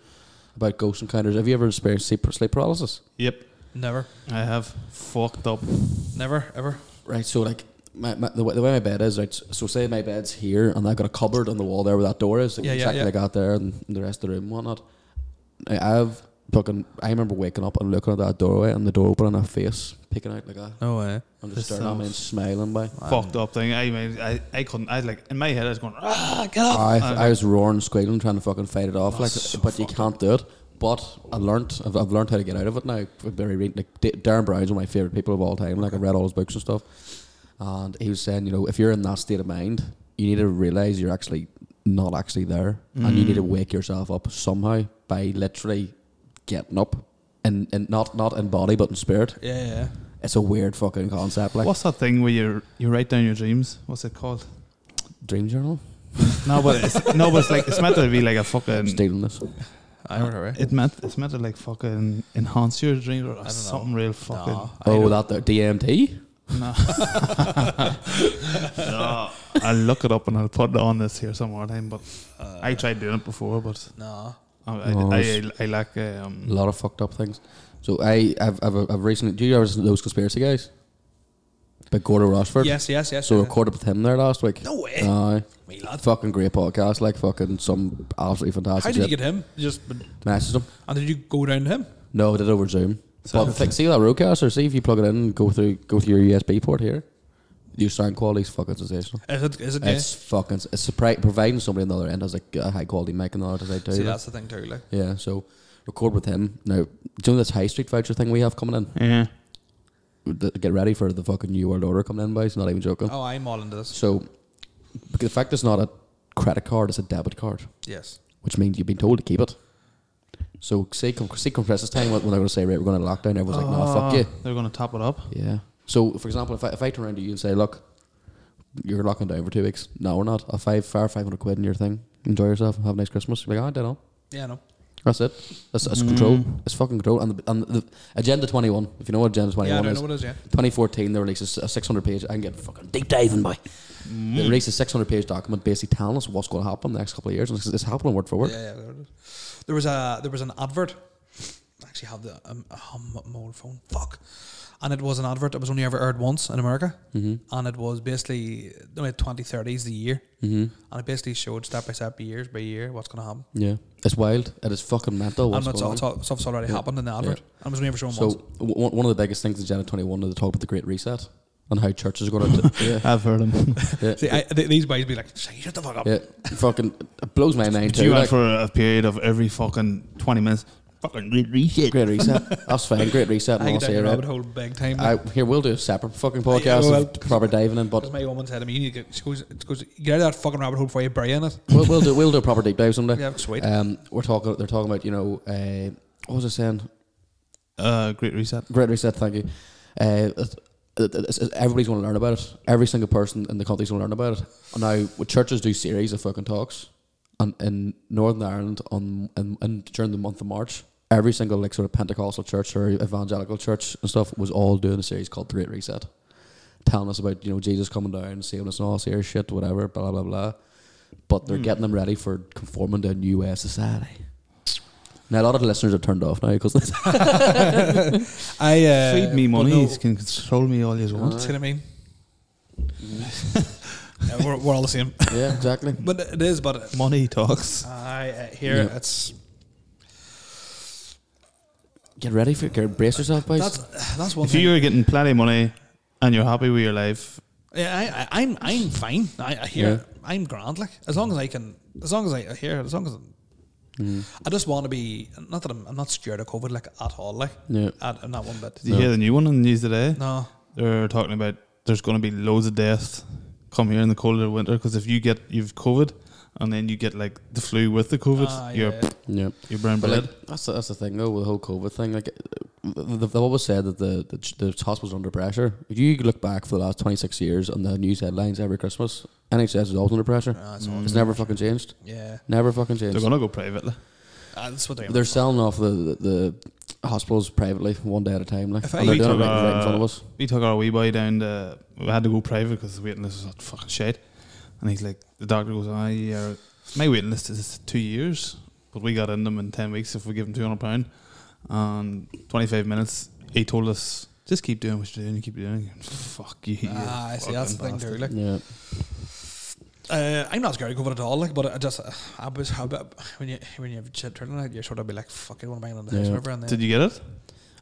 Speaker 2: about ghost encounters. Have you ever experienced sleep, sleep paralysis?
Speaker 3: Yep,
Speaker 1: Never.
Speaker 3: I have fucked up.
Speaker 1: Never. Ever.
Speaker 2: Right. So like. My, my, the, way, the way my bed is, right, so say my bed's here and I've got a cupboard on the wall there where that door is, like
Speaker 1: Yeah, yeah,
Speaker 2: exactly
Speaker 1: yeah.
Speaker 2: like out there and the rest of the room and whatnot. I, I've fucking, I remember waking up and looking at that doorway and the door open and a face peeking out like that.
Speaker 1: No way.
Speaker 2: I'm just
Speaker 3: Just
Speaker 2: staring at me and smiling by.
Speaker 3: Fucked up thing. I mean, I, I couldn't. I like in my head. I was going, ah, get up.
Speaker 2: I,
Speaker 3: And
Speaker 2: I was roaring, squealing, trying to fucking fight it off, like,
Speaker 3: so
Speaker 2: but you can't do it. But I learnt, I've, I've learned how to get out of it now. with Barry Reid, like D- Darren Brown's one of my favorite people of all time. Like I read all his books and stuff, and he was saying, you know, if you're in that state of mind, you need to realize you're actually not actually there, and you need to wake yourself up somehow by literally getting up, and and not not in body but in spirit.
Speaker 1: Yeah. Yeah.
Speaker 2: It's a weird fucking concept, like
Speaker 3: What's that thing where you you write down your dreams? What's it called?
Speaker 2: dream journal.
Speaker 3: no, but it's, no, but it's like it's meant to be like a fucking.
Speaker 2: Stealing this.
Speaker 1: I don't know.
Speaker 3: It meant it's meant to like fucking enhance your dreams or
Speaker 1: don't know.
Speaker 3: something real fucking.
Speaker 1: No, I
Speaker 2: Oh,
Speaker 1: don't-
Speaker 2: that there, DMT.
Speaker 3: No. no. I'll look it up and I'll put it on this here somewhere time. But
Speaker 1: uh,
Speaker 3: I tried doing it before, but
Speaker 1: No.
Speaker 3: I I,
Speaker 2: No,
Speaker 3: I,
Speaker 2: it's-
Speaker 3: I lack.
Speaker 2: a
Speaker 3: Um,
Speaker 2: lot of fucked up things. So I, I've, I've, I've recently. Do you ever listen to those conspiracy guys? But Gordon Rashford.
Speaker 1: Yes. Yes. Yes.
Speaker 2: So
Speaker 1: yes.
Speaker 2: recorded with him there last week.
Speaker 1: No way.
Speaker 2: Aye.
Speaker 1: Me lad.
Speaker 2: fucking great podcast. Like fucking some absolutely fantastic.
Speaker 1: How did you
Speaker 2: shit.
Speaker 1: get him? You Just been-
Speaker 2: Messaged him.
Speaker 1: and did you go down to him?
Speaker 2: No, I did over Zoom.
Speaker 3: So-
Speaker 2: but th- see that roadcaster. See if you plug it in, and go through, go through your USB port here. Your sound quality's fucking sensational.
Speaker 1: Is it? Is it? Yeah.
Speaker 2: It's fucking. It's surpri- providing somebody on the other end has like a high quality mic and all that. as I do.
Speaker 1: See,
Speaker 2: like.
Speaker 1: that's the thing too. Like,
Speaker 2: Yeah. So record with him now. Do you know this high street voucher thing we have coming in?
Speaker 3: yeah.
Speaker 2: th- get ready for the fucking new world order coming in, boys. Not even joking.
Speaker 1: oh, I'm all into this.
Speaker 2: So, because the fact it's not a credit card, it's a debit card,
Speaker 1: Yes.
Speaker 2: which means you've been told to keep it. So, say, com- say compresses time when when they're going to say, right, we're going to lockdown, everyone's like, nah,
Speaker 1: Ah.
Speaker 2: fuck you.
Speaker 3: They're gonna top it up.
Speaker 2: Yeah. So, for example, if I, if I turn around to you and say, look, you're locking down for two weeks. No, we're not. A five, fire 500 quid in your thing. Enjoy yourself. Have a nice Christmas. You're like, oh, I don't know.
Speaker 1: Yeah. No.
Speaker 2: That's it. That's, that's control.
Speaker 1: Mm.
Speaker 2: It's fucking control. And the, and the Agenda 21, if you know what Agenda
Speaker 1: Yeah. I
Speaker 2: 21
Speaker 1: don't
Speaker 2: is,
Speaker 1: know what it is. Yeah.
Speaker 2: 2014, they released a 600 page. I can get fucking deep diving by.
Speaker 1: Mm.
Speaker 2: They released a 600 page document basically telling us what's going to happen in the next couple of years. And it's, it's happening word for word.
Speaker 1: Yeah, yeah. There, it is. there was a there was an advert. I actually have the um, um, my old phone. Fuck. And it was an advert that was only ever aired once in America, and it was basically the twenty thirties the year, mm-hmm. and it basically showed step by step, years by year, what's going to happen.
Speaker 2: Yeah. It's wild. It is fucking mental. What's
Speaker 1: and that's
Speaker 2: going
Speaker 1: all,
Speaker 2: on.
Speaker 1: it's all- stuff's already
Speaker 2: Yeah.
Speaker 1: happened in the advert, and it was only ever shown
Speaker 2: So,
Speaker 1: once.
Speaker 2: w- one one of the biggest things in Agenda 21 is they talk about the Great Reset and how churches are going to. yeah.
Speaker 3: I've heard them.
Speaker 2: Yeah.
Speaker 1: See, I, th- these guys be like, "Shut the fuck up."
Speaker 2: yeah. Fucking it blows my mind.
Speaker 3: Do you
Speaker 2: Too.
Speaker 3: went
Speaker 2: Like,
Speaker 3: for a period of every fucking twenty minutes? Fucking re- reset.
Speaker 2: great Reset. That's fine. Great Reset. And
Speaker 1: I
Speaker 2: all
Speaker 1: get down the
Speaker 2: say,
Speaker 1: rabbit
Speaker 2: right?
Speaker 1: hole big time.
Speaker 2: I,
Speaker 1: Because
Speaker 2: here, we'll do a separate fucking podcast
Speaker 1: well,
Speaker 2: of proper diving in, but
Speaker 1: my woman said to me, "You need to get, she goes, she goes, get out of that fucking rabbit hole before you bury in it."
Speaker 2: we'll, we'll do we'll do a proper deep dive someday.
Speaker 1: Yeah, sweet.
Speaker 2: Um, we're talking. They're talking about you know uh, what was I saying?
Speaker 3: Uh, great reset.
Speaker 2: Great reset. Thank you. Uh, it- it- it's- it's- everybody's going to learn about it. Every single person in the country's going to learn about it. And now, what churches do series of fucking talks, and in Northern Ireland on and, and during the month of March, every single like sort of Pentecostal church or evangelical church and stuff was all doing a series called the Great Reset, telling us about you know Jesus coming down and saving us and all this here shit, whatever, blah blah blah. But they're getting them ready for conforming to a new way of society. Now a lot of the listeners are turned off now because
Speaker 1: I uh,
Speaker 3: Feed me
Speaker 1: but
Speaker 3: money.
Speaker 1: no, Uh,
Speaker 3: You can control me all you want.
Speaker 1: See what I mean? Yeah, we're, we're all the same.
Speaker 2: yeah, exactly.
Speaker 1: But it is, but
Speaker 3: Money talks.
Speaker 1: I uh, here
Speaker 2: Yeah.
Speaker 1: it's
Speaker 2: Get ready for it. Brace yourself, boys.
Speaker 1: that's that's one
Speaker 3: If
Speaker 1: thing.
Speaker 3: you're getting plenty of money and you're happy with your life,
Speaker 1: Yeah, I, I, I'm I'm fine. I, I hear
Speaker 2: Yeah.
Speaker 1: I'm grand. Like as long as I can, as long as I hear, as long as I just want to be. Not that I'm, I'm not scared of COVID like at all. Like
Speaker 2: Yeah.
Speaker 1: at, not one bit.
Speaker 3: did you hear the new one on the news today?
Speaker 1: No,
Speaker 3: They're talking about there's going to be loads of deaths come here in the cold of the winter because if you get you've COVID and then you get like the flu with the COVID,
Speaker 1: Ah,
Speaker 3: you're
Speaker 1: yeah.
Speaker 2: Yeah.
Speaker 3: you're brown
Speaker 2: But
Speaker 3: bread.
Speaker 2: like, that's the, that's the thing though with the whole COVID thing. Like, uh, th- they've always said that the, the ch- the hospitals are under pressure. If you look back for the last twenty six years on the news headlines every Christmas, NHS is always under pressure.
Speaker 1: Ah, it's
Speaker 3: Mm.
Speaker 1: all-
Speaker 2: It's never fucking changed.
Speaker 1: Yeah,
Speaker 2: Never fucking changed.
Speaker 3: They're gonna go privately.
Speaker 1: Ah, that's what they're.
Speaker 2: They're selling off the, the, the hospitals privately, one day at a time. Like,
Speaker 1: If
Speaker 2: and
Speaker 1: I-
Speaker 2: they're
Speaker 1: We
Speaker 2: doing it
Speaker 3: took,
Speaker 2: right, right in front of
Speaker 3: uh,
Speaker 2: us.
Speaker 3: We took our wee boy down to we had to go private because the waiting list was fucking shit. And he's like, the doctor goes, "Ah, yeah, my waiting list is two years, but we got in them in ten weeks if we give him two hundred pound and twenty five minutes." He told us, "Just keep doing what you're doing, keep doing." it." Fuck you. you
Speaker 1: Ah, I see. That's the
Speaker 3: fucking
Speaker 1: thing too.
Speaker 3: bastard.
Speaker 1: Like,
Speaker 2: Yeah,
Speaker 1: uh, I'm not scared of COVID at all. Like, but I just, I was, I, when you when you have shit turning like, you're sort of be like, fuck, I want to bang it on the house,
Speaker 2: Yeah.
Speaker 1: whatever. And then
Speaker 3: Did you get it?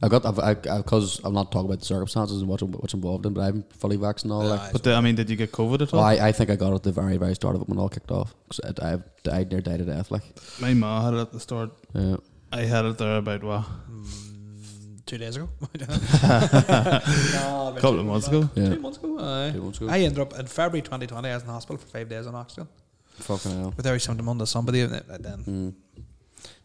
Speaker 2: I got I've, I because I'm not talking about the circumstances and what's what's involved in, but I'm fully vaccinated. all like,
Speaker 1: Ah,
Speaker 3: But the, I mean, did you get COVID at
Speaker 2: Oh,
Speaker 3: all?
Speaker 2: I, I think I got it at the very very start of it when it all kicked off because I, I I near died to death. Like,
Speaker 3: My ma had it at the start.
Speaker 2: yeah.
Speaker 3: I had it there about what?
Speaker 1: Mm, two days ago.
Speaker 3: A couple of months ago.
Speaker 2: Yeah.
Speaker 1: Two months ago. Aye.
Speaker 2: Two months ago.
Speaker 1: I ended up in February 2020. I was in the hospital for five days on oxygen
Speaker 2: Fucking hell.
Speaker 1: with every symptom under somebody. And then- then
Speaker 2: Mm.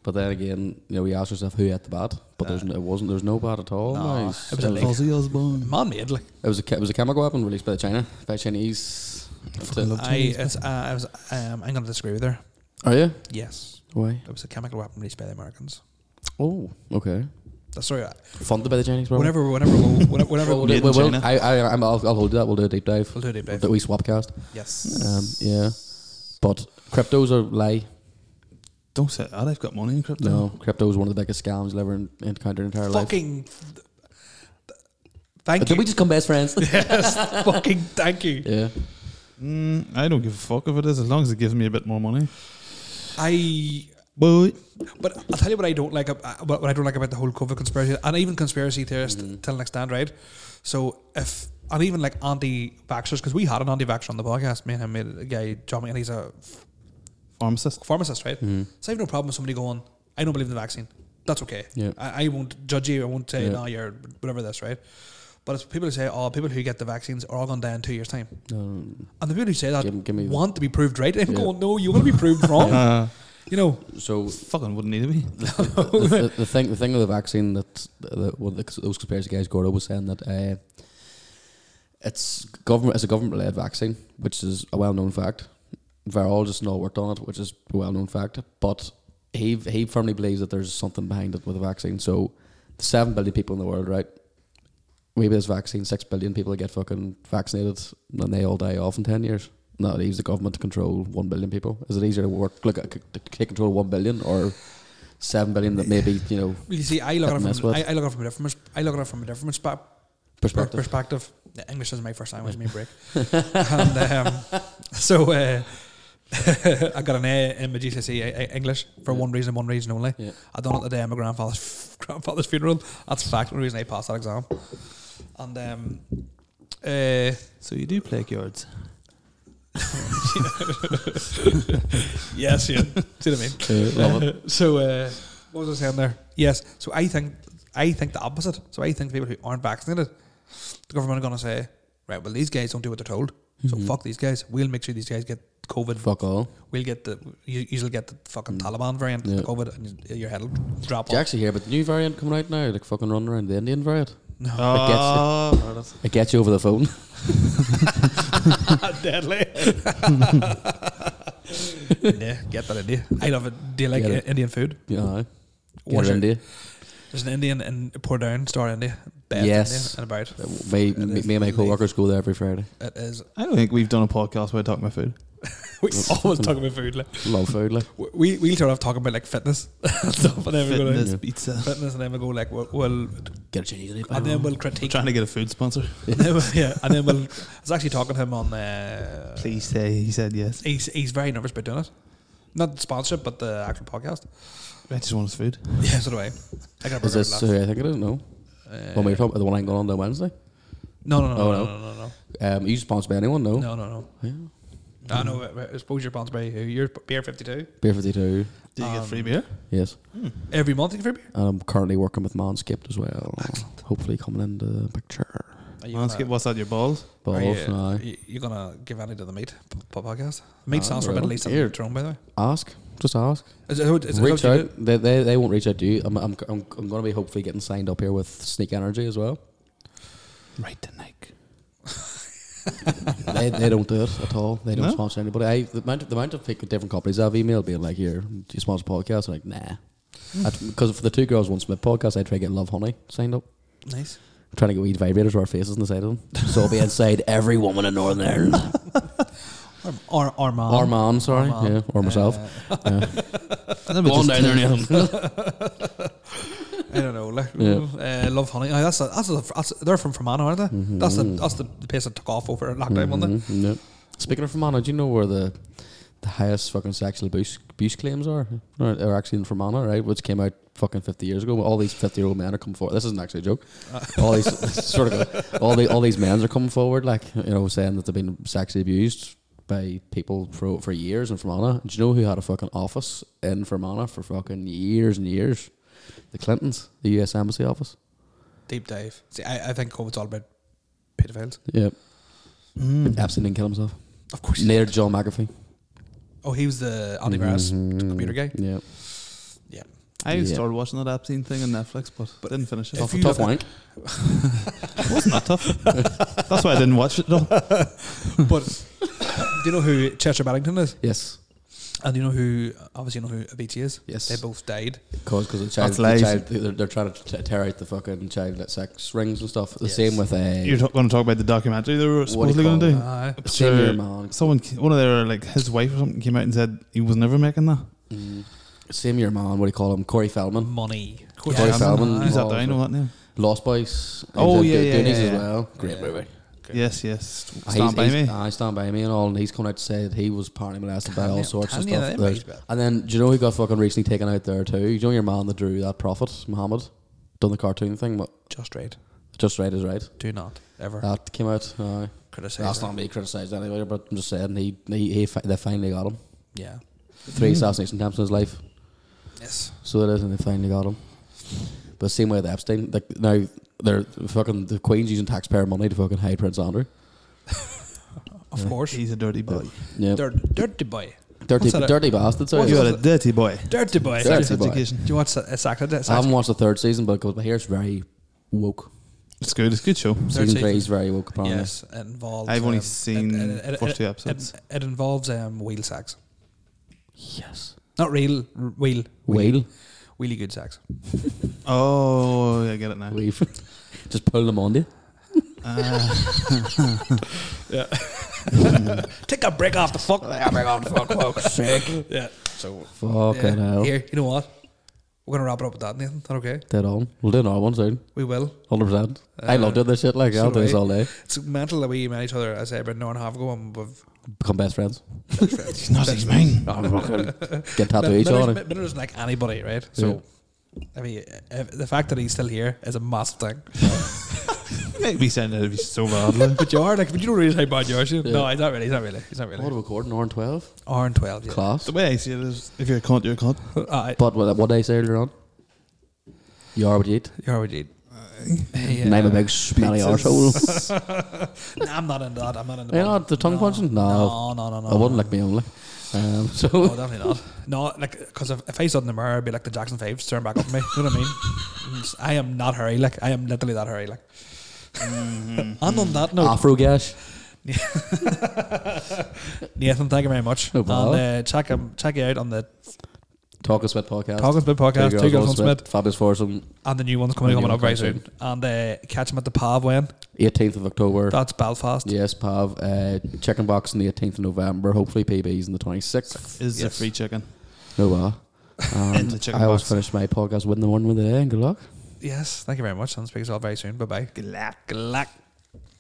Speaker 2: But then again, you know, we asked ourselves who ate the bat, but there's no, it wasn't. There's no bat at all.
Speaker 1: No,
Speaker 2: Nice.
Speaker 1: it was a leak.
Speaker 3: Fuzzy Osborne.
Speaker 1: man made like
Speaker 2: It was a che- it was a chemical weapon released by the China by Chinese. That's it.
Speaker 1: I, it's, uh, I was. Um, I'm going to disagree with her.
Speaker 2: Are you?
Speaker 1: Yes,
Speaker 2: Why?
Speaker 1: it was a chemical weapon released by the Americans.
Speaker 2: Oh, okay.
Speaker 1: Uh, Sorry. uh,
Speaker 2: Funded by the Chinese. Probably.
Speaker 1: Whenever, whenever, we'll, whenever, whenever
Speaker 2: Well,
Speaker 1: we'll
Speaker 3: Made
Speaker 2: we'll,
Speaker 3: in
Speaker 2: we'll-
Speaker 3: China.
Speaker 2: I, I, I'm, I'll, I'll hold you that. We'll do a deep dive.
Speaker 1: do it,
Speaker 2: We'll
Speaker 1: babe.
Speaker 2: do a wee swapcast.
Speaker 1: Yes.
Speaker 2: Um, yeah. But cryptos are lie.
Speaker 3: Don't say that. I've got money in crypto.
Speaker 2: No, crypto is one of the biggest scams you'll ever en- encounter in your entire life.
Speaker 1: Fucking. th- Thank
Speaker 2: Did
Speaker 1: you.
Speaker 2: we just come best friends?
Speaker 1: yes. Fucking thank you.
Speaker 2: yeah.
Speaker 3: Mm, I don't give a fuck if it is, as long as it gives me a bit more money.
Speaker 1: I.
Speaker 3: But
Speaker 1: But I'll tell you what I don't like. ab- uh, What what I don't like about the whole COVID conspiracy, and even conspiracy theorists
Speaker 2: Mm-hmm.
Speaker 1: till next stand, right? So if and even like anti-vaxxers, because we had an anti-vaxxer on the podcast, me and him made a guy Johnny, and he's a f-
Speaker 3: pharmacist.
Speaker 1: pharmacist, right?
Speaker 2: Mm-hmm.
Speaker 1: So I have no problem with somebody going, I don't believe in the vaccine. That's okay.
Speaker 2: Yeah.
Speaker 1: I, I won't judge you. I won't say
Speaker 2: Yeah.
Speaker 1: no, you're whatever this, right? But it's people who say, oh, people who get the vaccines are all going to die in two years' time,
Speaker 2: Um,
Speaker 1: and the people who say that
Speaker 2: Give- give me the-
Speaker 1: want to be proved right. I'm
Speaker 2: Yeah.
Speaker 1: going, no, you want to be proved wrong.
Speaker 3: Uh,
Speaker 1: You know,
Speaker 2: so
Speaker 3: fucking wouldn't need to be.
Speaker 2: the, the, the thing, the thing with the vaccine that the, well, the, those conspiracy guys Gordo was saying that uh, it's government, it's a government-led vaccine, which is a well-known fact. Virologists and all worked on it, which is a well-known fact. But he he firmly believes that there's something behind it with the vaccine. So the seven billion people in the world, right? Maybe this vaccine, six billion people get fucking vaccinated, and they all die off in ten years. No, it leaves the government to control one billion people. Is it easier to work, look at, to take control of one billion or seven billion that maybe you know
Speaker 1: Well, you see, I look at
Speaker 2: That
Speaker 1: it
Speaker 2: mess
Speaker 1: from
Speaker 2: with.
Speaker 1: I, I look at it from a different pers- I look at it from a different spa-
Speaker 2: perspective?
Speaker 1: perspective. Yeah, English is my first language. me a break. and um, so uh, I got an A in my GCSE E, A- A- English for
Speaker 2: Yeah.
Speaker 1: one reason, and one reason only.
Speaker 2: Yeah.
Speaker 1: I done it the day of my grandfather's grandfather's funeral. That's fact. One reason I passed that exam. And um, uh,
Speaker 3: So you do play cards.
Speaker 1: yes, yeah. See what I mean? so uh, what was I saying there? Yes. So I think I think the opposite. So I think people who aren't vaccinated, the government are going to say, right, well these guys don't do what they're told, so
Speaker 2: Mhm.
Speaker 1: fuck these guys. We'll make sure these guys get COVID.
Speaker 2: Fuck all.
Speaker 1: We'll get the you, you'll get the fucking
Speaker 2: Mm.
Speaker 1: Taliban variant
Speaker 2: Yeah.
Speaker 1: of COVID, and y- your head'll drop
Speaker 2: Did you
Speaker 1: off.
Speaker 2: actually hear about the new variant coming out now? Like fucking running around the Indian variant.
Speaker 1: No,
Speaker 3: Oh,
Speaker 2: It gets you over the phone.
Speaker 1: deadly. yeah, get that India. I love it. Do you like
Speaker 2: Get
Speaker 1: I-
Speaker 2: it.
Speaker 1: Indian food?
Speaker 2: you know, get
Speaker 1: Wash
Speaker 2: it
Speaker 1: it.
Speaker 2: into you.
Speaker 1: There's an Indian in Port Down, Star India. Best
Speaker 2: Yes.
Speaker 1: Indian and about.
Speaker 2: Me,
Speaker 1: It
Speaker 2: me,
Speaker 1: is
Speaker 2: me and my
Speaker 1: lovely.
Speaker 2: co-workers go there every Friday.
Speaker 1: It is.
Speaker 3: I don't think we've done a podcast where I talk my food.
Speaker 1: We always talk about food. Like.
Speaker 2: Love food, like
Speaker 1: we we'll start off talking about like fitness and stuff, and then we go like,
Speaker 3: Fitness pizza.
Speaker 1: fitness, and then we go like, well, well
Speaker 2: get a Chinese eat,
Speaker 1: and then
Speaker 2: man.
Speaker 1: we'll critique.
Speaker 3: trying to get a food sponsor.
Speaker 1: and then we'll- yeah, and then we'll. I was actually talking to him on. Uh,
Speaker 3: say he said yes.
Speaker 1: He's he's very nervous about doing it. Not the sponsorship, but the actual podcast.
Speaker 3: I just want his food.
Speaker 1: Yeah, so do I. I got a
Speaker 2: Is
Speaker 1: burger
Speaker 2: this
Speaker 1: last.
Speaker 2: who I think it is? No.
Speaker 1: Uh,
Speaker 2: When we were talking about the one I'm going on the Wednesday.
Speaker 1: no, no, no,
Speaker 2: Oh,
Speaker 1: no,
Speaker 2: no.
Speaker 1: no, no, no,
Speaker 2: Um, are you sponsored by anyone? No.
Speaker 1: no, no, no.
Speaker 2: Yeah.
Speaker 1: I know. I I suppose you're sponsored by who? You're Beer Fifty Two.
Speaker 2: Beer 52.
Speaker 3: Do you
Speaker 1: Um,
Speaker 3: get free beer?
Speaker 2: Yes.
Speaker 1: Every month you get free beer.
Speaker 2: And I'm currently working with Manscaped as well. Hopefully coming into the picture.
Speaker 1: Are you
Speaker 3: Manscaped,
Speaker 1: gonna-
Speaker 3: what's that? Your balls?
Speaker 1: are
Speaker 2: Balls,
Speaker 1: you,
Speaker 2: no.
Speaker 1: you- You're gonna give any to the meat p- p- podcast? Meat
Speaker 2: Ah,
Speaker 1: stands for
Speaker 2: well,
Speaker 1: Middle Eastern
Speaker 2: dear.
Speaker 1: Drone, by the way.
Speaker 2: Ask. Just ask.
Speaker 1: Is it- is it- is it what
Speaker 2: reach
Speaker 1: you
Speaker 2: out.
Speaker 1: do?
Speaker 2: They, they, they won't reach out to you. I'm, I'm, I'm, I'm going to be hopefully getting signed up here with Sneak Energy as well.
Speaker 3: Right to Nike.
Speaker 2: they, they don't do it at all. They don't
Speaker 3: No?
Speaker 2: sponsor anybody. I the amount of, the amount of people, different companies I've emailed being like, "Here, do you sponsor podcasts?" I'm like, "Nah," because for the two girls once my podcast, I try to get Love Honey signed up.
Speaker 1: Nice.
Speaker 2: I'm trying to get weed vibrators to our faces on the side of them, so I'll be inside every woman in Northern Ireland
Speaker 1: Or, or, or man.
Speaker 2: or man, sorry,
Speaker 1: man.
Speaker 2: yeah, or myself.
Speaker 1: Uh,
Speaker 2: yeah.
Speaker 3: Go on down there, Nathan.
Speaker 1: I don't know. Like,
Speaker 2: Yeah. Mm.
Speaker 1: uh, love honey. Aye, that's a, that's, a, that's they're from Fermanagh, aren't they?
Speaker 2: Mm-hmm.
Speaker 1: That's the that's the, the place that took off over lockdown, wasn't
Speaker 2: Mhm, yeah. Speaking of Fermanagh, do you know where the the highest fucking sexual abuse, abuse claims are? Are are actually in Fermanagh, right? Which came out fucking fifty years ago. All these fifty year old men are coming forward. This isn't actually a joke. all these sort of all the all these men are coming forward, like you know, saying that they've been sexually abused by people for for years in Fermanagh. Do you know who had a fucking office in Fermanagh for fucking years and years? The Clintons, the U.S. Embassy office. Mm-hmm.
Speaker 1: they? Deep dive. See, I, I think COVID's all about pedophiles.
Speaker 2: Yeah,
Speaker 3: Mm.
Speaker 2: Epstein didn't kill himself.
Speaker 1: Of course. he
Speaker 2: Later,
Speaker 1: did.
Speaker 2: John McAfee.
Speaker 1: Oh, he was the antivirus
Speaker 2: Mhm.
Speaker 1: computer guy.
Speaker 2: Yeah.
Speaker 3: I
Speaker 2: Yeah.
Speaker 3: started watching that Epstein thing on Netflix, but, but didn't finish it.
Speaker 1: If
Speaker 2: Tough,
Speaker 1: you
Speaker 2: tough
Speaker 1: look
Speaker 2: wank.
Speaker 3: wasn't that tough. That's why I didn't watch it. though.
Speaker 1: But do you know who Chester Bennington is?
Speaker 2: Yes.
Speaker 1: And do you know who? Obviously, you know who Avicii is.
Speaker 2: Yes.
Speaker 1: They both died.
Speaker 2: Because the child,
Speaker 3: That's
Speaker 2: the
Speaker 3: lies.
Speaker 2: child they're, they're trying to t- tear out the fucking child sex rings and stuff. The
Speaker 1: Yes.
Speaker 2: same with uh,
Speaker 3: You're
Speaker 2: a
Speaker 3: going to talk about the documentary they were
Speaker 2: do you
Speaker 3: supposedly going
Speaker 2: call
Speaker 3: to
Speaker 2: it?
Speaker 3: do.
Speaker 1: Aye.
Speaker 2: same year
Speaker 3: Sure.
Speaker 2: man.
Speaker 3: Someone, ca- one of their like his wife or something, came out and said he was never making that.
Speaker 2: Mm, same year man. What do you call him? Corey Feldman,
Speaker 1: money.
Speaker 2: Corey Corey Feldman. Feldman.
Speaker 1: Aye.
Speaker 3: Who's that?
Speaker 2: Oh,
Speaker 3: I know that name.
Speaker 2: Lost Boys. He
Speaker 3: Oh,
Speaker 2: did
Speaker 3: yeah,
Speaker 2: Do-
Speaker 3: yeah,
Speaker 2: Goonies
Speaker 3: yeah,
Speaker 2: as
Speaker 3: yeah.
Speaker 2: well. Great
Speaker 1: Yeah.
Speaker 2: movie.
Speaker 3: Yes, yes.
Speaker 2: Ah,
Speaker 3: Stand
Speaker 2: he's-
Speaker 3: by
Speaker 2: he's-
Speaker 3: me.
Speaker 2: ah, stand by me and all. And he's come out to say that he was partly molested by
Speaker 1: Can
Speaker 2: all
Speaker 1: you-
Speaker 2: sorts of
Speaker 1: can you
Speaker 2: stuff.
Speaker 1: name
Speaker 2: There's-
Speaker 1: it, but-
Speaker 2: And then do you know who got fucking recently taken out there too? Do you know your man that drew that prophet Muhammad, done the cartoon thing, but
Speaker 1: Just right.
Speaker 2: just right is right.
Speaker 1: Do not ever
Speaker 2: That came out. uh, aye.
Speaker 1: criticize.
Speaker 2: That's
Speaker 1: her.
Speaker 2: not me criticised anyway, but I'm just saying he, he, he fi- they finally got him.
Speaker 1: Yeah.
Speaker 2: Three assassination attempts in his life,
Speaker 1: Yes.
Speaker 2: so it is, and they finally got him. But same way with Epstein, like now they're fucking the Queen's using taxpayer money to fucking hide Prince Andrew.
Speaker 1: Of
Speaker 2: Yeah.
Speaker 1: course.
Speaker 3: He's a dirty boy.
Speaker 2: Yeah,
Speaker 1: Dirty, dirty boy.
Speaker 2: dirty,
Speaker 1: what's that-
Speaker 2: dirty eh? bastard. Sorry,
Speaker 1: what's
Speaker 3: You
Speaker 1: that-
Speaker 3: are a dirty boy.
Speaker 1: Dirty boy.
Speaker 2: Dirty
Speaker 3: Sex
Speaker 2: boy.
Speaker 3: education.
Speaker 1: Do you want Sa- Sacred?
Speaker 2: I haven't watched the third season, but it goes, my hair's very woke.
Speaker 3: It's good. It's a good show.
Speaker 2: Season three is very woke, apparently.
Speaker 1: Yes, it involves.
Speaker 3: I've only
Speaker 1: um,
Speaker 3: seen
Speaker 1: it- it- it-
Speaker 3: first two
Speaker 1: it-
Speaker 3: episodes.
Speaker 1: It, it involves um, wheel sex,
Speaker 2: Yes.
Speaker 1: not real r- wheel.
Speaker 2: Whale.
Speaker 1: Really good sex.
Speaker 3: Oh, I get it now.
Speaker 2: We've just pulled them on you.
Speaker 3: Ah,
Speaker 1: Take a break off the fuck. break off the fuck. Sick. Yeah. So
Speaker 2: Fucking
Speaker 1: yeah.
Speaker 2: hell.
Speaker 1: Here, you know what? We're gonna wrap it up with that, Nathan. Is that okay?
Speaker 2: Dead on. We'll do another one soon.
Speaker 1: We will.
Speaker 2: 100%. I love doing this shit. Like, I'll
Speaker 1: Uh, so
Speaker 2: do
Speaker 1: do
Speaker 2: this
Speaker 1: I.
Speaker 2: all day.
Speaker 1: It's mental that we met each other. I say about an hour and a half ago, and we've
Speaker 2: Become best friends.
Speaker 3: he's not he's mine.
Speaker 2: Get tattoos
Speaker 1: Miller-
Speaker 2: on it.
Speaker 1: Miller- Miller isn't like anybody, right? So, I mean, uh, the fact that he's still here is a massive thing.
Speaker 3: Make me sound out of you so badly.
Speaker 1: But you are like, but you don't realize how bad you are. so-
Speaker 2: Yeah.
Speaker 1: No, he's not really. He's not really. He's not
Speaker 2: What
Speaker 1: really.
Speaker 2: a recording, hour and 12.
Speaker 1: R and twelve. Yeah.
Speaker 2: Class.
Speaker 3: the way I see it is, if you're a cunt, you're a cunt.
Speaker 1: Aye.
Speaker 2: But what, what did Uh, I say earlier on? You are what you eat.
Speaker 1: you are what you. Uh,
Speaker 2: And I'm a big smelly arsehole.
Speaker 1: Nah, I'm not into that. I'm not into.
Speaker 2: You're
Speaker 1: that.
Speaker 2: not the tongue
Speaker 1: no.
Speaker 2: punching? No.
Speaker 1: No, no, no, no.
Speaker 2: I wouldn't
Speaker 1: no.
Speaker 2: like me only. Um, so,
Speaker 1: No, definitely not. No, like, because if, if I stood in the mirror, I'd be like the Jackson Fives, turn back up at me. You know what I mean? I am not hurry. Like, I am literally that hurry. Like,
Speaker 2: Mm-hmm.
Speaker 1: and on that note,
Speaker 2: Afro gash.
Speaker 1: Nathan, thank you very much.
Speaker 2: No
Speaker 1: and
Speaker 2: bother.
Speaker 1: uh, check him, check you out on the
Speaker 2: Talk of Spit podcast.
Speaker 1: Talking Spit podcast, Two Girls One Smith,
Speaker 2: Fabulous Foursome,
Speaker 1: and the new one's coming,
Speaker 2: The new
Speaker 1: coming up
Speaker 2: one
Speaker 1: very soon.
Speaker 2: comes
Speaker 1: And uh, catch him at the Pav when
Speaker 2: 18th of October.
Speaker 1: that's Belfast.
Speaker 2: Yes, Pav. Uh, chicken box on the 18th of November. Hopefully, PB's on the 26th.
Speaker 3: Is
Speaker 1: Yes.
Speaker 3: a free chicken.
Speaker 2: No, well.
Speaker 3: In
Speaker 2: And
Speaker 3: the chicken
Speaker 2: I always
Speaker 3: box.
Speaker 2: finish my podcast with the one with the day, and good luck.
Speaker 1: Yes, thank you very much, and speak to you all very soon. Bye bye.
Speaker 3: Glad.
Speaker 1: Good luck.